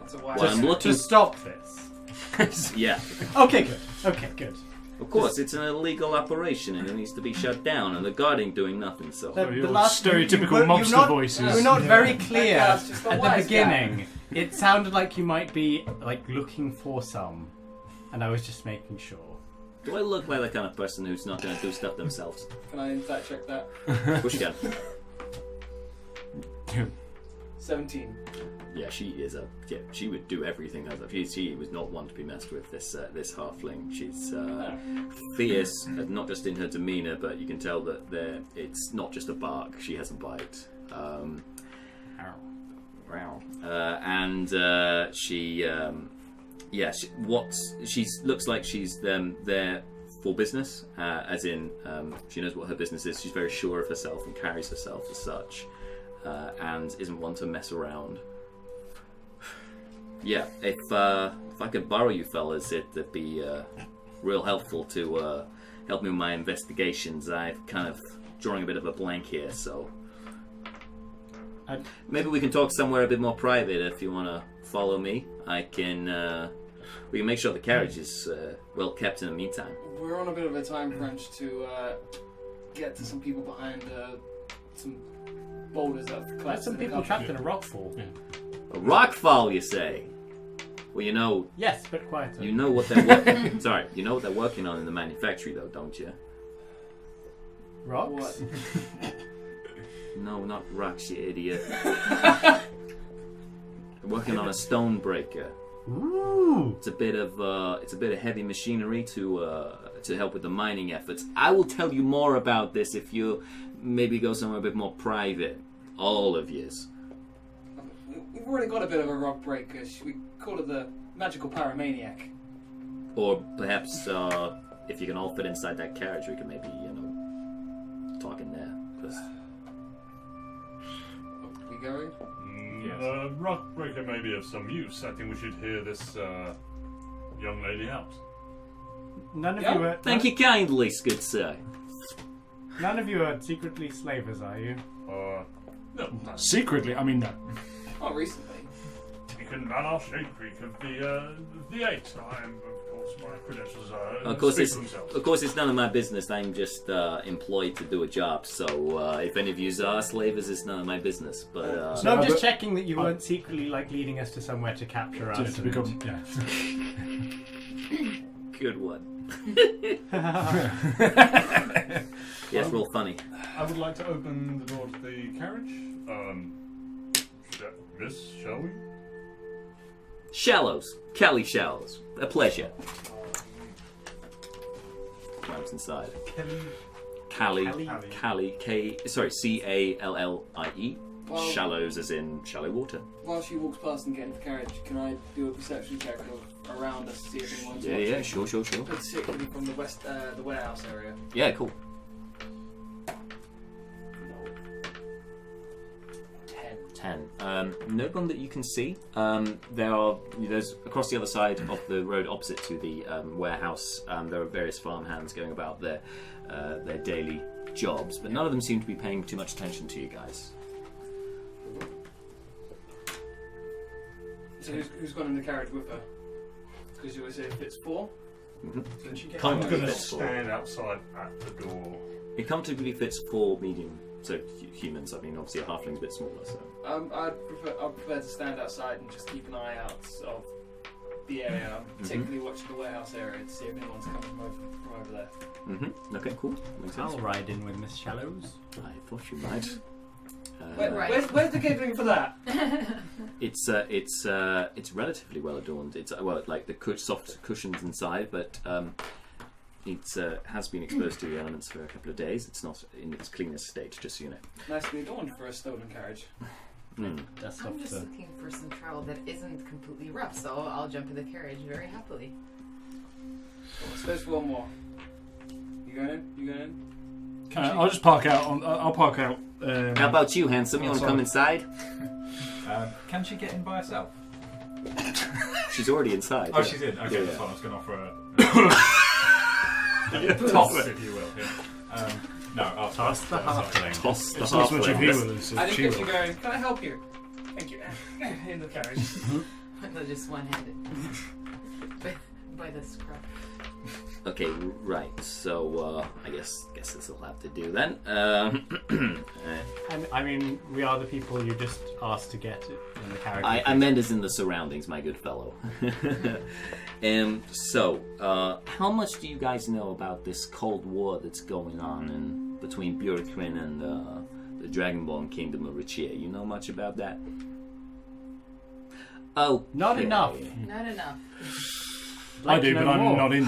That's a
Well,
wise
I'm looking.
Mm.
to stop this.
yeah.
Okay, good. Okay, good.
Of course, it's an illegal operation and it needs to be shut down, and the guard ain't doing nothing, so.
The- the last- you- you were- you're not, You're not very clear
That guy's just a
at the
wise guy.
beginning. It sounded like you might be like looking for some, and I was just making sure.
Do I look like the kind of person who's not going to do stuff themselves?
Can I insight check that?
Push again.
17.
Yeah, she is a. Yeah, she would do everything as a. She, she was not one to be messed with. This uh, this halfling. She's uh, fierce, uh, not just in her demeanour, but you can tell that there. It's not just a bark. She has a bite. Um, wow. Uh, and uh, she, um, yeah, she, what she looks like she's um, there for business, uh, as in um, she knows what her business is. She's very sure of herself and carries herself as such, uh, and isn't one to mess around. Yeah, if uh, if I could borrow you fellas, it'd be uh, real helpful to uh, help me with my investigations. I've kind of drawing a bit of a blank here, so maybe we can talk somewhere a bit more private if you want to follow me. I can. Uh, we can make sure the carriage is uh, well kept in the meantime.
We're on a bit of a time crunch to uh, get to some people behind uh, some boulders that have collapsed.
some
in the
people
country.
trapped in a rock fall.
A rockfall, you say? Well, you know,
Yes, but quieter.
you know what they're working. sorry, you know what they're working on in the manufactory, though, don't you?
Rocks.
No, not rocks, you idiot. Working on a stone breaker.
Ooh.
It's a bit of uh, it's a bit of heavy machinery to uh, to help with the mining efforts. I will tell you more about this if you maybe go somewhere a bit more private. All of yous.
We- We've already got a bit of a rock
uh,
breaker. Should we call it the magical pyromaniac?
Or perhaps uh, if you can all fit inside that carriage, we can maybe you know talk in there. 'Cause
We going?
Yes.
Uh, rock breaker may be of some use. I think we should hear this uh, young lady out.
None of
Yeah.
you are.
Thank
you kindly, good sir.
None of you are secretly slavers, are you?
Uh, no, not
Secretly, I mean, no.
Not recently.
Deacon Vanosh, Creek of the uh, the Eight. I'm, of course, my credentials are. uh,
Of course,
speak
it's
for themselves.
of course it's none of my business. I'm just uh, employed to do a job. So uh, if any of you are slavers, it's none of my business. But uh,
no, I'm just checking that you weren't secretly like leading us to somewhere to capture us.
Just
and-
become- good one. yes, real funny.
I would like to open the door to the carriage.
Um, sh- miss, shall we?
Shallows, Kelly Shallows, a pleasure. Climbs inside.
Kelly.
Callie,
Callie.
Callie, K. Sorry, C A L L I E.
Well-
Shallows, as in shallow water.
While she walks past and getting into the carriage, can I do a perception check of around us to see if anyone's
Yeah,
watching?
yeah, sure, sure, sure.
Particularly from the west, uh, the warehouse area.
Yeah, cool.
Ten.
Ten. Um, no one that you can see. Um, there are there's across the other side of the road, opposite to the um, warehouse. Um, there are various farmhands going about their uh, their daily jobs, but none of them seem to be paying too much attention to you guys.
So who's, who's gone in the carriage with her? Because you always say if it's four.
Mhm.
So she gets
Comfortably
out.
fits four.
outside at the door.
It comfortably fits four medium, so hu- humans. I mean, obviously a halfling's a bit smaller, so.
Um, I'd prefer, I'd prefer to stand outside and just keep an eye out of the area. I'm
Mm-hmm.
particularly watching the warehouse area to see if anyone's coming from over, from over there.
Uh-huh.
Mm-hmm. Okay, cool. Makes sense.
I'll ride in with Miss Shallows.
I thought you might. Uh,
Where, where's, where's the catering for that?
It's uh, it's uh, it's relatively well adorned. It's uh, well, like the cush- soft cushions inside, but um, it uh, has been exposed to the elements for a couple of days. It's not in its cleanest state, just so you know.
Nicely adorned for a stolen carriage.
Mm.
I'm just looking for some travel that isn't completely rough, so I'll jump in the carriage very happily.
So there's one more. You going in? You going in?
Uh, I'll just park out. On, I'll I'll park out. Um,
How about you, handsome? You want to come inside?
Um, can she get in by herself?
She's already inside.
Oh,
yeah.
she's in. Okay,
Yeah,
that's
yeah.
fine. I was going to offer her a, a toss, if you will. Yeah. Um, no, I'll toss the halfling.
Toss the
It's not so much
halfling.
if he will as
I didn't
if she
get you
will.
going. Can I help you? Thank you. in the carriage.
They're just one-handed. by, by the scruff.
Okay, right. So uh, I guess guess this will have to do then. Um, uh,
And I mean, we are the people you just asked to get it in the carriage.
I, I meant as in the surroundings, my good fellow. um, so, uh, how much do you guys know about this Cold War that's going on in, between Bjorkrin and uh, the Dragonborn Kingdom of Rachia? You know much about that? Oh,
Not enough.
Not enough.
Like
I do,
to know
but I'm
more.
not in.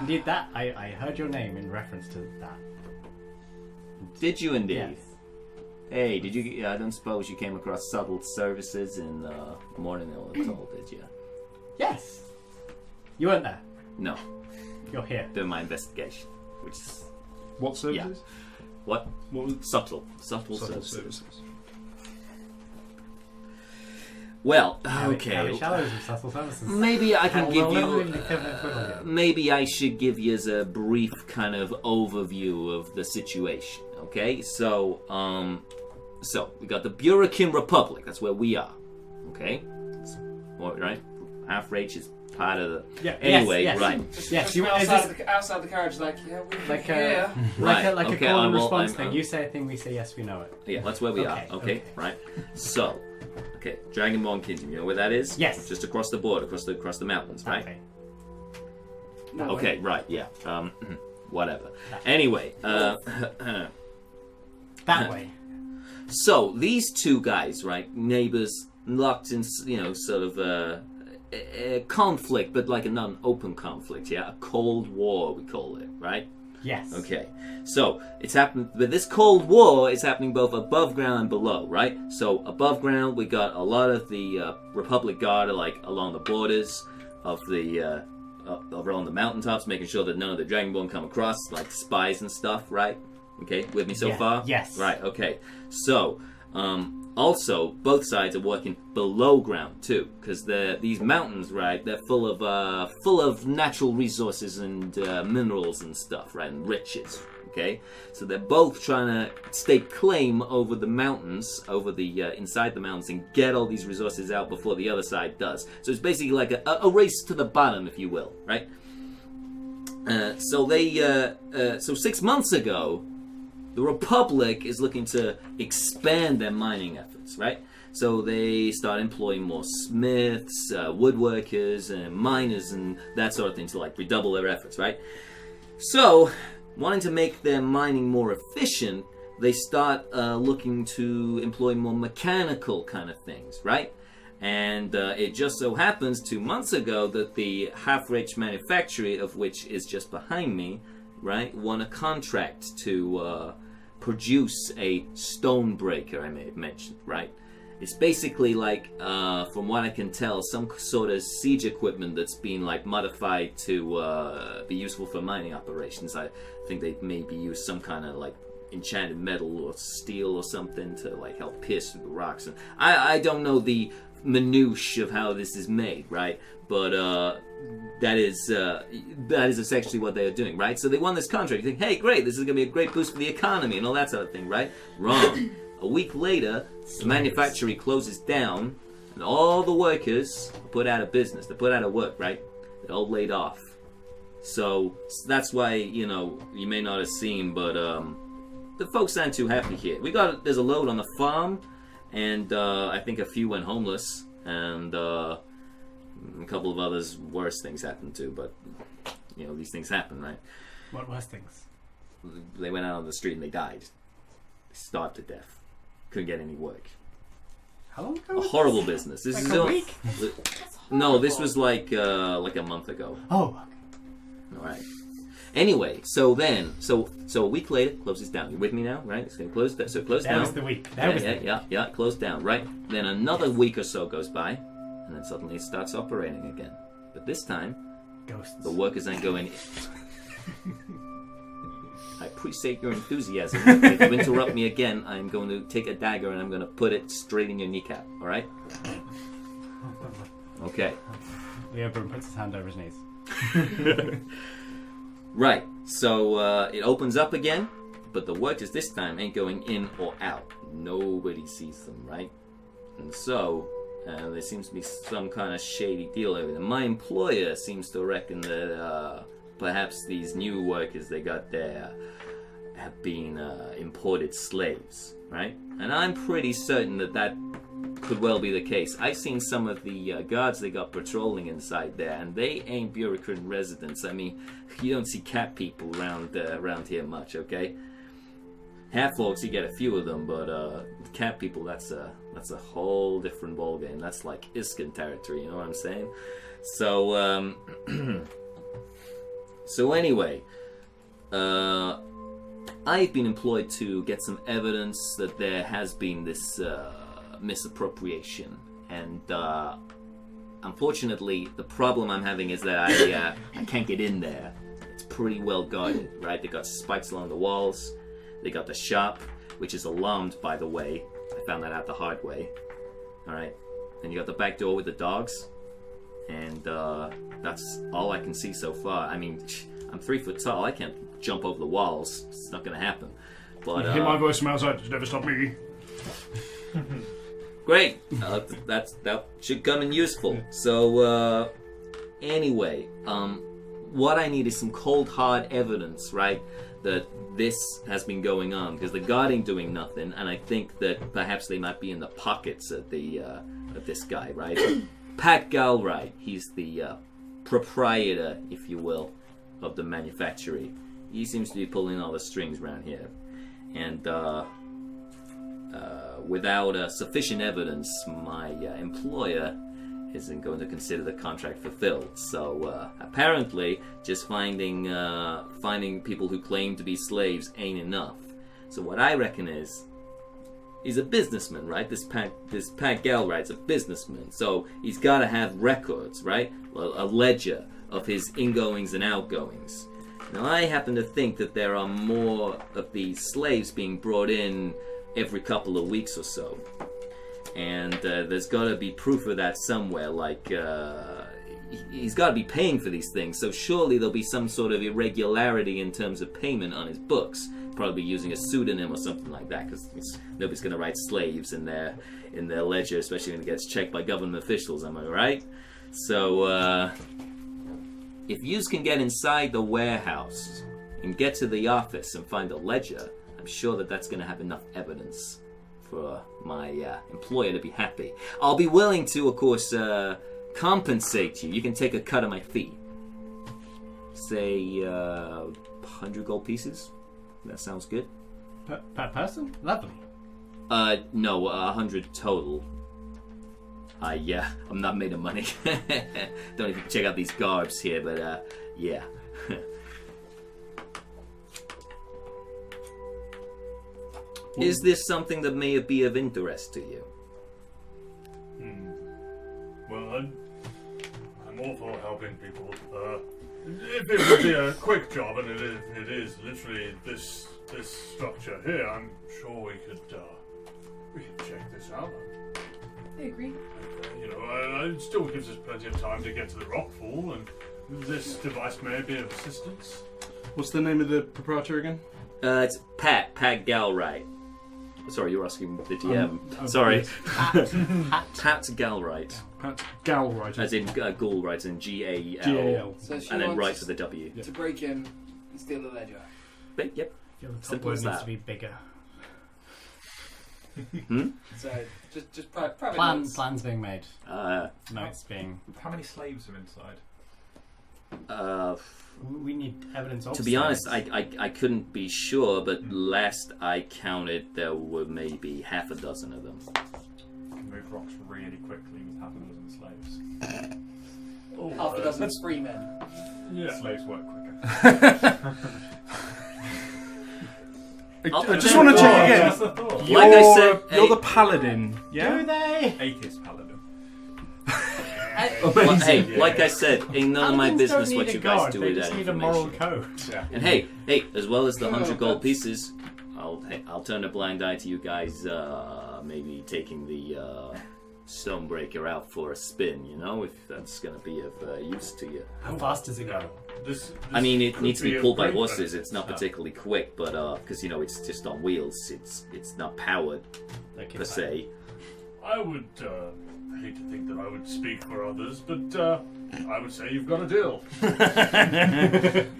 Indeed, that I, I heard your name in reference to that.
Did you indeed? Hey, did you? I don't suppose you came across subtle services in uh, Morning Hill at all, did you?
Yes. You weren't there.
No.
You're here.
Doing my investigation, which is
What services?
What?
What was
subtle, subtle,
Subtle
services. Well, okay.
shallows of subtle services.
Maybe I can
Well,
give
we're leveling
you.
the equivalent equivalent
uh, maybe I should give you a brief kind of overview of the situation. Okay, so um, so we got the Burakim Republic. That's where we are. Okay, It's- all right. Half Rage is part of the.
Yeah, yes,
Anyway,
yes.
right.
Yes, you-
outside,
is this-
the, outside the carriage, like yeah, we're
Like uh, a,
here.
Right,
like a, like
okay,
a call
I
and
will-
response
I'm-
thing.
I'm-
You say a thing, we say yes, we know it.
Yeah, that's where we
Okay,
are. Okay, right. So, okay, Dragonborn Kingdom. You know where that is? Yes. Just across the board, across the across the mountains, right? Okay.
No way.
right. Yeah. Um, whatever. Anyway, uh,
that way.
So these two guys, right, neighbors, locked in, you know, sort of uh, a, a conflict, but like a non-open conflict. Yeah, a cold war, we call it, right?
Yes.
Okay. So it's happened, but this Cold War is happening both above ground and below, right? So above ground, we got a lot of the uh, Republic Guard are like along the borders of the uh, uh, over on the mountaintops, making sure that none of the Dragonborn come across, like spies and stuff, right? Okay, with me so
Yeah.
far?
Yes.
Right. Okay. So um, also, both sides are working below ground too, because these mountains, right? They're full of uh, full of natural resources and uh, minerals and stuff, right? And riches. Okay, so they're both trying to stake claim over the mountains, over the uh, inside the mountains, and get all these resources out before the other side does. So it's basically like a, a a race to the bottom, if you will, right? Uh, so they uh, uh, so six months ago, the Republic is looking to expand their mining efforts, right? So they start employing more smiths, uh, woodworkers, and miners, and that sort of thing to like redouble their efforts, right? So, wanting to make their mining more efficient, they start uh, looking to employ more mechanical kind of things, right? And uh, it just so happens two months ago that the Half Rich Manufactory, of which is just behind me, right, won a contract to uh, produce a stone breaker. I may have mentioned, right? It's basically like, uh, from what I can tell, some sort of siege equipment that's been like modified to uh, be useful for mining operations. I think they maybe use some kind of like enchanted metal or steel or something to like help pierce through the rocks. And I, I don't know the minutiae of how this is made, right? But uh, that is uh, that is essentially what they are doing, right? So they won this contract. You think, hey, great, this is going to be a great boost for the economy and all that sort of thing, right? Wrong. a week later, the manufacturing closes down, and all the workers are put out of business. They're put out of work, right? They're all laid off. So that's why you know you may not have seen, but um, the folks aren't too happy here. We got there's a load on the farm, and uh, I think a few went homeless, and uh, a couple of others worse things happened too. But you know these things happen, right?
What worse things?
They went out on the street and they died. They starved to death. Couldn't get any work.
How long
A
ago? was
horrible
this?
business. This
Like
is
a
still-
week?
Li- no, this was like uh, like a month ago.
Oh,
All right. Anyway, so then, so so a week later, closes down. You with me now, right? It's gonna close. down. So close
That
down.
was the week. That
yeah,
was the
yeah, yeah, yeah. Closed down, right? Then another week or so goes by, and then suddenly it starts operating again. But this time,
Ghosts.
The workers ain't going. I appreciate your enthusiasm. if you interrupt me again, I'm going to take a dagger and I'm going to put it straight in your kneecap. All right? Okay.
Leo Brum puts his hand over his knees.
Right, so uh, it opens up again, but the workers this time ain't going in or out. Nobody sees them, right? And so uh, there seems to be some kind of shady deal over there. My employer seems to reckon that uh, perhaps these new workers they got there have been uh, imported slaves, right? And I'm pretty certain that that could well be the case. I've seen some of the uh, guards they got patrolling inside there, and they ain't bureaucrat residents. I mean, you don't see cat people around uh, around here much, okay? Half orcs, you get a few of them, but uh, cat people, that's a that's a whole different ballgame. That's like Iskin territory, you know what I'm saying? So, um, so anyway, uh, I've been employed to get some evidence that there has been this uh, misappropriation, and uh, unfortunately, the problem I'm having is that I uh, I can't get in there. It's pretty well guarded, right? They got spikes along the walls. They got the shop, which is alarmed, by the way. I found that out the hard way. All right, and you got the back door with the dogs and uh, that's all I can see so far. I mean, I'm three foot tall. I can't jump over the walls. It's not going to happen. But
you
uh,
hear my voice from outside. It's never stop me.
great. Uh, that's that should come in useful. So uh, anyway, um, what I need is some cold hard evidence, right? That this has been going on because the guard ain't doing nothing, and I think that perhaps they might be in the pockets of the uh, of this guy, right? Pat Galright, he's the uh, proprietor, if you will, of the manufactory. He seems to be pulling all the strings around here, and. Uh, uh, without uh, sufficient evidence, my uh, employer isn't going to consider the contract fulfilled. So uh, apparently, just finding uh, finding people who claim to be slaves ain't enough. So what I reckon is, he's a businessman, right? This Pat this Pat Galright's a businessman, so he's got to have records, right? Well, a ledger of his ingoings and outgoings. Now, I happen to think that there are more of these slaves being brought in every couple of weeks or so. And uh, there's got to be proof of that somewhere. Like, uh, he- he's got to be paying for these things, so surely there'll be some sort of irregularity in terms of payment on his books. Probably using a pseudonym or something like that, because nobody's going to write slaves in their in their ledger, especially when it gets checked by government officials. Am I right? So. Uh, if yous can get inside the warehouse and get to the office and find a ledger, I'm sure that that's going to have enough evidence for my uh, employer to be happy. I'll be willing to, of course, uh, compensate you. You can take a cut of my fee. Say, uh, 100 gold pieces? That sounds good.
Per, per person? Lovely.
Uh, no, uh, 100 total. I, yeah, I'm not made of money. Don't even check out these garbs here, but, uh, yeah. Is this something that may be of interest to you?
Hmm. Well, I'm, I'm all for helping people. Uh, if it would be a quick job, and it is, it is literally this this structure here, I'm sure we could uh, we could check this out.
I agree.
You know, uh, it still gives us plenty of time to get to the rock pool, and this device may be of assistance.
What's the name of the proprietor again? Uh, it's Pat Pat Galright. Sorry, you're asking the DM.
Um, um,
Sorry,
yes.
Pat, Pat Galright.
Pat Galright.
As in uh, Galright, and G A L,
G-A-L.
So she
and then
wants-
Wright with a W.
To break in and steal the ledger.
But, yep.
The top
Simple
word
as
needs
that.
to be bigger.
Hmm?
So just just pri- private
Plan,
notes.
plans being made.
Uh,
no, it's being.
How many slaves are inside?
Uh,
We need evidence. Of
to be honest, I, I I couldn't be sure, but last I counted, there were maybe half a dozen of them.
Can move rocks really quickly with half a dozen slaves.
Half a dozen free men.
Yeah. Slaves work quicker.
I just want to check again. You're,
Like I said,
you're
hey-
the paladin.
Yeah.
Do they?
Atheist paladin.
Well, hey, like I said, ain't none of my
Paladins
business
don't
what
need
you
a
guys
god,
do
they
with
just
that
need a
information.
moral code. Yeah.
And hey, hey, as well as the
Oh,
hundred
that's-
gold pieces, I'll hey, I'll turn a blind eye to you guys. Uh, maybe taking the uh, Stonebreaker out for a spin. You know, if that's gonna be of uh, use to you.
How fast does it go?
This,
I mean, it
could
needs to be
a
pulled by
great
horses.
benefit.
It's not
Uh,
particularly quick, but uh, because you know it's just on wheels, it's it's not powered per se.
I would uh, hate to think that I would speak for others, but uh, I would say you've got a deal.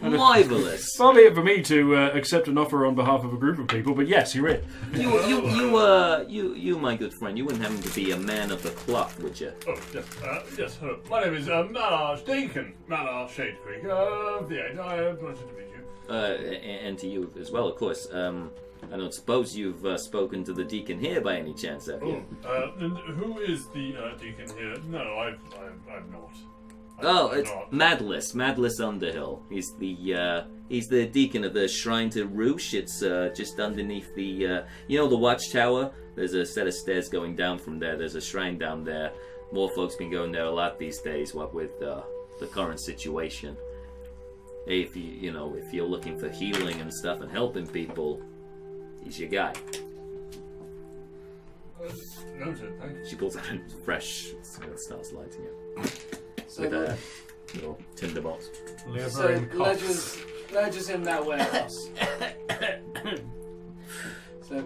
Marvelous.
Hardly it for me to uh, accept an offer on behalf of a group of people, but yes, you're it.
You, you, you, uh, you, you, my good friend, you wouldn't happen to be a man of the clock, would you?
Oh, yes, uh, yes, hello. My name is uh, Mallard Deacon, Mallard Shade Creek. Uh, the Eight. I am pleasure to meet you.
Uh, a- and to you as well, of course. Um, I don't suppose you've uh, spoken to the deacon here by any chance, have you?
Oh, uh, and who is the uh, deacon here? No, I've, I've, I've not. I've,
Oh,
I've
it's
not.
Madless, Madless Underhill. He's the uh, he's the deacon of the Shrine to Roosh. It's uh, just underneath the uh, you know the watchtower. There's a set of stairs going down from there. There's a shrine down there. More folks been going there a lot these days. What with uh, the current situation. Hey, if you you know if you're looking for healing and stuff and helping people, he's your guy.
Uh, noted, thank you.
She pulls out a fresh and starts lighting it
So
with
the-
a little tinder box.
So ledgers, ledgers in that warehouse. so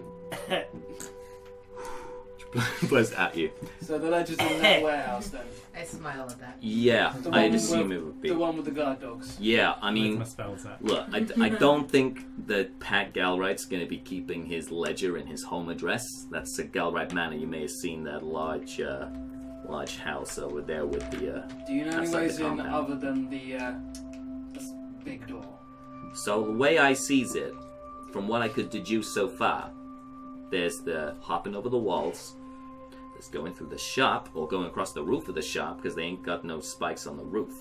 blows at you.
so the ledgers in that warehouse then.
I smile at that.
Yeah,
The
I'd
one
assume
with-
it would be.
the one with the guard dogs.
Yeah, I mean,
my spells out.
look, I, I don't think that Pat Galright's going to be keeping his ledger in his home address. That's the Galright Manor. You may have seen that large, uh, large house over there with the. Uh,
Do you know any
outside the
ways in
compound.
other than the uh, this big door?
So the way I sees it, from what I could deduce so far, there's the hopping over the walls, there's going through the shop or going across the roof of the shop because they ain't got no spikes on the roof.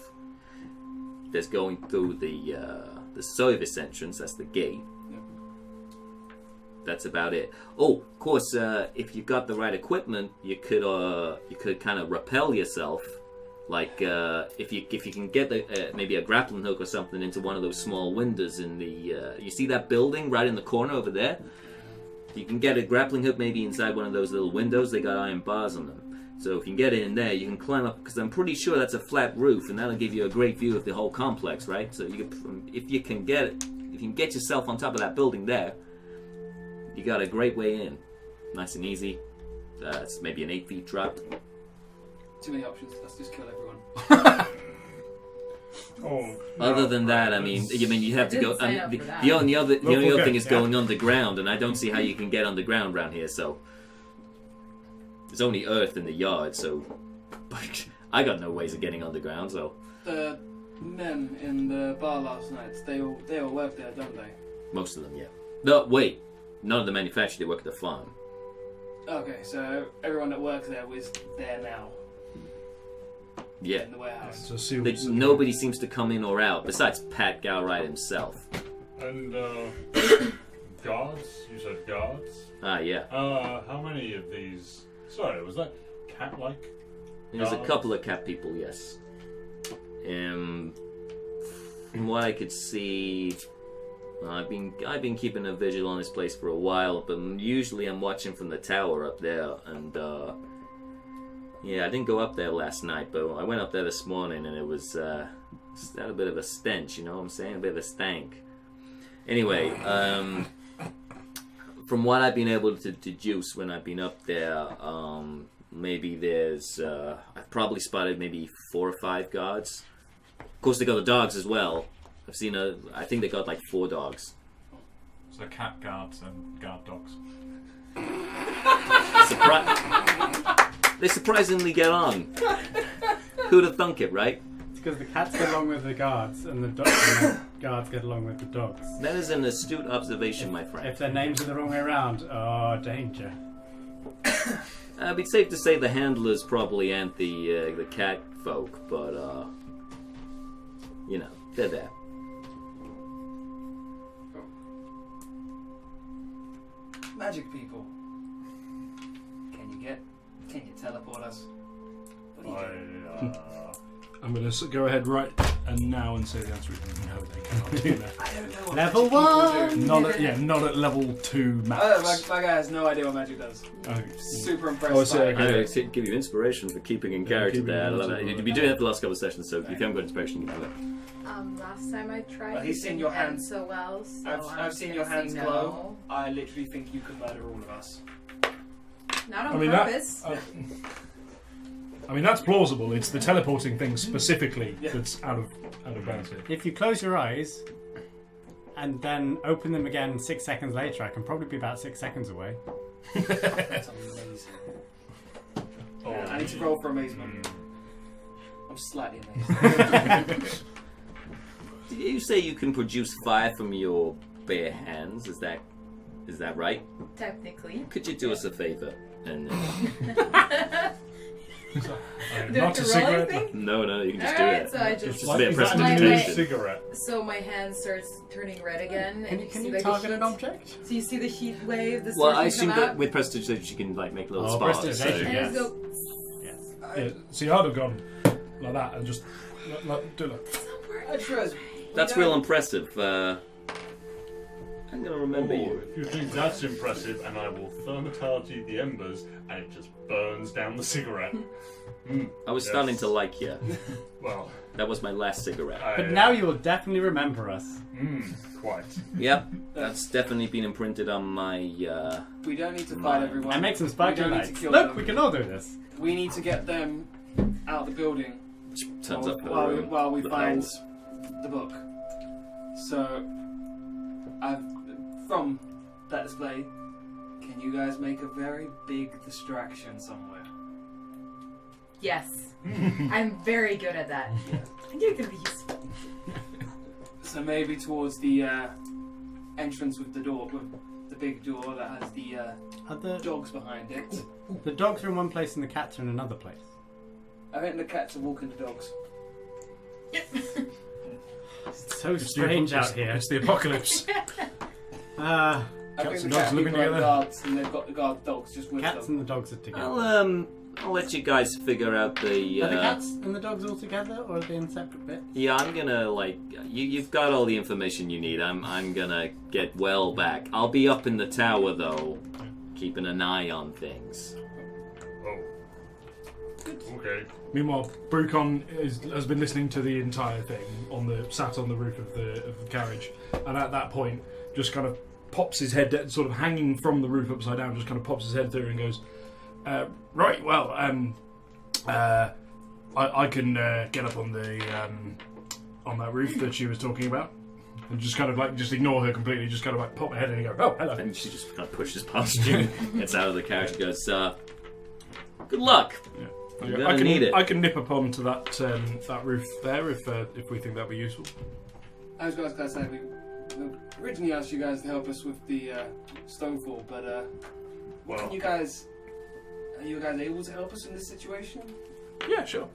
There's going through the uh, the service entrance. That's the gate. That's about it. Oh, of course, uh, if you got the right equipment, you could uh, you could kind of repel yourself. Like uh, if you if you can get the, uh, maybe a grappling hook or something into one of those small windows in the uh, you see that building right in the corner over there. You can get a grappling hook maybe inside one of those little windows. They got iron bars on them, so if you can get it in there, you can climb up. Because I'm pretty sure that's a flat roof, and that'll give you a great view of the whole complex, right? So you could, um, if you can get it, if you can get yourself on top of that building there, you got a great way in, nice and easy. Uh, it's maybe an eight feet drop.
Too many options. Let's just kill everyone.
Oh,
Other than that, I mean, you mean you have to
I
go.
didn't
I
sign
mean,
up
the,
for that.
the only other, the
Well,
only other
okay,
thing is
yeah.
going underground, and I don't see how you can get underground round here. So there's only earth in the yard, so I got no ways of getting underground. So
The men in the bar last night. They all they all work there, don't they?
most of them, yeah. No, wait, none of the manufacturers they work at the farm.
Okay, so everyone that works there was there now.
Yeah.
In the warehouse.
So see
That nobody seems to come in or out besides Pat Gowright himself.
And uh, guards? You said guards?
Ah, yeah.
Uh, how many of these? Sorry, was that cat like?
There's a couple of cat people, yes. Um, from what I could see, I've been I've been keeping a vigil on this place for a while, but usually I'm watching from the tower up there. And uh, yeah, I didn't go up there last night, but I went up there this morning, and it was uh, just had a bit of a stench. You know what I'm saying? A bit of a stank. Anyway, um, from what I've been able to deduce when I've been up there, um, maybe there's uh, I've probably spotted maybe four or five guards. Of course, they got the dogs as well. I've seen a. I think they got like four dogs.
So cat guards and guard dogs.
Surpri- they surprisingly get on. Who'd have thunk it, right?
It's because the cats get along with the guards, and the, do- and the guards get along with the dogs.
That is an astute observation, my friend.
If their names are the wrong way around, oh, danger.
Uh, it'd be safe to say the handlers probably and the uh, the cat folk, but uh, you know they're there.
Magic people. Can you get? Can you teleport us? What do you do?
I'm going to go ahead right and now and say the answer is no, they cannot do that.
I don't know what
Level
magic people
one!
do.
Not at, yeah, not at level two max.
Oh, my, my guy has no idea what magic does.
Oh,
Super impressed. by it.
I know, it's- it give you inspiration for keeping in character
keeping
there. I
in
love it.
character.
You've been doing that for the last couple of sessions, so if you haven't got inspiration, you can do it.
Um, last time I tried,
Well, he's
it
seen
didn't
your
end
hands.
so well. So
I've,
I'm
I've
just
seen
gonna
your
say
hands
no.
glow. I literally think you could murder all of us.
Not on
I mean, that-
purpose.
uh, I mean, that's plausible. It's the teleporting thing specifically that's out of out of bounds here.
If you close your eyes and then open them again six seconds later, I can probably be about six seconds away.
That's amazing. Yeah, I need to roll for amazement. I'm slightly amazed.
Did you say you can produce fire from your bare hands? Is that is that right?
Technically.
Could you do us a favor? And uh,
Do I have to roll anything?
No, no, you can just do
Alright,
it.
so I
It's
just-
a bit of
Is that a new
prestidigitation.
cigarette?
So my hand starts turning red again, and
you-
you,
can
see
you
like
target
the heat.
an object?
So you see the heat wave. The
Well, I
surge come
assume that
out,
with prestidigitation you can like make little
Oh,
sparks. So.
prestidigitation,
and
yeah.
you go,
Yeah, see, I'd have gone like that and just like, like, do like.
I trust.
That's real impressive. Uh, I'm gonna remember
Ooh,
you.
If you think that's impressive, and I will thermitality the embers, and it just burns down the cigarette. Mm,
I was
yes.
starting to like you.
Well,
That was my last cigarette.
But now you will definitely remember us.
uh, quite.
Yep, that's definitely been imprinted on my. Uh,
We don't need to fight everyone.
And make some
We
sparkling
don't need
lights.
to kill
Look,
them.
we can all do this.
We need to get them out of the building
Turns
while,
up the
while we,
room,
while we
the
find
holes.
the book. So, I've from that display. Can you guys make a very big distraction somewhere?
yes. I'm very good at that. And you're gonna be useful.
So maybe towards the uh, entrance with the door, with the big door that has the uh,
Are the-
dogs behind it.
The dogs are in one place and the cats are in another place.
I think the cats are walking the dogs.
It's so
the
strange out
apocalypse.
here.
It's the apocalypse.
Uh,
I
cats
think
and
the
dogs
cat
living
people are
together.
guards, and they've got the guard dogs just with
Cats
them.
and the dogs are together.
uh,
I'll um, I'll let you guys figure out the. Uh,
Are the cats and the dogs all together, or are they in separate bits?
yeah, I'm gonna like you. You've got all the information you need. I'm I'm gonna get well back. I'll be up in the tower though, keeping an eye on things.
Oh. Okay.
Meanwhile, Brucon is, has been listening to the entire thing on the sat on the roof of the of the carriage, and at that point, just kind of pops his head, down- sort of hanging from the roof upside down, just kind of pops his head through and goes, uh, "Right, well, um, uh, I, I can uh, get up on the um, on that roof that she was talking about." And just kind of like just ignore her completely. Just kind of like pop my head in and go, "Oh, hello."
And she just kind of pushes past you, gets out of the carriage, and goes, uh, "Good luck. You're gonna
I can
need it."
I can nip upon to that um, that roof there if uh, if we think that'd be useful.
I was going to say we we originally asked you guys to help us with the uh, stonefall, but uh,
Well-
can you guys are you guys able to help us in this situation?
Yeah, sure.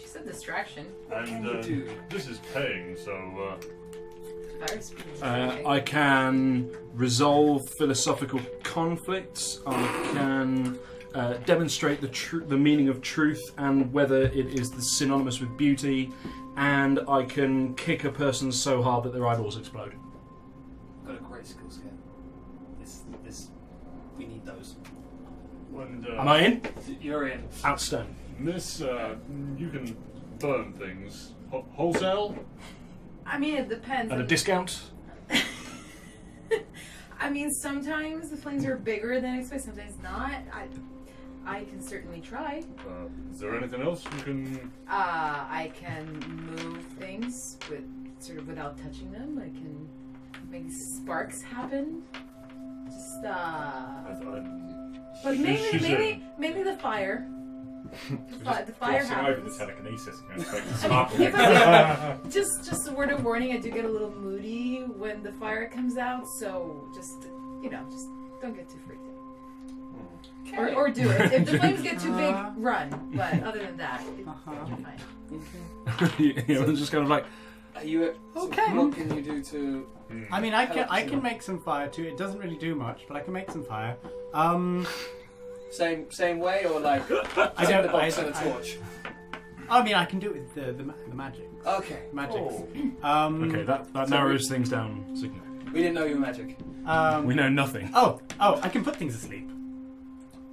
She said distraction.
And
you
uh,
do?
this is paying, so uh,
Fire speed.
Uh, I can resolve philosophical conflicts. I can uh, demonstrate the tr- the meaning of truth and whether it is synonymous with beauty. And I can kick a person so hard that their eyeballs explode.
Got a great skill set. This, this, we need those.
And, uh,
Am I in?
You're in.
Outstanding.
Miss, uh, you can burn things Wh- wholesale.
I mean, it depends.
At a discount.
I mean, sometimes the flames are bigger than expected, sometimes not. I, I can certainly try.
Uh, is there anything else you can?
Uh, I can move things with sort of without touching them. I can make sparks happen. Just
I,
uh,
I,
but
she-
mainly,
she's
mainly, mainly the fire. The, fi- the fire
Glossing over the
happens.
telekinesis. You know, it's like
I
sparkle.
mean, if I do- just just a word of warning, I do get a little moody when the fire comes out, so just you know, just don't get too freaked out. Or, or do it. If the flames get too big,
Uh-huh.
run. But other than that, it,
Uh-huh.
you're fine.
Everyone's just kind of like,
Are you at, okay? what can you do to?
I mean, I can
help
I can
someone?
make some fire too. It doesn't really do much, but I can make some fire. Um,
Same same way or like?
I
I
don't.
the box
I,
and a
I-
torch.
I, mean, I can do it with the the, ma- the magic.
Okay.
Magic.
Oh.
Um,
okay, that, that
so
narrows things down significantly.
We didn't know you were magic.
Um,
We know nothing.
Oh, oh, I can put things asleep.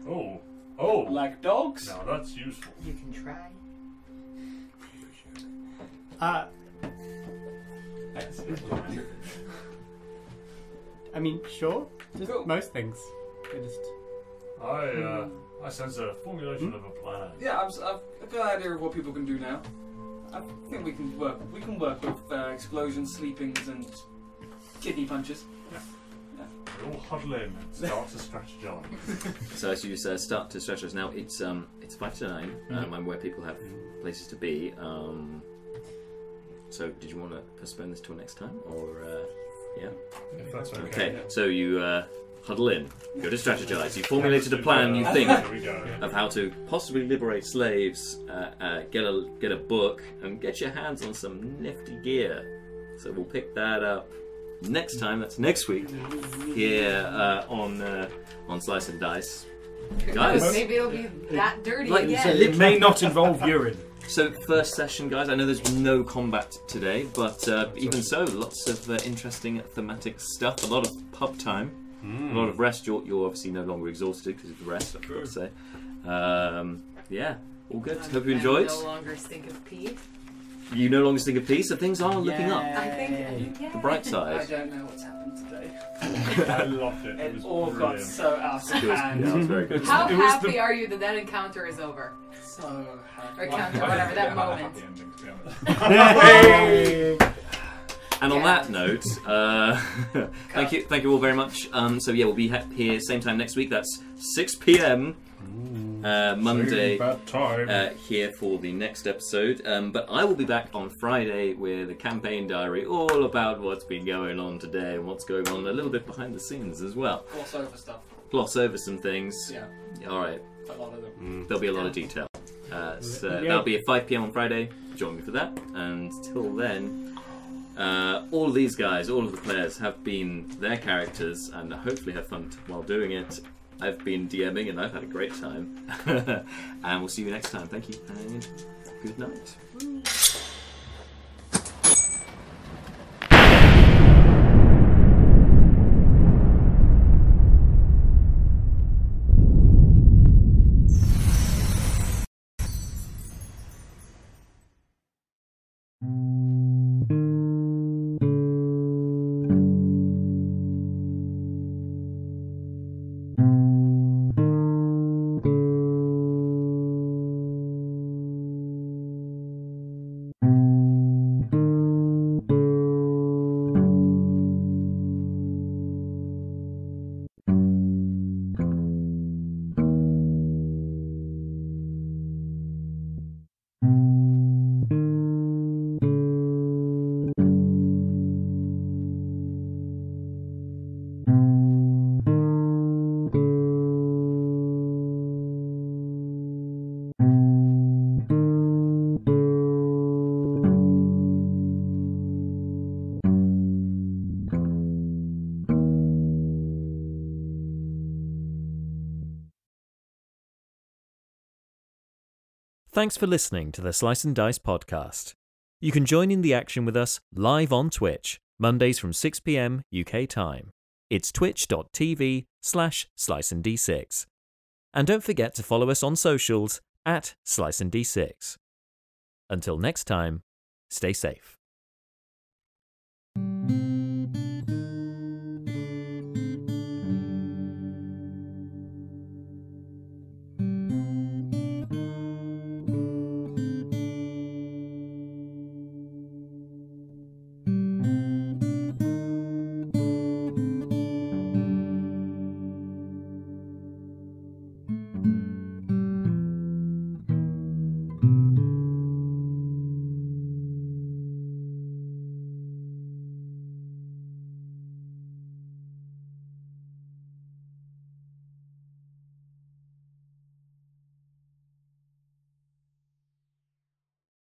Oh, oh.
Like dogs?
Now that's useful.
You can try.
Uh, I mean, sure. Just most things. They just.
I, uh, I sense a formulation of a plan.
Yeah, I've, I've I've got an idea of what people can do now. I think we can work. We can work with uh, explosions, sleepings, and kidney punches.
We all huddle in and start to strategize.
So as you uh, start to strategize now, it's um it's five to 9 um,
Mhm.
and where people have places to be. Um, so did you want to postpone this till next time, or uh, yeah?
If that's okay.
So you uh, huddle in, go to strategize. You formulated a plan. You think
There we go.
of how to possibly liberate slaves. Uh, uh, get a get a book and get your hands on some nifty gear. So we'll pick that up next time. That's next week here uh, on uh, on Slice and Dice.
Who
Guys,
knows, maybe it'll be that dirty
like you
again.
said, it may
not involve urine.
So, first session, guys. I know there's no combat today, but uh, even so, lots of uh, interesting thematic stuff. A lot of pub time,
Mm.
a lot of rest. You're, you're obviously no longer exhausted because of the rest. I forgot to say. Um, yeah, all good. Hope you
I'm
enjoyed.
No longer stink of pee.
You no longer think of peace, so things are looking up.
I think.
The bright
I
side.
don't know what's happened today.
I loved it. It,
It
was
all got
brilliant.
so out of
It was-
hand.
yeah, it was very good.
How
It was
happy
the-
are you that that encounter is over?
So happy.
Or counter,
I- I
whatever that
didn't get a
moment.
happy ending, to be honest.
And on that note, uh, thank you, thank you all very much. Um, so yeah, we'll be he- here same time next week. That's six p.m. Uh, Monday
bad time.
Uh, here for the next episode. Um, but I will be back on Friday with a campaign diary, all about what's been going on today and what's going on a little bit behind the scenes as well.
Gloss over stuff.
Gloss over some things.
Yeah.
All right.
A lot of them.
Mm, There'll be a lot of detail. Uh, so
Yeah.
that'll be at 5 pm on Friday. Join me for that. And till then, uh, all of these guys, all of the players, have been their characters and hopefully have fun t- while doing it. I've been DMing and I've had a great time. and we'll see you next time. Thank you and good night. Thanks for listening to the Slice and Dice podcast. You can join in the action with us live on Twitch, Mondays from 6 p.m. UK time. It's twitch.tv slash sliceand6. And don't forget to follow us on socials at sliceand6. Until next time, stay safe.